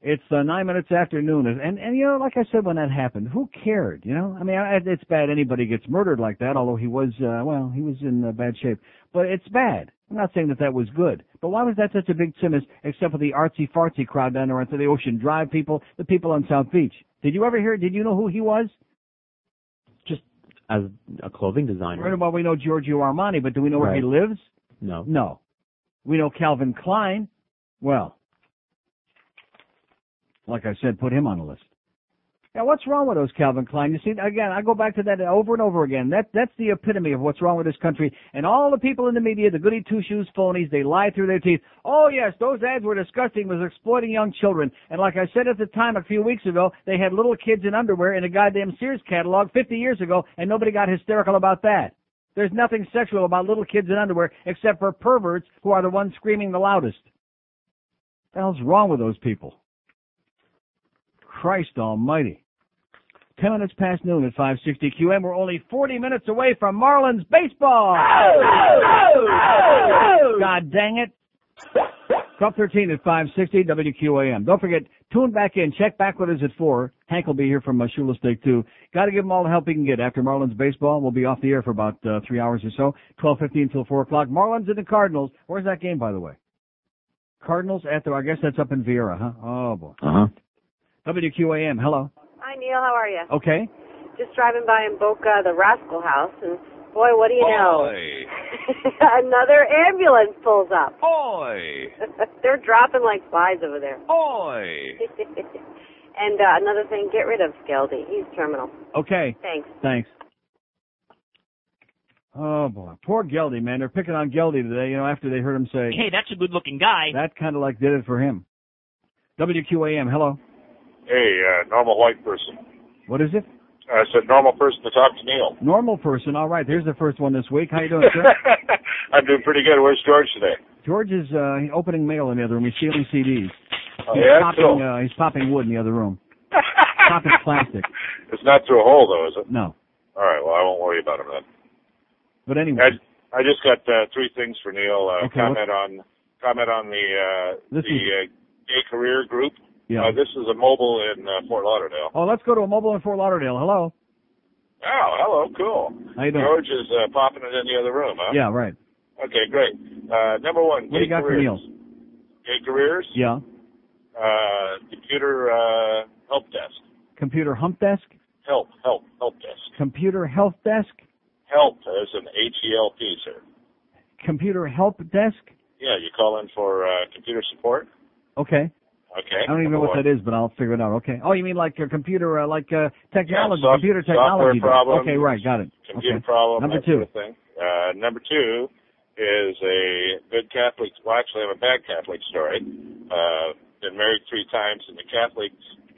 It's uh, nine minutes after noon, and and you know, like I said, when that happened, who cared? You know, I mean, I, it's bad anybody gets murdered like that. Although he was, uh, well, he was in uh, bad shape, but it's bad. I'm not saying that that was good, but why was that such a big simus except for the artsy fartsy crowd down there onto the Ocean Drive people, the people on South Beach? Did you ever hear? Did you know who he was? as a clothing Right designer. about we know Giorgio Armani, but do we know where he lives? No. No. We know Calvin Klein. Well, like I said, put him on the list. Now, what's wrong with those Calvin Klein? You see, again, I go back to that over and over again. That that's the epitome of what's wrong with this country. And all the people in the media, the goody two shoes phonies, they lie through their teeth. Oh yes, those ads were disgusting, was exploiting young children. And like I said at the time a few weeks ago, they had little kids in underwear in a goddamn Sears catalog 50 years ago, and nobody got hysterical about that. There's nothing sexual about little kids in underwear except for perverts who are the ones screaming the loudest. What the hell's wrong with those people? Christ Almighty. 10 minutes past noon at 560 QM. We're only 40 minutes away from Marlins baseball. Oh, God dang it. Club 13 at 560 WQAM. Don't forget, tune back in. Check back with us at 4. Hank will be here from uh, Shula Steak 2. Got to give him all the help he can get. After Marlins baseball, we'll be off the air for about uh, three hours or so. 12.15 until 4 o'clock. Marlins and the Cardinals. Where's that game, by the way? Cardinals at the, I guess that's up in Vieira, huh? Oh, boy. Uh-huh. WQAM. Hello. Hi, Neil. How are you? Okay. Just driving by in Boca, the Rascal House, and boy, what do you Oh. know? Another ambulance pulls up. Boy! They're dropping like flies over there. Oh. Boy! and uh, another thing, get rid of Skeldy. He's terminal. Okay. Thanks. Thanks. Oh boy, poor Geldy, man. They're picking on Geldy today. You know, after they heard him say, Hey, that's a good-looking guy. that kind of like did it for him." WQAM. Hello. Hey, uh, normal white person. What is it? I said normal person to talk to Neil. Normal person. All right. Here's the first one this week. How you doing, sir? I'm doing pretty good. Where's George today? George is uh, opening mail in the other room. He's stealing CDs. Oh, he's yeah, popping. cool. Uh, he's popping wood in the other room. popping plastic. It's not through a hole though, is it? No. All right. Well, I won't worry about him then. But anyway, I just got uh, three things for Neil. Uh, Okay, comment on comment on the uh, the This uh, gay career group. Yeah. Uh, this is a mobile in uh, Fort Lauderdale. oh, let's go to a mobile in Fort Lauderdale. Hello. Oh, hello, cool. How you doing? George is uh, popping it in the other room, huh? Yeah. Right. Okay, great. Uh, number one, What do gay you got for careers. Neil? Gay careers. Yeah. Uh, computer uh, help desk. Computer hump desk. Help, help, help desk. Computer health desk. Help as an H E L P, sir. Computer help desk. Yeah, you call in for uh, computer support. Okay. Okay. I don't even know what number that is, but I'll figure it out. Okay. Oh, you mean like a computer, uh, like uh, technology, Yeah, soft- computer software technology. deal. problems, okay, right, got it. one. Computer okay. problem. Number that two. Sort of thing. Uh, number two is a good Catholic. Well, actually, I have a bad Catholic story. Uh, been married three times, and the Catholic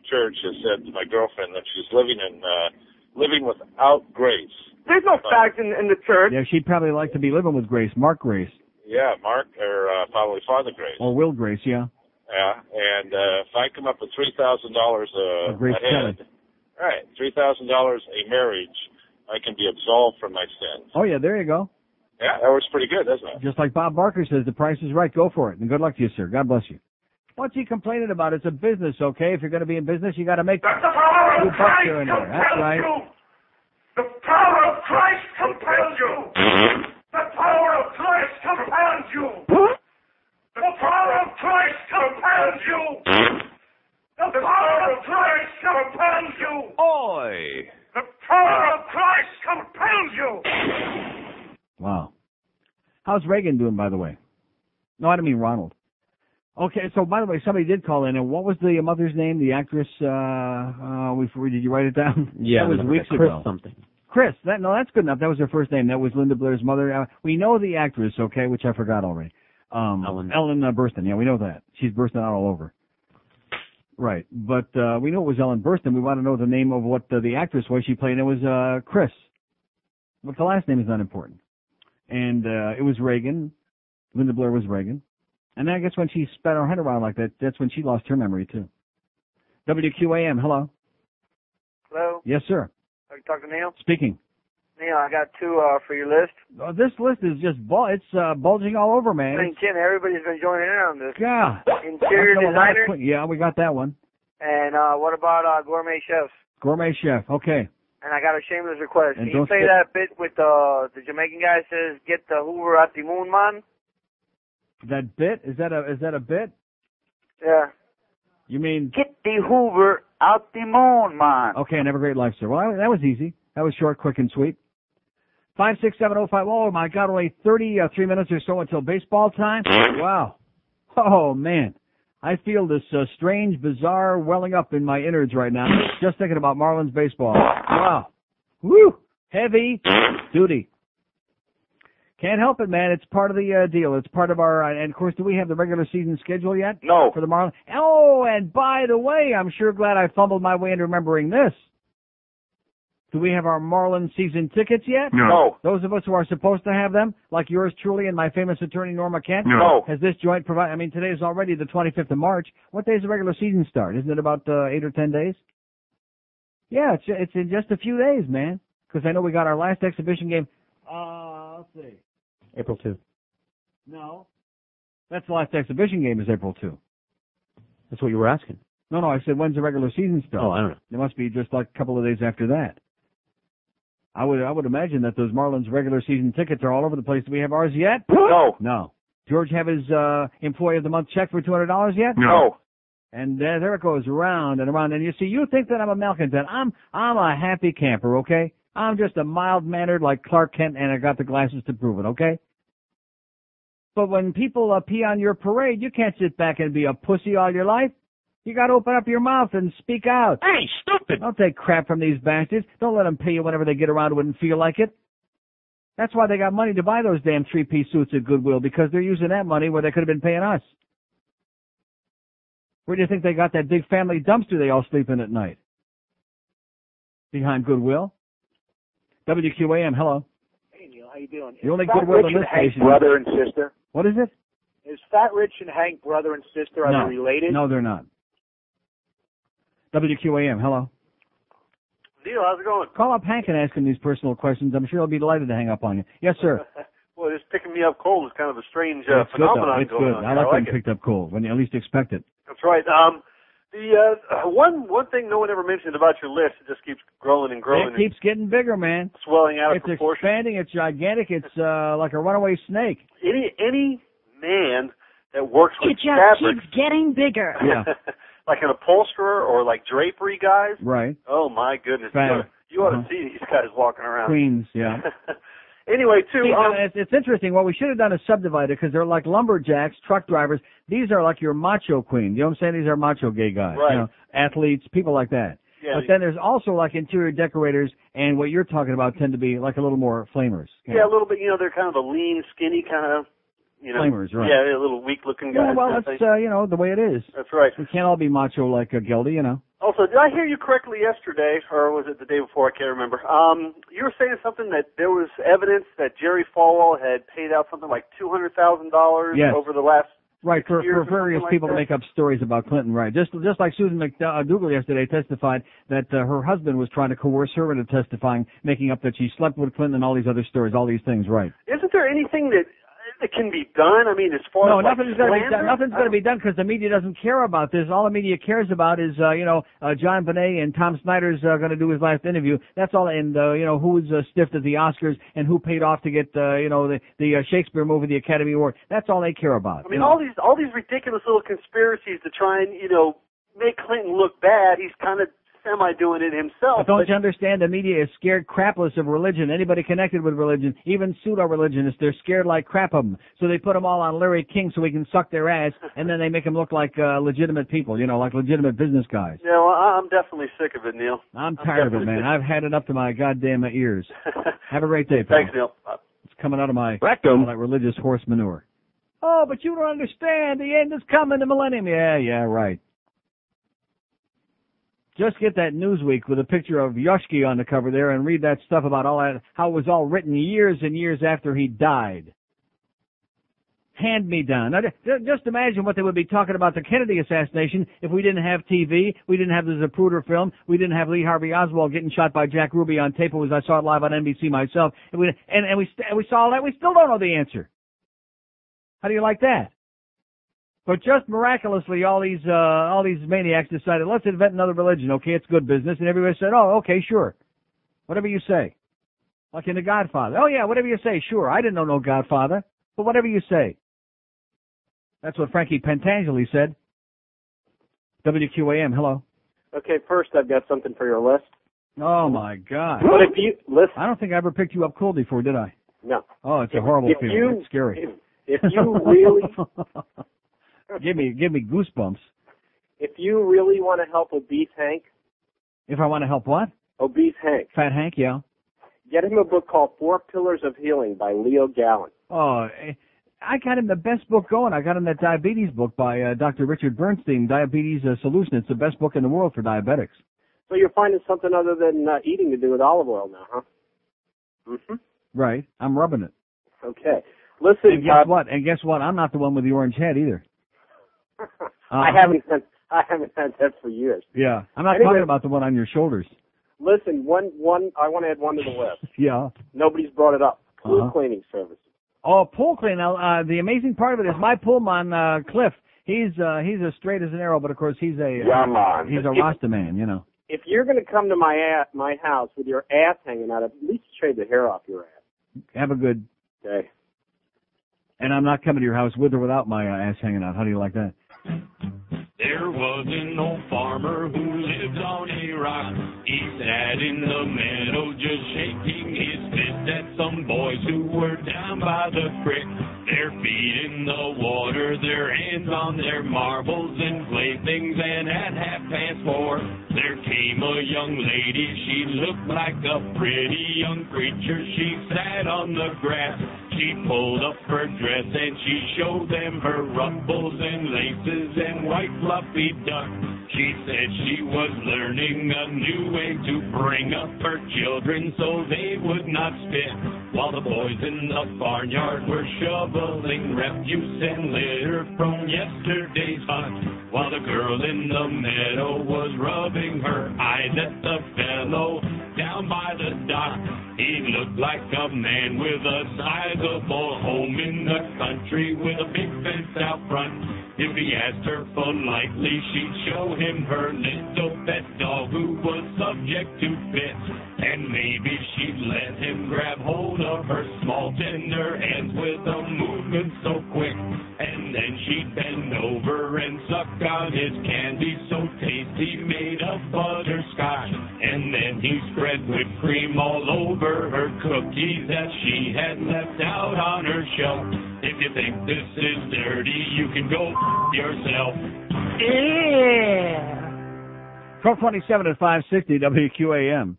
Church has said to my girlfriend that she's living in uh, living without grace. There's no fact in, in the church. Yeah, she'd probably like to be living with Grace, Mark Grace, Yeah, Mark or uh, probably Father Grace. or Will Grace, yeah, Yeah, and uh, if I come up with three thousand dollars a or Grace Kelly. head, right, three thousand dollars a marriage, I can be absolved from my sin. Oh yeah, there you go. Yeah, that works pretty good, doesn't it? Just like Bob Barker says, the price is right. Go for it, and good luck to you, sir. God bless you. What's he complaining about? It's a business, okay? If you're going to be in business, you got to make power two of bucks Christ here and there. That's compels right. you. The power of Christ compels you. The power of Christ compels you. The power of Christ compels you. The power of Christ compels you. Oi! The power of Christ compels you. Wow. How's Reagan doing, by the way? No, I don't mean Ronald. Okay, so by the way, somebody did call in, and what was the mother's name? The actress? Uh, uh, we, we- did you write it down? Yeah, that was the- weeks Chris ago. something. Chris. That no, that's good enough. That was her first name. That was Linda Blair's mother. Uh, we know the actress, okay, which I forgot already. Um, Ellen. Ellen uh, Burstyn. Yeah, we know that. She's bursting out all over. Right, but uh, we know it was Ellen Burstyn. We want to know the name of what uh, the actress was she played. And it was uh, Chris. But the last name is not important. And uh, it was Reagan. Linda Blair was Reagan. And I guess when she spat her head around like that, that's when she lost her memory too. WQAM, hello. Hello. Yes, sir. Are you talking to Neil? Speaking. Neil, I got two uh, for your list. Uh, this list is just bul- it's uh, bulging all over, man. I think It's- Tim, everybody's been joining in on this. God. Interior I know a lot of designer. que- yeah, we got that one. And uh, what about uh, gourmet chefs? Gourmet chef. Okay. And I got a shameless request. Can And you don't play skip- that bit with uh, the Jamaican guy says, "Get the Hoover out the moon, man." That bit is that a is that a bit? Yeah. You mean Get the Hoover out the moon, man. Okay, and have a great life, sir. Well, I, that was easy. That was short, quick, and sweet. Five six seven oh five. Oh my God, only thirty uh, three minutes or so until baseball time. Wow. Oh man, I feel this uh, strange, bizarre welling up in my innards right now. Just thinking about Marlins baseball. Wow. Woo. Heavy duty. Can't help it, man. It's part of the uh, deal. It's part of our. Uh, and of course, do we have the regular season schedule yet? No. For the Marlins. Oh, and by the way, I'm sure glad I fumbled my way into remembering this. Do we have our Marlins season tickets yet? No. No. Those of us who are supposed to have them, like yours truly and my famous attorney Norma Kent. No. No. Has this joint provided? I mean, today is already the 25th of March. What day is the regular season start? Isn't it about uh, eight or ten days? Yeah, it's it's in just a few days, man. Because I know we got our last exhibition game. Uh, let's see. April 2. No. That's the last exhibition game is April 2. That's what you were asking. No, no, I said when's the regular season start? Oh, I don't know. It must be just like a couple of days after that. I would I would imagine that those Marlins regular season tickets are all over the place. Do we have ours yet? No. No. George have his uh employee of the month check for two hundred dollars yet? No. And there, there it goes round and around. And you see, you think that I'm a malcontent. I'm I'm a happy camper, okay? I'm just a mild mannered like Clark Kent, and I got the glasses to prove it, okay? But when people uh, pee on your parade, you can't sit back and be a pussy all your life. You got to open up your mouth and speak out. Hey, stupid! Don't take crap from these bastards. Don't let them pay you whenever they get around to it and feel like it. That's why they got money to buy those damn three-piece suits at Goodwill because they're using that money where they could have been paying us. Where do you think they got that big family dumpster they all sleep in at night? Behind Goodwill. WQAM, hello. Hey Neil, how you doing? The only Fat Goodwill Rich on and this Hank station. brother and sister. What is it? Is Fat Rich and Hank brother and sister? Are no. they related? No, they're not. WQAM, hello. Neil, how's it going? Call up Hank and ask him these personal questions. I'm sure he'll be delighted to hang up on you. Yes, sir. Well, it's picking me up cold is kind of a strange uh, it's good, though. phenomenon It's going good. on. here. I like I like being it. picked up cold when you at least expect it. That's right. Um, the uh, one one thing no one ever mentioned about your list, it just keeps growing and growing It keeps getting bigger, man. and swelling out of It's proportion. expanding. It's gigantic. It's uh, like a runaway snake. Any any man that works with It just fabric, keeps getting bigger. Yeah. like an upholsterer or like drapery guys. Right. Oh my goodness, you Fab. ought, to, you ought to Uh-huh. see these guys walking around. Queens, yeah. anyway, too. See, um, uh, it's, it's interesting. What we should have done is subdivide it because they're like lumberjacks, truck drivers. These are like your macho queen. You know what I'm saying? These are macho gay guys. Right. You know, athletes, people like that. Yeah, but the- then there's also like interior decorators, and what you're talking about tend to be like a little more flamers. yeah. a little bit. You know, they're kind of a lean, skinny kind of. You know, Flamers, right. Yeah, they're a little weak-looking guys. well, kind of that's thing. uh, you know the way it is. That's right. We can't all be macho like uh, Gildy, you know. Also, did I hear you correctly yesterday, or was it the day before? I can't remember. Um, you were saying something that there was evidence that Jerry Falwell had paid out something like two hundred thousand dollars Yes. over the last. Right, for, years for or something various like people to that. make up stories about Clinton, right. Just just like Susan McDougal yesterday testified that uh, her husband was trying to coerce her into testifying, making up that she slept with Clinton and all these other stories, all these things, right. Isn't there anything that that can be done? I mean, as far No, as like, nothing's going to be done. slander? Nothing's going to be done because the media doesn't care about this. All the media cares about is, uh, you know, uh, John Bonet and Tom Snyder's uh, going to do his last interview. That's all. And uh, you know, who was uh, stiffed at the Oscars and who paid off to get, uh, you know, the the uh, Shakespeare movie, the Academy Award. That's all they care about. I mean, you know. all these all these ridiculous little conspiracies to try and you know make Clinton look bad. He's kind of semi doing it himself. But don't but- you understand? The media is scared crapless of religion. Anybody connected with religion, even pseudo-religionists, they're scared like crap of them. So they put them all on Larry King so he can suck their ass, and then they make them look like uh, legitimate people, you know, like legitimate business guys. Yeah, well, I- I'm definitely sick of it, Neil. I'm tired of it, man. I've had it up to my goddamn ears. Have a great day, pal. Thanks, Neil. Uh, It's coming out of my Rectum. all that religious horse manure. Oh, but you don't understand. The end is coming. The millennium. Yeah, yeah, right. Just get that Newsweek with a picture of Yoshki on the cover there and read that stuff about all that, how it was all written years and years after he died. Hand me down. Now, ju- just imagine what they would be talking about the Kennedy assassination if we didn't have TV, we didn't have the Zapruder film, we didn't have Lee Harvey Oswald getting shot by Jack Ruby on tape. It was I saw it live on NBC myself, and we and, and we st- and we saw all that. We still don't know the answer. How do you like that? But just miraculously, all these uh, all these maniacs decided, let's invent another religion. Okay, it's good business, and everybody said, oh, okay, sure, whatever you say. Like in The Godfather. Oh yeah, whatever you say. Sure, I didn't know no Godfather, but whatever you say. That's what Frankie Pentangeli said. WQAM. Hello. Okay, first I've got something for your list. Oh my God. But if you listen, I don't think I ever picked you up cold before, did I? no. Oh, it's a horrible if feeling. you- it's scary. If, if you really, give me give me goosebumps. if you really want to help obese Hank, If I want to help what? obese Hank, Fat Hank, yeah. get him a book called Four Pillars of Healing by Leo Gallen. Oh, eh, I got him the best book going. I got him that diabetes book by uh, Dr. Richard Bernstein, Diabetes uh, Solution. It's the best book in the world for diabetics. So you're finding something other than uh, eating to do with olive oil now, huh? Mm-hmm. Right. I'm rubbing it. Okay. Listen, uh, and guess what? And guess what? I'm not the one with the orange head either. Uh, I Uh-huh. haven't had I haven't had that for years. Yeah. I'm not Anyway- talking about the one on your shoulders. Listen, one one I want to add one to the list. Yeah. Nobody's brought it up. Pool Uh-huh. cleaning service. Oh, pool clean. Now, uh, the amazing part of it is my pullman, uh, Cliff, he's, uh, he's as straight as an arrow, but of course he's a, uh, Yeah, man. he's a Rasta man, you know. If you're going to come to my a my house with your ass hanging out, at least shave the hair off your ass. Have a good, Okay. and I'm not coming to your house with or without my uh, ass hanging out. How do you like that? There was an old farmer who lived on a rock. He sat in the meadow just shaking his fist at some boys who were down by the creek. Their feet in the water, their hands on their marbles and playthings, and at half past four, there came a young lady. She looked like a pretty young creature. She sat on the grass. She pulled up her dress and she showed them her ruffles and laces and white fluffy duck. She said she was learning a new way to bring up her children so they would not spit. While the boys in the barnyard were shoveling refuse and litter from yesterday's hunt. While the girl in the meadow was rubbing her eyes at the fellow down by the dock. He looked like a man with a sizable home in the country with a big fence out front. If he asked her politely, she'd show him her little pet dog who was subject to fits. And maybe she'd let him grab hold of her small tender hands with a movement so quick. And then she'd bend over and suck on his candy so tasty made of butterscotch. And then he spread whipped cream all over her cookies that she had left out on her shelf. If you think this is dirty, you can go f- yourself. Yeah. 1227 at 560 WQAM.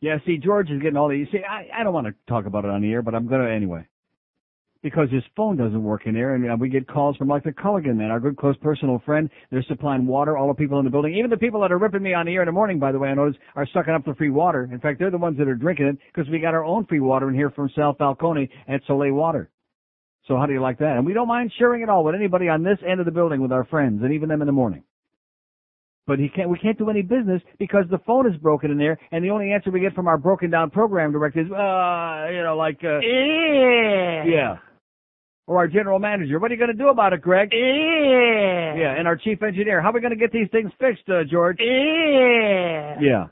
Yeah, see, George is getting all the, you see, I, I don't want to talk about it on the air, but I'm going to anyway. Because his phone doesn't work in there, and uh, we get calls from like the Culligan man, our good close personal friend. They're supplying water, all the people in the building. Even the people that are ripping me on the air in the morning, by the way, I notice, are sucking up the free water. In fact, they're the ones that are drinking it, because we got our own free water in here from Sal Falcone at Soleil Water. So how do you like that? And we don't mind sharing it all with anybody on this end of the building with our friends, and even them in the morning but he can't. We can't do any business because the phone is broken in there, and the only answer we get from our broken down program director is, uh, you know, like, uh, yeah, or our general manager. What are you going to do about it, Greg? Yeah, yeah, and our chief engineer. How are we going to get these things fixed, uh, George? Yeah, yeah,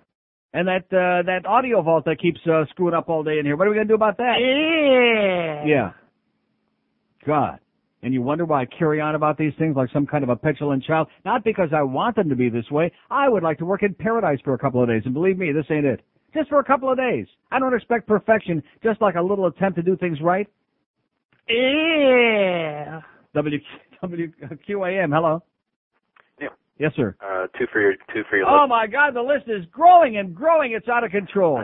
and that uh, that audio vault that keeps uh, screwing up all day in here. What are we going to do about that? Yeah, yeah, God. And you wonder why I carry on about these things like some kind of a petulant child. Not because I want them to be this way. I would like to work in paradise for a couple of days. And believe me, this ain't it. Just for a couple of days. I don't expect perfection, just like a little attempt to do things right. Yeah. W, w, QAM, hello. Yeah. Yes, sir. Uh, two for your two for your Oh list. my God, the list is growing and growing. It's out of control.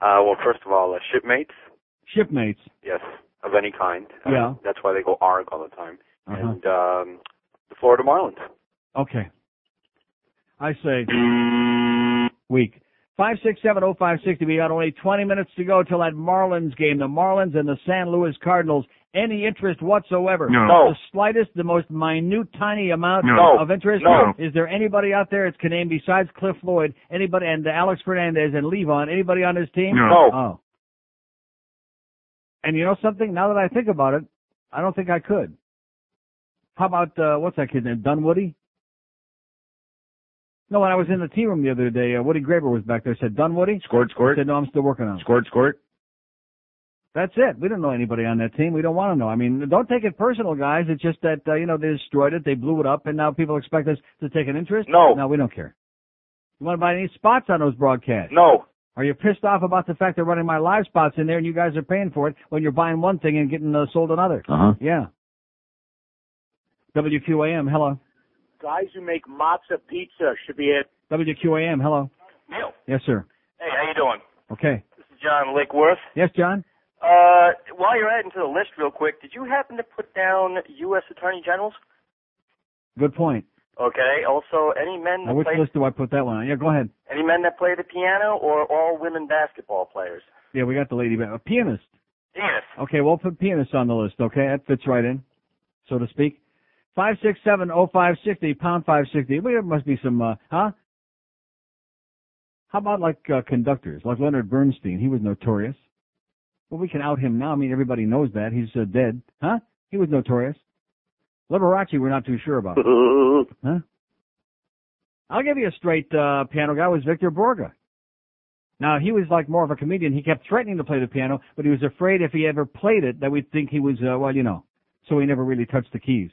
Uh, well, first of all, uh, shipmates. Shipmates. Yes, of any kind. Uh, Yeah. That's why they go ARG all the time. Uh-huh. And um, the Florida Marlins. Okay. I say week. Five six seven oh five sixty. We got only twenty minutes to go till that Marlins game. The Marlins and the San Luis Cardinals. Any interest whatsoever? No. No. The slightest, the most minute, tiny amount No. of interest. No. Is there anybody out there? It's can name besides Cliff Floyd. Anybody and Alex Fernandez and Levon. Anybody on his team? No. Oh. And you know something? Now that I think about it, I don't think I could. How about uh, what's that kid's name? Dunwoody. No, when I was in the tea room the other day, uh, Woody Graber was back there. Said Dunwoody. Squirt, squirt. Said no, I'm still working on it. Squirt, squirt. That's it. We don't know anybody on that team. We don't want to know. I mean, don't take it personal, guys. It's just that uh, you know they destroyed it, they blew it up, and now people expect us to take an interest. No. no, we don't care. You want to buy any spots on those broadcasts? No. Are you pissed off about the fact they're running my live spots in there, and you guys are paying for it when you're buying one thing and getting uh, sold another? Uh-huh. Yeah. WQAM, hello. Guys who make matzah pizza should be it. WQAM, hello. Neil. Yes, sir. Hey, how you doing? Okay. This is John Lake Worth. Yes, John. Uh, while you're adding to the list real quick, did you happen to put down U.S. Attorney Generals? Good point. Okay. Also, any men Now, that which play list do I put that one on? Yeah, go ahead. any men that play the piano, or all women basketball players? Yeah, we got the lady back. A pianist. Yes. Okay, we'll put pianist on the list. Okay, that fits right in, so to speak. Five six seven oh five sixty pound five sixty. Well, there must be some, uh, huh? How about like uh, conductors, like Leonard Bernstein? He was notorious. Well, we can out him now. I mean, everybody knows that he's uh, dead, huh? He was notorious. Liberace, we're not too sure about. huh? I'll give you a straight uh, piano guy was Victor Borga. Now he was like more of a comedian. He kept threatening to play the piano, but he was afraid if he ever played it that we'd think he was uh, well, you know. So he never really touched the keys.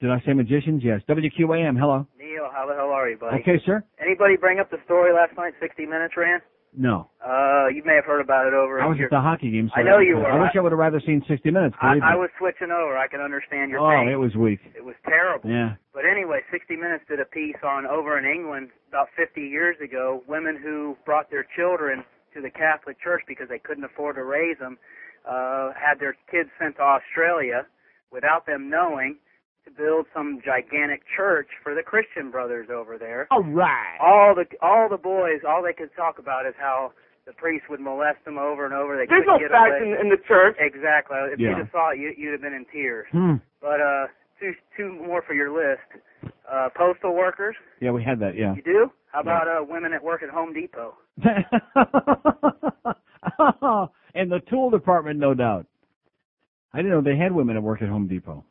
Did I say magicians? Yes. WQAM. Hello. Neil, how the hell are you, buddy? Okay, sir. Anybody bring up the story last night, 60 Minutes rant? No, Uh, you may have heard about it over. I was here. at the hockey game. So I know you were. I wish I would have rather seen 60 Minutes. believe I, I me. was switching over. I can understand your Oh, pain. it was weak. It was terrible. Yeah. But anyway, 60 Minutes did a piece on over in England about 50 years ago, women who brought their children to the Catholic Church because they couldn't afford to raise them, uh, had their kids sent to Australia without them knowing to build some gigantic church for the Christian brothers over there. All right. Oh, All the all the boys, all they could talk about is how the priest would molest them over and over. They couldn't There's no get facts away. in- in the church. Exactly. If Yeah. you'd have saw it, you, you'd have been in tears. Hmm. But uh, two two more for your list. Uh, postal workers. Yeah, we had that. Yeah. You do? How about uh, women that work at Home Depot? and the tool department, no doubt. I didn't know they had women that work at Home Depot.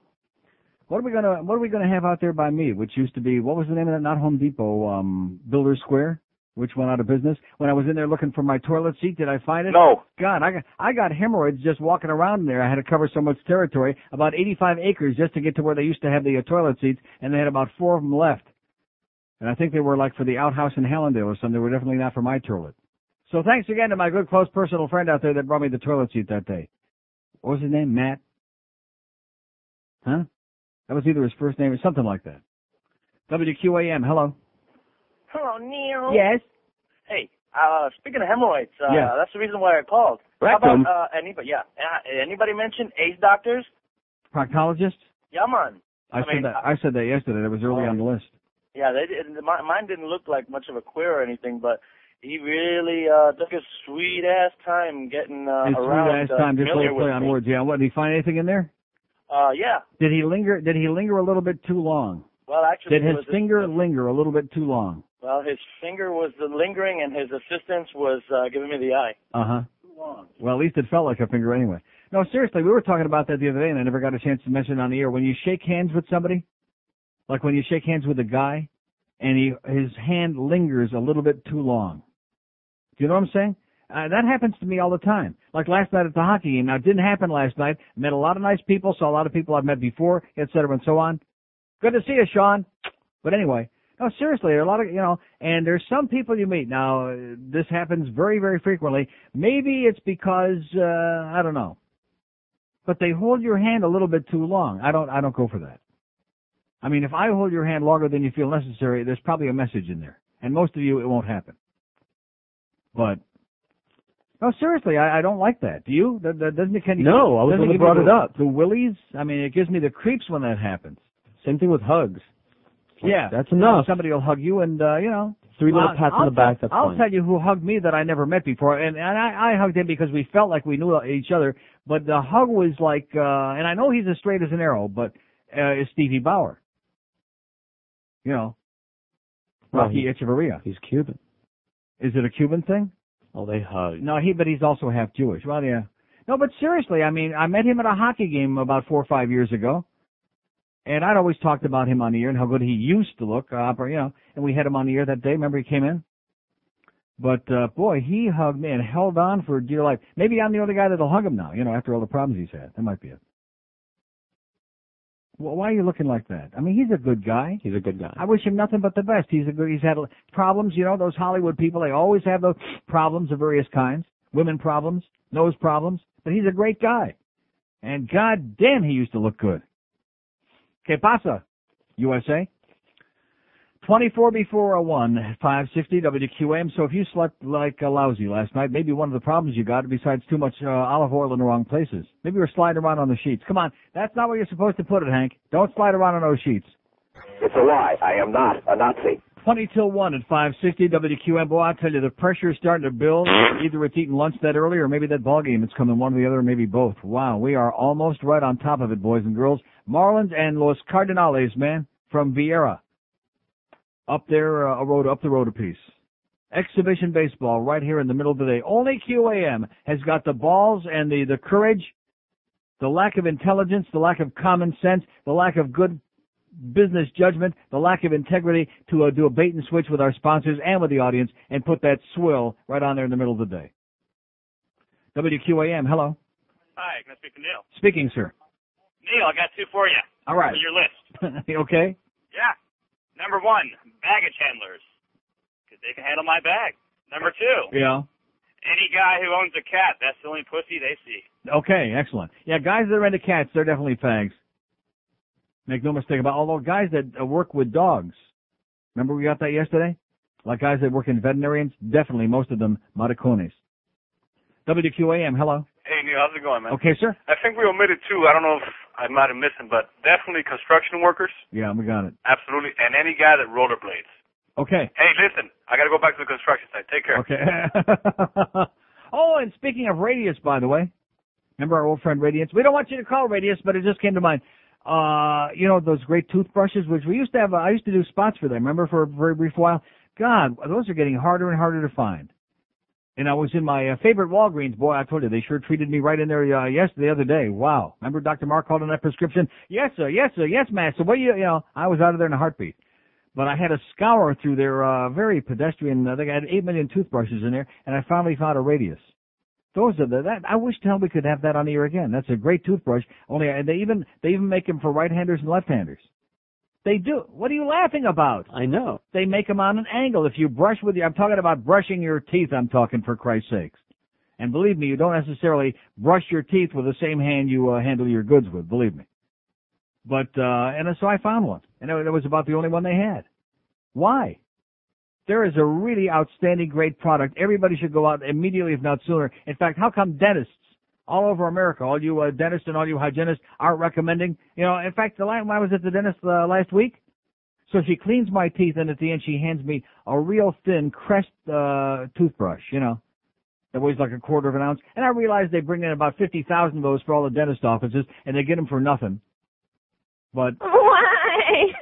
What are we gonna What are we gonna have out there by me? Which used to be what was the name of that? Not Home Depot, um, Builder Square, which went out of business. When I was in there looking for my toilet seat, did I find it? No. God, I got I got hemorrhoids just walking around in there. I had to cover so much territory, about 85 acres, just to get to where they used to have the uh, toilet seats, and they had about four of them left. And I think they were like for the outhouse in Hallandale or something. They were definitely not for my toilet. So thanks again to my good close personal friend out there that brought me the toilet seat that day. What was his name? Matt? Huh? That was either his first name or something like that. WQAM, hello. Hello, Neil. Yes. Hey, uh, speaking of hemorrhoids, uh, Yeah. that's the reason why I called. Rectum. How about uh, anybody? Yeah. Uh, anybody mention AIDS doctors? Proctologist? Yeah, man. I, I said mean, uh that I said that yesterday. That was early on the list. Yeah, they did, my, mine didn't look like much of a queer or anything, but he really uh, took a sweet ass time getting uh, His sweet around. ass time uh, just familiar let play with on me. words. Yeah, what did he find anything in there? Uh, yeah. Did he linger did he linger a little bit too long? Well, actually, Did it his was a- finger linger a little bit too long? well, his finger was the lingering, and his assistance was uh, giving me the eye. Uh huh. Well, at least it felt like a finger anyway. No, seriously, we were talking about that the other day, and I never got a chance to mention it on the air. When you shake hands with somebody, like when you shake hands with a guy, and he his hand lingers a little bit too long. Do you know what I'm saying? Uh, that happens to me all the time. Like last night at the hockey game. Now, it didn't happen last night. Met a lot of nice people, saw a lot of people I've met before, et cetera, and so on. Good to see you, Sean. But anyway, no, seriously, there are a lot of, you know, and there's some people you meet. Now, uh, this happens very, very frequently. Maybe it's because, uh, I don't know. But they hold your hand a little bit too long. I don't, I don't go for that. I mean, if I hold your hand longer than you feel necessary, there's probably a message in there. And most of you, it won't happen. But, no, seriously, I, I don't like that. Do you? That, that doesn't it kind of No, I was the doesn't one who give you brought it the- up. The willies? I mean, it gives me the creeps when that happens. Same thing with hugs. Like, yeah, that's enough. Somebody will hug you, and uh, you know, Three little pats on the back, Tell, that's I'll fine. tell you who hugged me that I never met before, and and I, I hugged him because we felt like we knew each other. But the hug was like, uh, and I know he's as straight as an arrow, but uh, is Stevie Bauer, you know, Well, Rocky he- Echevarria. He's Cuban. Is it a Cuban thing? Oh, they hug. No, he, but he's also half Jewish. Well, yeah. No, but seriously, I mean, I met him at a hockey game about four or five years ago, and I'd always talked about him on the air and how good he used to look, uh, but, you know. And we had him on the air that day. Remember, he came in. But uh, boy, he hugged me and held on for dear life. Maybe I'm the only guy that'll hug him now. You know, after all the problems he's had, that might be it. Well, why are you looking like that? I mean, he's a good guy. He's a good guy. I wish him nothing but the best. He's a good. He's had problems, you know. Those Hollywood people, they always have those problems of various kinds, women problems, nose problems. But he's a great guy, and God damn, he used to look good. Que pasa, USA? Twenty-four before a one, five sixty WQM. So if you slept like a lousy last night, maybe one of the problems you got, besides too much uh, olive oil in the wrong places. Maybe you were sliding around on the sheets. Come on, that's not where you're supposed to put it, Hank. Don't slide around on those sheets. It's a lie. I am not a Nazi. 20 till 1 at 560 WQM. Boy, I tell you, the pressure is starting to build. Either it's eating lunch that early or maybe that ball game is coming, one or the other, or maybe both. Wow, we are almost right on top of it, boys and girls. Marlins and Los Cardinales, man, from Vieira. Up there, uh, a road, up the road a piece. Exhibition baseball right here in the middle of the day. Only QAM has got the balls and the, the courage, the lack of intelligence, the lack of common sense, the lack of good business judgment, the lack of integrity to uh, do a bait and switch with our sponsors and with the audience and put that swill right on there in the middle of the day. WQAM, hello. Hi, can I speak to Neil? Speaking, sir. Neil, I got two for you. All right. For your list. You okay? Yeah. Number one, baggage handlers, because they can handle my bag. Number two, Yeah. any guy who owns a cat, that's the only pussy they see. Okay, excellent. Yeah, guys that are into cats, they're definitely fags. Make no mistake about it. Although guys that uh, work with dogs, remember we got that yesterday? Like guys that work in veterinarians, definitely most of them maricones. WQAM, hello. Hey Neil, how's it going, man? Okay, sir. I think we omitted two. I don't know if I might have missed them, but definitely construction workers, Yeah, we got it. absolutely, and any guy that rollerblades. Okay. Hey, listen, I gotta go back to the construction site. Take care. Okay. oh, and speaking of Radius, by the way, remember our old friend Radius? We don't want you to call Radius, but it just came to mind. Uh, you know those great toothbrushes, which we used to have. uh, I used to do spots for them. Remember for a very brief while. God, those are getting harder and harder to find. And I was in my uh, favorite Walgreens. Boy, I told you they sure treated me right in there. Uh, yes, the other day. Wow. Remember Dr. Mark called on that prescription? Yes, sir. Yes, sir. Yes, master. What you, you know, I was out of there in a heartbeat but I had to scour through their uh, very pedestrian. I think I had eight million toothbrushes in there, and I finally found a radius. Those are the that I wish to hell we could have that on the air again. That's a great toothbrush. Only and they even they even make them for right-handers and left-handers. They do. What are you laughing about? I know. They make them on an angle. If you brush with you, I'm talking about brushing your teeth. I'm talking for Christ's sakes. And believe me, you don't necessarily brush your teeth with the same hand you uh, handle your goods with. Believe me. But uh, and so I found one, and it was about the only one they had. Why? There is a really outstanding, great product. Everybody should go out immediately, if not sooner. In fact, how come dentists all over America, all you uh, dentists and all you hygienists, aren't recommending? You know, in fact, the last, when I was at the dentist uh, last week, so she cleans my teeth, and at the end, she hands me a real thin Crest uh, toothbrush. You know, that weighs like a quarter of an ounce. And I realize they bring in about fifty thousand of those for all the dentist offices, and they get them for nothing. But Why?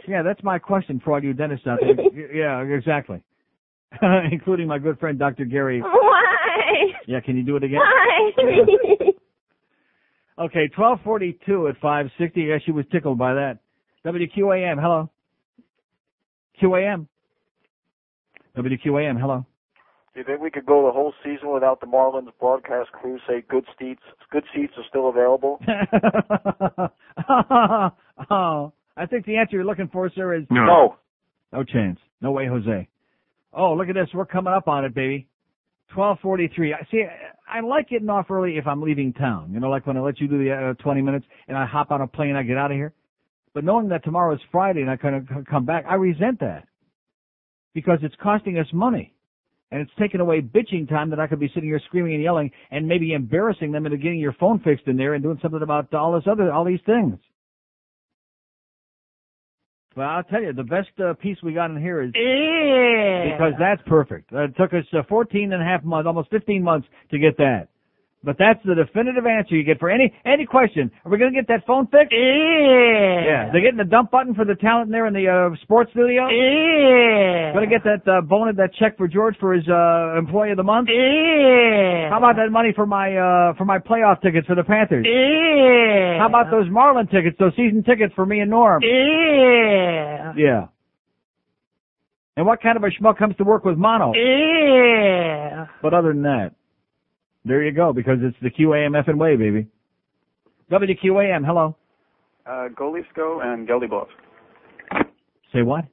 yeah, that's my question for all you dentists out there. yeah, exactly. Including my good friend Dr. Gary. Why? Yeah, can you do it again? Why? Okay, 1242 at 560. Yeah, she was tickled by that. WQAM, hello. QAM. WQAM, hello. Do you think we could go the whole season without the Marlins broadcast crew say good seats good seats are still available? oh, I think the answer you're looking for, sir, is No. No chance. No way, Jose. Oh, look at this. We're coming up on it, baby. 1243. I see. I like getting off early if I'm leaving town. You know, like when I let you do the uh, 20 minutes and I hop on a plane, I get out of here. But knowing that tomorrow is Friday and I kind of come back, I resent that because it's costing us money and it's taken away bitching time that I could be sitting here screaming and yelling and maybe embarrassing them into getting your phone fixed in there and doing something about all this other, all these things. Well, I'll tell you, the best uh, piece we got in here is Yeah. because that's perfect. Uh, It took us uh, 14 and a half months, almost 15 months to get that. But that's the definitive answer you get for any any question. Are we going to get that phone fixed? Yeah. They're getting the dump button for the talent there in the uh, sports studio. Yeah. Going to get that uh, bonus, that check for George for his uh, employee of the month. Yeah. How about that money for my uh, for my playoff tickets for the Panthers? Yeah. How about those Marlin tickets, those season tickets for me and Norm? Yeah. Yeah. And what kind of a schmuck comes to work with mono? Yeah. But other than that, there you go, because it's the QAM F and way, baby. WQAM, hello. Uh, go Leafs go and Geldy blows. Say what?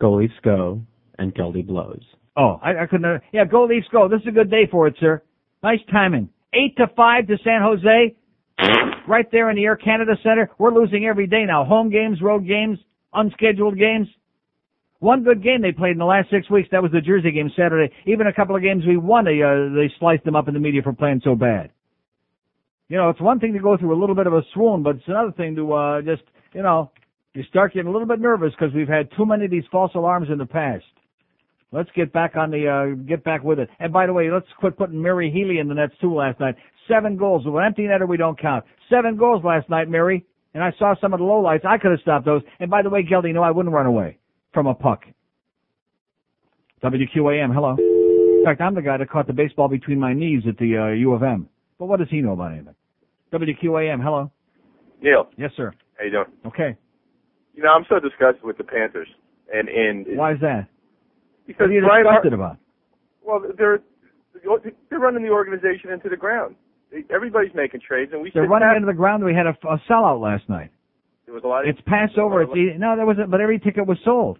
Go Leafs go and Geldy blows. Oh, I, I couldn't. uh, Yeah, go Leafs, go. This is a good day for it, sir. Nice timing. Eight to five to San Jose, right there in the Air Canada Center. We're losing every day now. Home games, road games, unscheduled games. One good game they played in the last six weeks. That was the Jersey game Saturday. Even a couple of games we won, they uh, they sliced them up in the media for playing so bad. You know, it's one thing to go through a little bit of a swoon, but it's another thing to uh, just you know you start getting a little bit nervous because we've had too many of these false alarms in the past. Let's get back on the uh, get back with it. And by the way, let's quit putting Mary Healy in the nets too last night. Seven goals. With an empty netter, we don't count. Seven goals last night, Mary. And I saw some of the lowlights. I could have stopped those. And by the way, Geldy, no, I wouldn't run away from a puck. WQAM, hello. In fact, I'm the guy that caught the baseball between my knees at the uh, U of M. But what does he know about anything? WQAM, hello. Neil, Yes, sir. how you doing? Okay. You know, I'm so disgusted with the Panthers, and and Why is that? because what are you Brian Har- disgusted about? well, they're they're running the organization into the ground. They- Everybody's making trades, and we They're sit running back. into the ground. We had a, a sellout last night. There was a lot. Of, It's Passover. It's easy. no, there wasn't. But every ticket was sold,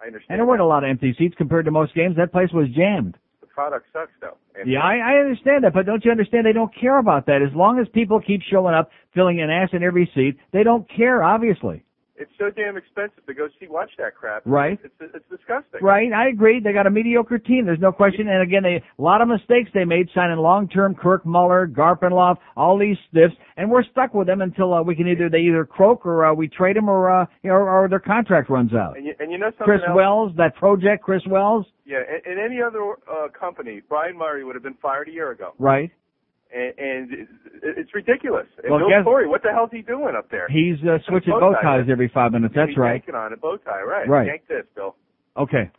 I and understand. there weren't a lot of empty seats compared to most games. That place was jammed. The product sucks, though. And Yeah, I, I understand that, but don't you understand? They don't care about that. As long as people keep showing up, filling an ass in every seat, they don't care. Obviously, It's so damn expensive to go see watch that crap. Right. It's it's disgusting. right? I agree. They got a mediocre team. There's no question. And again, they, a lot of mistakes they made signing long-term Kirk Muller, Garpenloff, all these stiffs, and we're stuck with them until uh, we can either they either croak or uh, we trade them or uh, you know, or their contract runs out. And you, and you know something Chris else? Wells, that project, Chris Wells, Yeah, in, in any other uh, company, Brian Murray would have been fired a year ago. right? And, and it, it's ridiculous. And Well, Bill guess- Torrey, what the hell's he doing up there? He's Put uh, a switching bow bow tie ties there. every five minutes. That's He's right. yanking on a bow tie, right? Right. Yank this, Bill. Okay.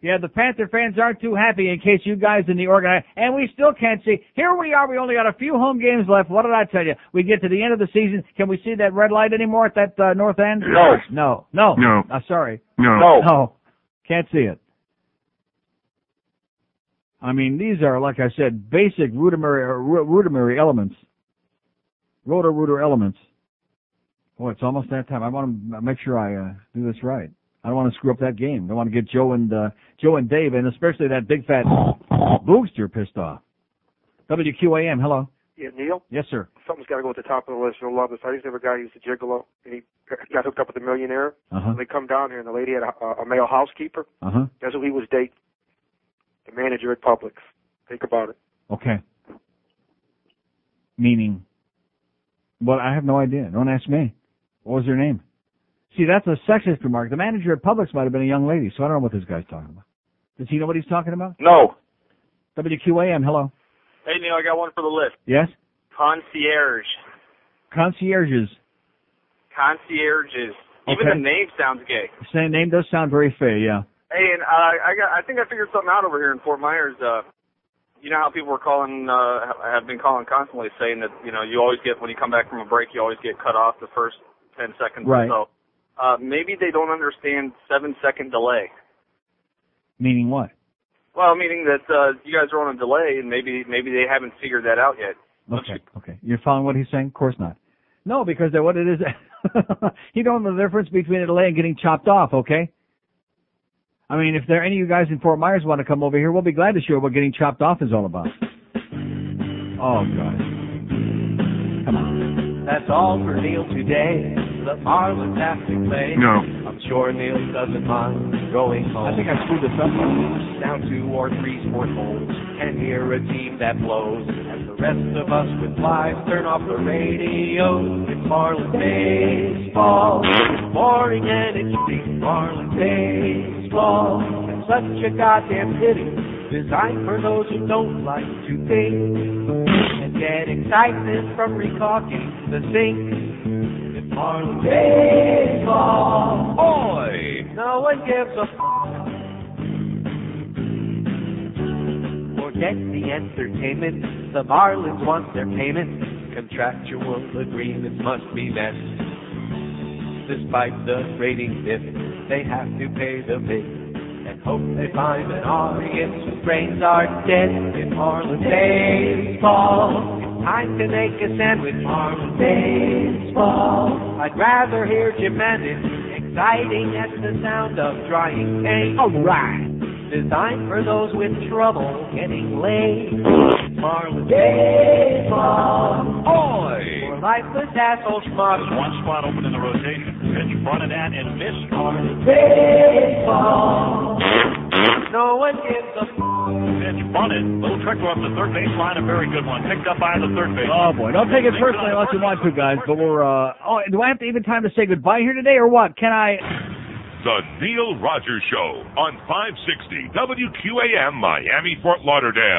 Yeah, the Panther fans aren't too happy in case you guys in the organized, and we still can't see. Here we are, we only got a few home games left. What did I tell you? We get to the end of the season. Can we see that red light anymore at that uh, north end? No. No. No. No. Uh, sorry. No. No. Can't see it. I mean, these are, like I said, basic rudimentary, uh, ru- rudimentary elements. Rotor rooter elements. Oh, it's almost that time. I want to make sure I uh, do this right. I don't want to screw up that game. I want to get Joe and uh, Joe and Dave, and especially that big fat booster pissed off. WQAM, hello. Yeah, Neil, Yes, sir. something's got to go at the top of the list. You'll love this. I used to have a guy who used to gigolo, and he got hooked up with a millionaire. Uh-huh. And they come down here, and the lady had a, a male housekeeper. Uh huh. That's who he was dating. The manager at Publix. Think about it. Okay. Meaning? Well, I have no idea. Don't ask me. What was her name? See, that's a sexist remark. The manager at Publix might have been a young lady, so I don't know what this guy's talking about. Does he know what he's talking about? No. WQAM, hello. Hey Neil, I got one for the list. Yes? Concierge. Concierges. Concierges. Even Okay. the name sounds gay. Same name does sound very fair, yeah. Hey, and uh, I got I think I figured something out over here in Fort Myers. Uh you know how people were calling uh ha- have been calling constantly saying that, you know, you always get when you come back from a break you always get cut off the first ten seconds Right. or so. Uh maybe they don't understand seven second delay. Meaning what? Well, meaning that uh you guys are on a delay and maybe maybe they haven't figured that out yet. Okay, okay. You're following what he's saying? Of course not. No, because they're what it is. you don't know the difference between a delay and getting chopped off, okay? I mean, if there are any of you guys in Fort Myers want to come over here, we'll be glad to show you what getting chopped off is all about. Oh, God. Come on. That's all for Neil today. The Marlins have to play. No. I'm sure Neil doesn't mind going home. I think I screwed this up. Down two or three sport holes. and hear a team that blows. And the rest of us with lives turn off the radio. It's Marlin baseball. It's boring and it's cheap. Marlin baseball. It's such a goddamn pity. Designed for those who don't like to think and get excitement from recalking the sink. It's Marlin baseball. Boy, no one gives a forget the entertainment. The Marlins want their payment. Contractual agreements must be met. Despite the rating dip, they have to pay the bid and hope they find an audience whose brains are dead. It's Marlins baseball. It's time to make a sandwich. Marlins baseball. I'd rather hear Jim Manning exciting as the sound of drying hay. All right. Designed for those with trouble getting laid. Marlins baseball. Oi! For lifeless asshole schmucks. There's one spot open in the rotation. Pitch front of that and miss. Marlins baseball. No one gives a Pitch bunted. Little trickle off the third base line. A very good one. Picked up by the third base. Oh boy, don't take it personally unless you want to, guys. But we're uh oh, do I have to even time to say goodbye here today or what? Can I? The Neil Rogers Show on 560 WQAM Miami Fort Lauderdale.